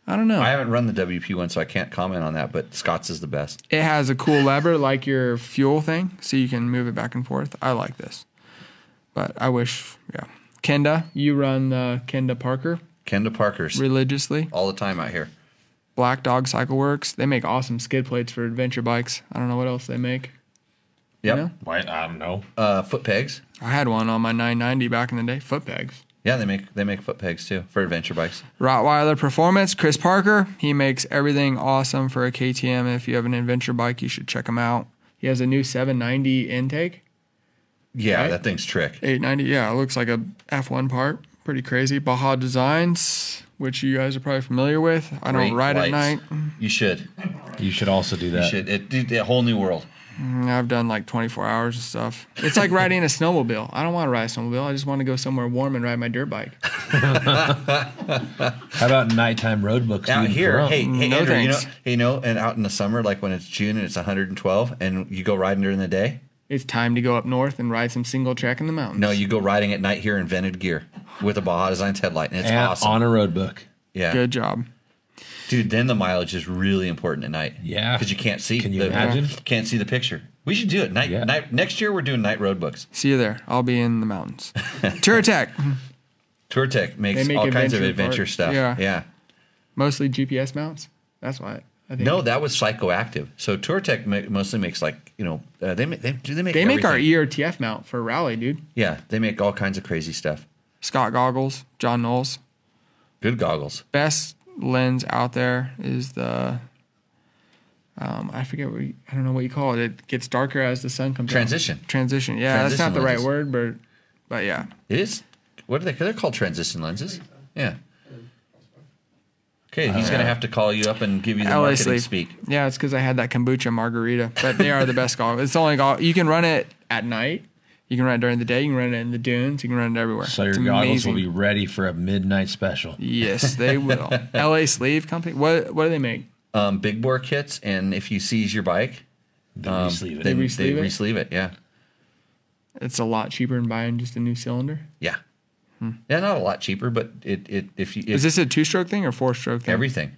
I don't know. I haven't run the WP one, so I can't comment on that. But Scott's is the best. It has a cool lever like your fuel thing, so you can move it back and forth. I like this. But I wish, yeah. Kenda, you run the Kenda Parker Kenda Parker's religiously. all the time out here. Black Dog Cycle Works. They make awesome skid plates for adventure bikes. I don't know what else they make. Yep. Yeah. Why? I don't know. Uh, foot pegs. I had one on my 990 back in the day, foot pegs. Yeah, they make they make foot pegs too for adventure bikes. Rottweiler Performance, Chris Parker. He makes everything awesome for a KTM. If you have an adventure bike, you should check him out. He has a new 790 intake. Yeah, Right. that thing's trick. 890. Yeah, it looks like a F1 part. Pretty crazy. Baja Designs, which you guys are probably familiar with. I don't Great ride at lights. night. You should. You should also do You that. should. It, dude, a whole new world. Mm, I've done like 24 hours of stuff. It's like riding a snowmobile. I don't want to ride a snowmobile. I just want to go somewhere warm and ride my dirt bike. How about nighttime road books? Out you can here, throw? hey, hey, No Andrew, you know, thanks. you know, and out in the summer, like when it's June and it's 112, and you go riding during the day. It's time to go up north and ride some single track in the mountains. No, you go riding at night here in vented gear with a Baja Designs headlight, and it's And awesome. on a road book. yeah, Good job. dude. Then the mileage is really important at night. Yeah. because you can't see. Can you the, imagine? Can't see the picture. We should do it night. Yeah. Night next year, we're doing night road books. See you there. I'll be in the mountains. Tour Tech, Tour Tech makes They make all kinds of adventure adventure park- stuff. yeah. yeah. mostly GPS mounts. That's why I think. No, that was psychoactive. So TourTech ma- mostly makes like you know uh, they make they do they make they make our E everything. ERTF mount for rally, dude. yeah they make all kinds of crazy stuff. Scott Goggles, John Knowles. Good goggles. best lens out there is the um, I forget what you, I don't know what you call it. It gets darker as the sun comes down. Transition. Transition. Yeah, that's Transition not the right lenses. word, but but yeah, It is. What are they? They're called transition lenses. Yeah. Okay, Uh, he's gonna have to call you up and give you the LA marketing sleeve. speak. yeah. It's because I had that kombucha margarita, but they are the best golf. It's the only golf you can run it at night. You can run it during the day. You can run it in the dunes. You can run it everywhere. So your It's goggles amazing. will be ready for a midnight special. Yes, they will. LA Sleeve Company. What what do they make? Um, big bore kits, and if you seize your bike, Then um, we sleeve it. then They they re-sleeve it? re-sleeve it. Yeah, It's a lot cheaper than buying just a new cylinder. yeah, yeah. Not a lot cheaper, but it it if you Hmm. Is if this a two stroke thing or four stroke thing? everything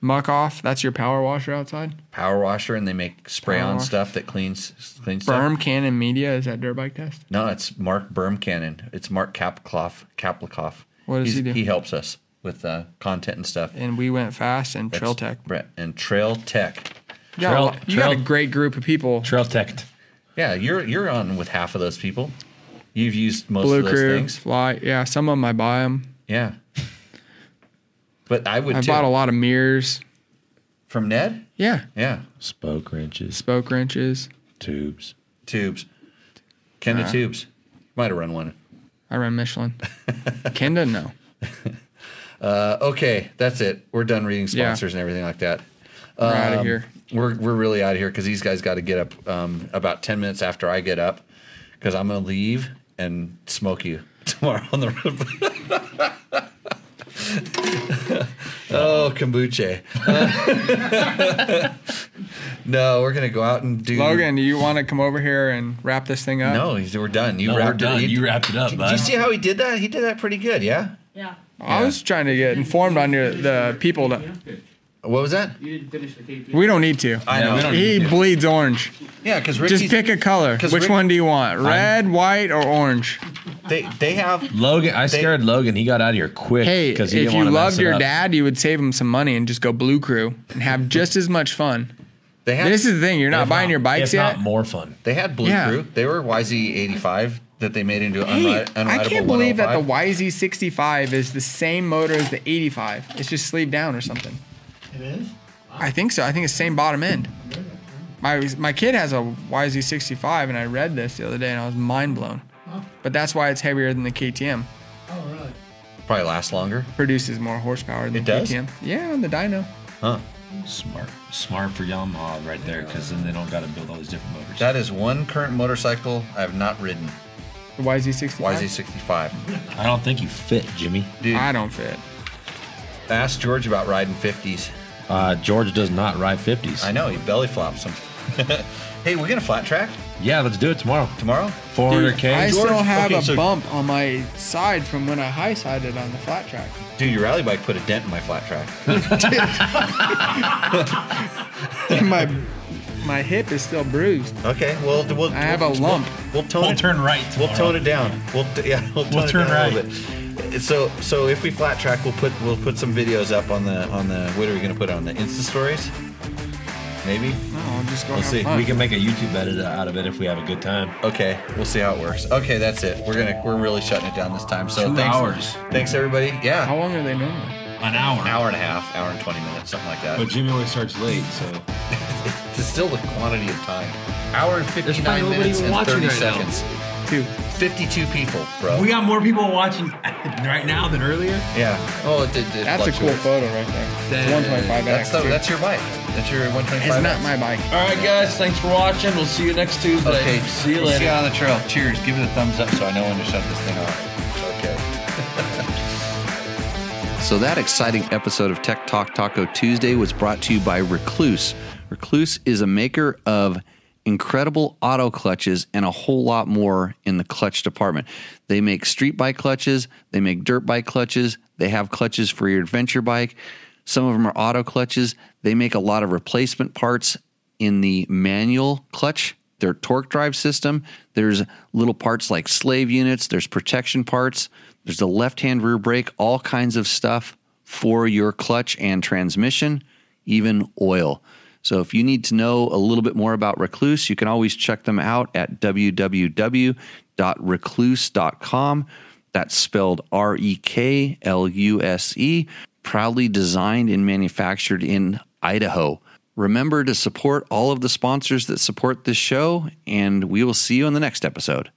Muck off. That's your power washer outside. power washer, and they make spray Power on washer. stuff that cleans cleans stuff. Berm Cannon Media is that dirt bike test? No, it's Mark Bermcannon. It's Mark Kaplikoff. Kaplikoff. What does He's- he do? He helps us with uh, content and stuff. And we went fast and Trail Tech. Brett and Trail Tech. Yeah, Trail- well, you got a trail- great group of people. Trail Tech. Yeah, you're you're on with half of those people. You've used most Blue of those Crew, things. Fly. Yeah, some of them I buy them. Yeah. But I would I too. bought a lot of mirrors. From Ned? Yeah, Yeah. Spoke wrenches, spoke wrenches. tubes. Tubes. Kenda tubes. Might have run one. I run Michelin. Kenda, no. Uh, okay, that's it. We're done reading Yeah. sponsors and everything like that. We're outta Um, here. We're we're really out of here because these guys got to get up um, about ten minutes after I get up because I'm gonna leave and smoke you tomorrow on the road. oh, kombucha. no, we're gonna go out and do. Logan, do you want to come over here and wrap this thing up? No, he's, we're done. You No, we're wrapped done. it. You wrapped it up, Did you bud. see how he did that? He did that pretty good. Yeah. Yeah. I was trying to get informed on your, the people that pitch. What was that? You didn't finish the KP. we don't need to. I Yeah, know. we don't- He bleeds orange. yeah, because Just pick a color. 'cause Which Rick- one do you want? Red, white, or orange? They they have Logan, I scared Logan. He got out of here quick. Hey, 'cause if he didn't you wanna mess loved it your up. dad, you would save him some money and just go Blue Crew and have just as much fun. they had This is the thing. You're not If buying your bikes if yet. Not more fun. They had Blue Yeah. Crew. They were YZ85 that they made into Hey, unri- unrideable I can't believe that the 105. YZ65 is the same motor as the 85. It's just sleeved down or something. It is? I think so. I think it's same bottom end. My my kid has a YZ65, and I read this the other day, and I was mind blown. But that's why it's heavier than the KTM. Oh, really? probably lasts longer. Produces more horsepower than It the does? KTM. Yeah, on the dyno. Huh. Smart, smart for Yamaha right there, because then they don't got to build all these different motors. That is one current motorcycle I have not ridden. The YZ65. YZ65. I don't think you fit, Jimmy. Dude, I don't fit. ask George about riding 50s. Uh, George does not ride fifties. I know, he belly flops them. hey, we're going to flat track Yeah, let's do it tomorrow. tomorrow. Four hundred Dude, I k. still George- have okay, a so- bump on my side from when I high sided on the flat track. Dude, your rally bike put a dent in my flat track. And my my hip is still bruised. Okay, well, we'll, we'll I have a lump. We'll tone We'll it. turn right We'll tomorrow. tone it down. We'll t- yeah. We'll, tone We'll it turn down A little bit. So so if we flat track, we'll put we'll put some videos up on the on the what are we gonna put on the Insta stories? Maybe. No, Oh, I'm just going Let's to see. have fun. We can make a YouTube edit out of it if we have a good time. Okay, we'll see how it works. Okay, that's it. We're gonna we're really shutting it down this time. So Two thanks, hours. Thanks everybody. How Yeah, long are they normally? An hour. an hour and a half, hour and twenty minutes, something like that. But Jimmy always starts late, so It's still the quantity of time. Hour and fifty probably nine nobody minutes even and watching thirty right now. seconds. Two. Fifty two people, bro. we got more people watching right now than earlier. yeah. Oh, it did. it That's a cool fluctuates. photo right there. That- 125 That's the, that's your bike. That's your one twenty It's five. not my bike. All right, guys. Thanks for watching. We'll see you next Tuesday. Okay, See you we'll later. See you on the trail. Cheers. Give it a thumbs up so I know when to shut this thing off. Okay. So, that exciting episode of Tech Talk Taco Tuesday was brought to you by Recluse. Recluse is a maker of incredible auto clutches and a whole lot more in the clutch department. They make street bike clutches, they make dirt bike clutches, they have clutches for your adventure bike. Some of them are auto clutches. They make a lot of replacement parts in the manual clutch, their torque drive system. There's little parts like slave units, there's protection parts, there's the left hand rear brake, all kinds of stuff for your clutch and transmission, even oil. So if you need to know a little bit more about Recluse, you can always check them out at www.recluse.com. That's spelled R E K L U S E. Proudly designed and manufactured in Idaho. Remember to support all of the sponsors that support this show, and we will see you in the next episode.